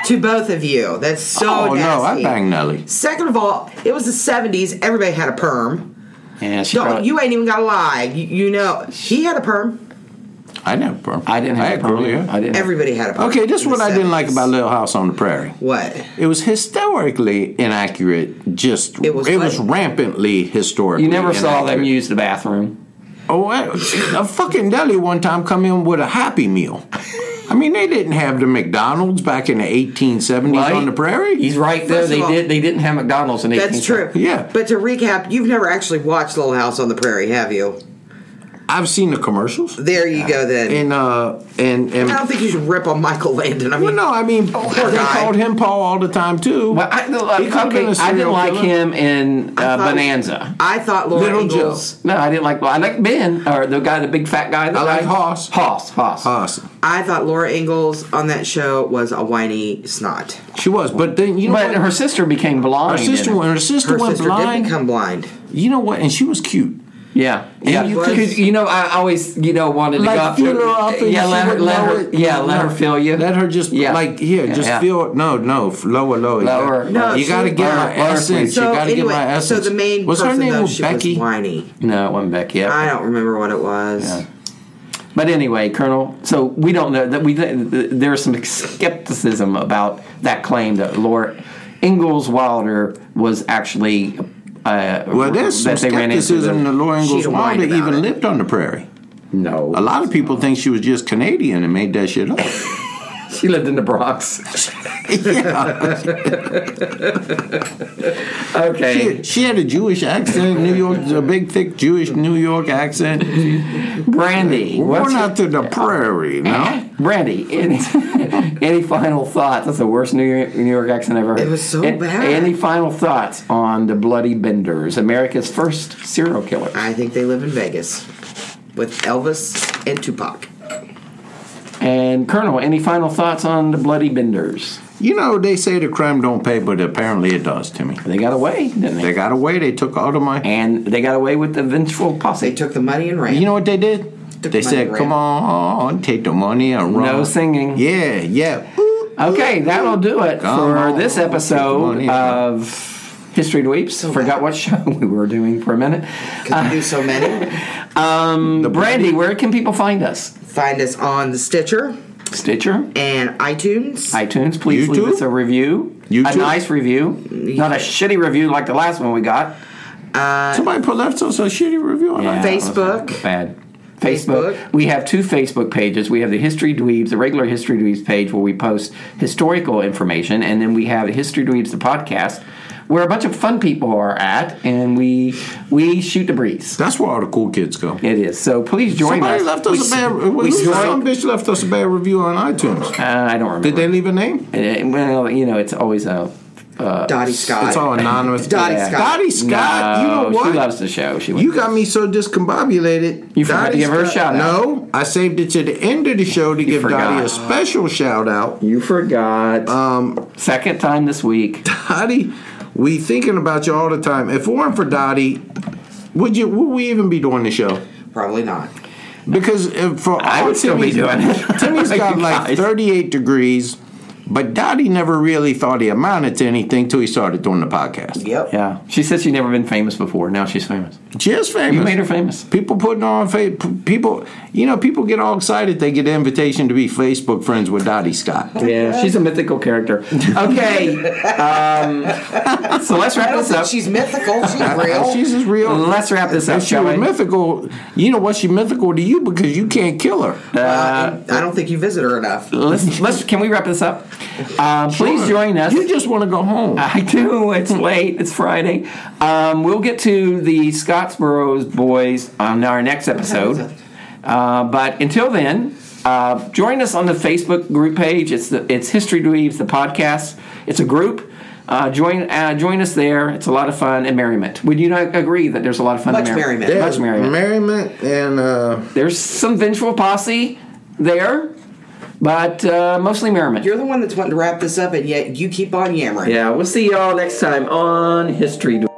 [SPEAKER 3] to both of you. That's so
[SPEAKER 4] oh no, I
[SPEAKER 3] nasty.
[SPEAKER 4] bang Nelly.
[SPEAKER 3] Second of all, it was the 70s. Everybody had a perm.
[SPEAKER 2] Yeah, she
[SPEAKER 3] Don't,
[SPEAKER 2] probably-
[SPEAKER 3] you ain't even got to lie. You, you know, he had a perm.
[SPEAKER 6] I know, bro.
[SPEAKER 2] I didn't have
[SPEAKER 6] I
[SPEAKER 2] a problem.
[SPEAKER 6] really
[SPEAKER 2] I didn't.
[SPEAKER 3] Everybody had a perm.
[SPEAKER 6] Okay, this is
[SPEAKER 3] in
[SPEAKER 6] what
[SPEAKER 3] the
[SPEAKER 6] I didn't
[SPEAKER 3] 70s.
[SPEAKER 6] like about Little House on the Prairie.
[SPEAKER 3] What?
[SPEAKER 6] It was historically inaccurate. Just it
[SPEAKER 3] It
[SPEAKER 6] was,
[SPEAKER 3] was what?
[SPEAKER 6] rampantly historically.
[SPEAKER 2] you never saw them
[SPEAKER 6] inaccurate.
[SPEAKER 2] use the bathroom.
[SPEAKER 6] Oh, I- a fucking deli one time come in with a Happy Meal. I mean, they didn't have the McDonald's back in the 1870s
[SPEAKER 2] Right?
[SPEAKER 6] on the prairie.
[SPEAKER 2] He's right there.
[SPEAKER 3] First of
[SPEAKER 2] They
[SPEAKER 3] all-
[SPEAKER 2] did. They didn't have McDonald's in 18.
[SPEAKER 3] That's true.
[SPEAKER 6] Yeah.
[SPEAKER 3] But to recap, you've never actually watched Little House on the Prairie, have you?
[SPEAKER 6] I've seen the commercials.
[SPEAKER 3] There you go, then.
[SPEAKER 6] And, uh, and, and.
[SPEAKER 3] I don't think you should rip on Michael Landon. I mean,
[SPEAKER 6] well, no, I mean,
[SPEAKER 3] poor
[SPEAKER 6] they
[SPEAKER 3] guy.
[SPEAKER 6] called him Paul all the time, too.
[SPEAKER 2] Well, I,
[SPEAKER 6] He could've been
[SPEAKER 2] okay,
[SPEAKER 6] a
[SPEAKER 2] I
[SPEAKER 6] serial
[SPEAKER 2] didn't like
[SPEAKER 6] killer.
[SPEAKER 2] him in uh, Bonanza.
[SPEAKER 3] I thought Laura
[SPEAKER 6] Little
[SPEAKER 3] Ingalls.
[SPEAKER 2] No, I didn't like. Well, I like Ben or the guy, the big fat guy. that
[SPEAKER 6] I like Hoss.
[SPEAKER 2] Hoss. Hoss.
[SPEAKER 6] Awesome.
[SPEAKER 3] I thought Laura Ingalls on that show was a whiny snot.
[SPEAKER 6] She was, but then, you know
[SPEAKER 2] But
[SPEAKER 6] what?
[SPEAKER 2] her sister became blind.
[SPEAKER 6] Her sister,
[SPEAKER 2] in it.
[SPEAKER 6] when her sister
[SPEAKER 3] Her
[SPEAKER 6] went
[SPEAKER 3] sister
[SPEAKER 6] blind,
[SPEAKER 3] did become blind.
[SPEAKER 6] you know what? And she was cute.
[SPEAKER 2] Yeah, yeah.
[SPEAKER 3] you
[SPEAKER 2] You,
[SPEAKER 3] could-
[SPEAKER 2] you know, I always, you know, wanted to
[SPEAKER 6] Like
[SPEAKER 2] go up
[SPEAKER 6] feel
[SPEAKER 2] to
[SPEAKER 6] her up. And
[SPEAKER 2] yeah,
[SPEAKER 6] she
[SPEAKER 2] let her,
[SPEAKER 6] would
[SPEAKER 2] let
[SPEAKER 6] lower
[SPEAKER 2] her,
[SPEAKER 6] it.
[SPEAKER 2] yeah, let her
[SPEAKER 6] No,
[SPEAKER 2] feel you.
[SPEAKER 6] Let her just
[SPEAKER 2] Yeah.
[SPEAKER 6] like here,
[SPEAKER 2] Yeah,
[SPEAKER 6] just
[SPEAKER 2] yeah.
[SPEAKER 6] feel. No, no, f- lower, lower. You
[SPEAKER 2] Lower.
[SPEAKER 6] gotta-
[SPEAKER 2] No,
[SPEAKER 6] you
[SPEAKER 3] Oh, she-
[SPEAKER 6] got to get
[SPEAKER 2] lower,
[SPEAKER 6] my
[SPEAKER 2] lower,
[SPEAKER 6] essence.
[SPEAKER 2] sweet.
[SPEAKER 6] you
[SPEAKER 3] So
[SPEAKER 6] got to get
[SPEAKER 3] anyway,
[SPEAKER 6] my
[SPEAKER 3] so
[SPEAKER 6] essence.
[SPEAKER 3] the main
[SPEAKER 6] was
[SPEAKER 3] person
[SPEAKER 6] her name
[SPEAKER 3] though,
[SPEAKER 6] was
[SPEAKER 3] she
[SPEAKER 6] Becky.
[SPEAKER 3] was whiny.
[SPEAKER 2] No, it wasn't Becky. Yeah.
[SPEAKER 3] I don't remember what it was.
[SPEAKER 2] But anyway, Colonel. So we don't know that we there is some skepticism about that claim that Laura Ingalls Wilder was actually. Uh,
[SPEAKER 6] well, there's some
[SPEAKER 2] that they ran into
[SPEAKER 6] skepticism
[SPEAKER 2] the-
[SPEAKER 6] that Laura Ingalls
[SPEAKER 3] She'd whine
[SPEAKER 6] Wilder
[SPEAKER 3] about
[SPEAKER 6] even
[SPEAKER 3] it.
[SPEAKER 6] lived on the prairie.
[SPEAKER 2] No,
[SPEAKER 6] A lot of people think she was just Canadian and made that shit up.
[SPEAKER 2] She lived in the Bronx. okay,
[SPEAKER 6] she, she had a Jewish accent, New York, a big thick Jewish New York accent.
[SPEAKER 2] Brandy.
[SPEAKER 6] We're
[SPEAKER 2] what's your-
[SPEAKER 6] not to the prairie, no.
[SPEAKER 2] Brandy, any, any final thoughts? That's the worst New York, New York accent I've ever heard.
[SPEAKER 3] It was so
[SPEAKER 2] A-
[SPEAKER 3] bad.
[SPEAKER 2] Any final thoughts on the Bloody Benders, America's first serial killer?
[SPEAKER 3] I think they live in Vegas with Elvis and Tupac.
[SPEAKER 2] And Colonel, any final thoughts on the Bloody Benders?
[SPEAKER 6] You know they say the crime don't pay, but apparently it does to me.
[SPEAKER 2] They got away, didn't they?
[SPEAKER 6] They got away. They took all of my.
[SPEAKER 2] and they got away with the vengeful posse.
[SPEAKER 3] They took the money and ran.
[SPEAKER 6] You know what they did?
[SPEAKER 3] Took
[SPEAKER 6] they
[SPEAKER 3] the
[SPEAKER 6] said,
[SPEAKER 3] money
[SPEAKER 6] "Come on, take the money and run."
[SPEAKER 2] No singing.
[SPEAKER 6] Yeah, yeah. Ooh.
[SPEAKER 2] Okay, that'll do it
[SPEAKER 6] Come
[SPEAKER 2] for
[SPEAKER 6] on,
[SPEAKER 2] this
[SPEAKER 6] take the
[SPEAKER 2] episode
[SPEAKER 6] money.
[SPEAKER 2] of History Dweeps. Forgot what show we were doing for a minute.
[SPEAKER 3] because we do so many.
[SPEAKER 6] The
[SPEAKER 2] Brandy, where can people find us?
[SPEAKER 3] Find us on the Stitcher
[SPEAKER 2] Stitcher,
[SPEAKER 3] and iTunes.
[SPEAKER 2] iTunes. Please leave
[SPEAKER 6] YouTube?
[SPEAKER 2] us a review.
[SPEAKER 6] YouTube?
[SPEAKER 2] A nice review. Not a shitty review like the last one we got.
[SPEAKER 6] Somebody put left us a shitty review on
[SPEAKER 2] Uh, Yeah,
[SPEAKER 6] that.
[SPEAKER 3] Facebook.
[SPEAKER 2] that's Bad. Facebook.
[SPEAKER 3] Facebook.
[SPEAKER 2] We have two Facebook pages. We have the History Dweebs, the regular History Dweebs page where we post historical information, and then we have History Dweebs, the podcast, where a bunch of fun people are at, and we we shoot the breeze.
[SPEAKER 6] That's where all the cool kids go.
[SPEAKER 2] It is. So please join
[SPEAKER 6] Somebody
[SPEAKER 2] us.
[SPEAKER 6] left us a bad.
[SPEAKER 2] we
[SPEAKER 6] who's- Some
[SPEAKER 2] join,
[SPEAKER 6] bitch left us a bad review on iTunes.
[SPEAKER 2] uh, I don't remember.
[SPEAKER 6] Did they leave a name?
[SPEAKER 2] Uh, well, you know, it's always a.
[SPEAKER 3] Dottie Scott.
[SPEAKER 6] Uh, It's all anonymous.
[SPEAKER 3] Dottie Scott.
[SPEAKER 6] Dottie Scott. you know
[SPEAKER 2] No,
[SPEAKER 6] what?
[SPEAKER 2] She loves the show. She
[SPEAKER 6] You got me so discombobulated.
[SPEAKER 2] You forgot to give her a
[SPEAKER 6] Scott-
[SPEAKER 2] shout-out.
[SPEAKER 6] No, I saved it to the end of the show to give
[SPEAKER 2] forgot.
[SPEAKER 6] Dottie a special shout out.
[SPEAKER 2] You forgot. Um, Second time this week.
[SPEAKER 6] Dottie, we thinking about you all the time. If it weren't for Dottie, would you would we even be doing the show?
[SPEAKER 3] Probably not.
[SPEAKER 6] Because if for
[SPEAKER 2] I
[SPEAKER 6] all
[SPEAKER 2] would still be
[SPEAKER 6] Timmy's-
[SPEAKER 2] doing it.
[SPEAKER 6] Timmy's got
[SPEAKER 2] You
[SPEAKER 6] like
[SPEAKER 2] guys.
[SPEAKER 6] 38 degrees, but Dottie never really thought he amounted to anything till he started doing the podcast.
[SPEAKER 3] Yep.
[SPEAKER 2] Yeah. She said she'd never been famous before. Now she's famous.
[SPEAKER 6] She is famous.
[SPEAKER 2] You made her famous.
[SPEAKER 6] People putting on fa- p- people, you know, people get all excited. They get an invitation to be Facebook friends with Dottie Scott.
[SPEAKER 2] Yeah. She's a mythical character. Okay. um, so let's
[SPEAKER 3] I
[SPEAKER 2] wrap
[SPEAKER 3] don't
[SPEAKER 2] this
[SPEAKER 3] think
[SPEAKER 2] up.
[SPEAKER 3] she's mythical. She's
[SPEAKER 6] Uh,
[SPEAKER 3] real.
[SPEAKER 6] She's as real.
[SPEAKER 2] Let's wrap this up,
[SPEAKER 6] If she
[SPEAKER 2] shall
[SPEAKER 6] was
[SPEAKER 2] we?
[SPEAKER 6] mythical, you know what? She mythical to you because you can't kill her.
[SPEAKER 3] Uh, I don't think you visit her enough.
[SPEAKER 2] Let's, let's, can we wrap this up? Uh, Please join us. Ah,
[SPEAKER 6] You just want to go home.
[SPEAKER 2] I do. It's late. It's Friday. Um, we'll get to the Scottsboro Boys on our next episode. Uh, but until then, uh, join us on the Facebook group page. It's the it's History Dweebs, the podcast. It's a group. Uh, join uh, join us there. It's a lot of fun and merriment. Would you not agree that there's a lot of fun
[SPEAKER 3] Much
[SPEAKER 2] and merriment?
[SPEAKER 3] merriment. Yeah,
[SPEAKER 2] Much merriment.
[SPEAKER 6] Merriment and uh,
[SPEAKER 2] there's some vengeful posse there, but uh, mostly merriment.
[SPEAKER 3] You're the one that's wanting to wrap this up, and yet you keep on yammering.
[SPEAKER 2] yeah, we'll see y'all next time on History. Dweebs.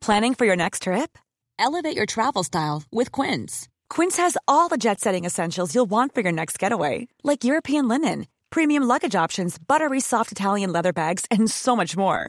[SPEAKER 1] Planning for your next trip? Elevate your travel style with Quince. Quince has all the jet setting essentials you'll want for your next getaway, like European linen, premium luggage options, buttery soft Italian leather bags, and so much more.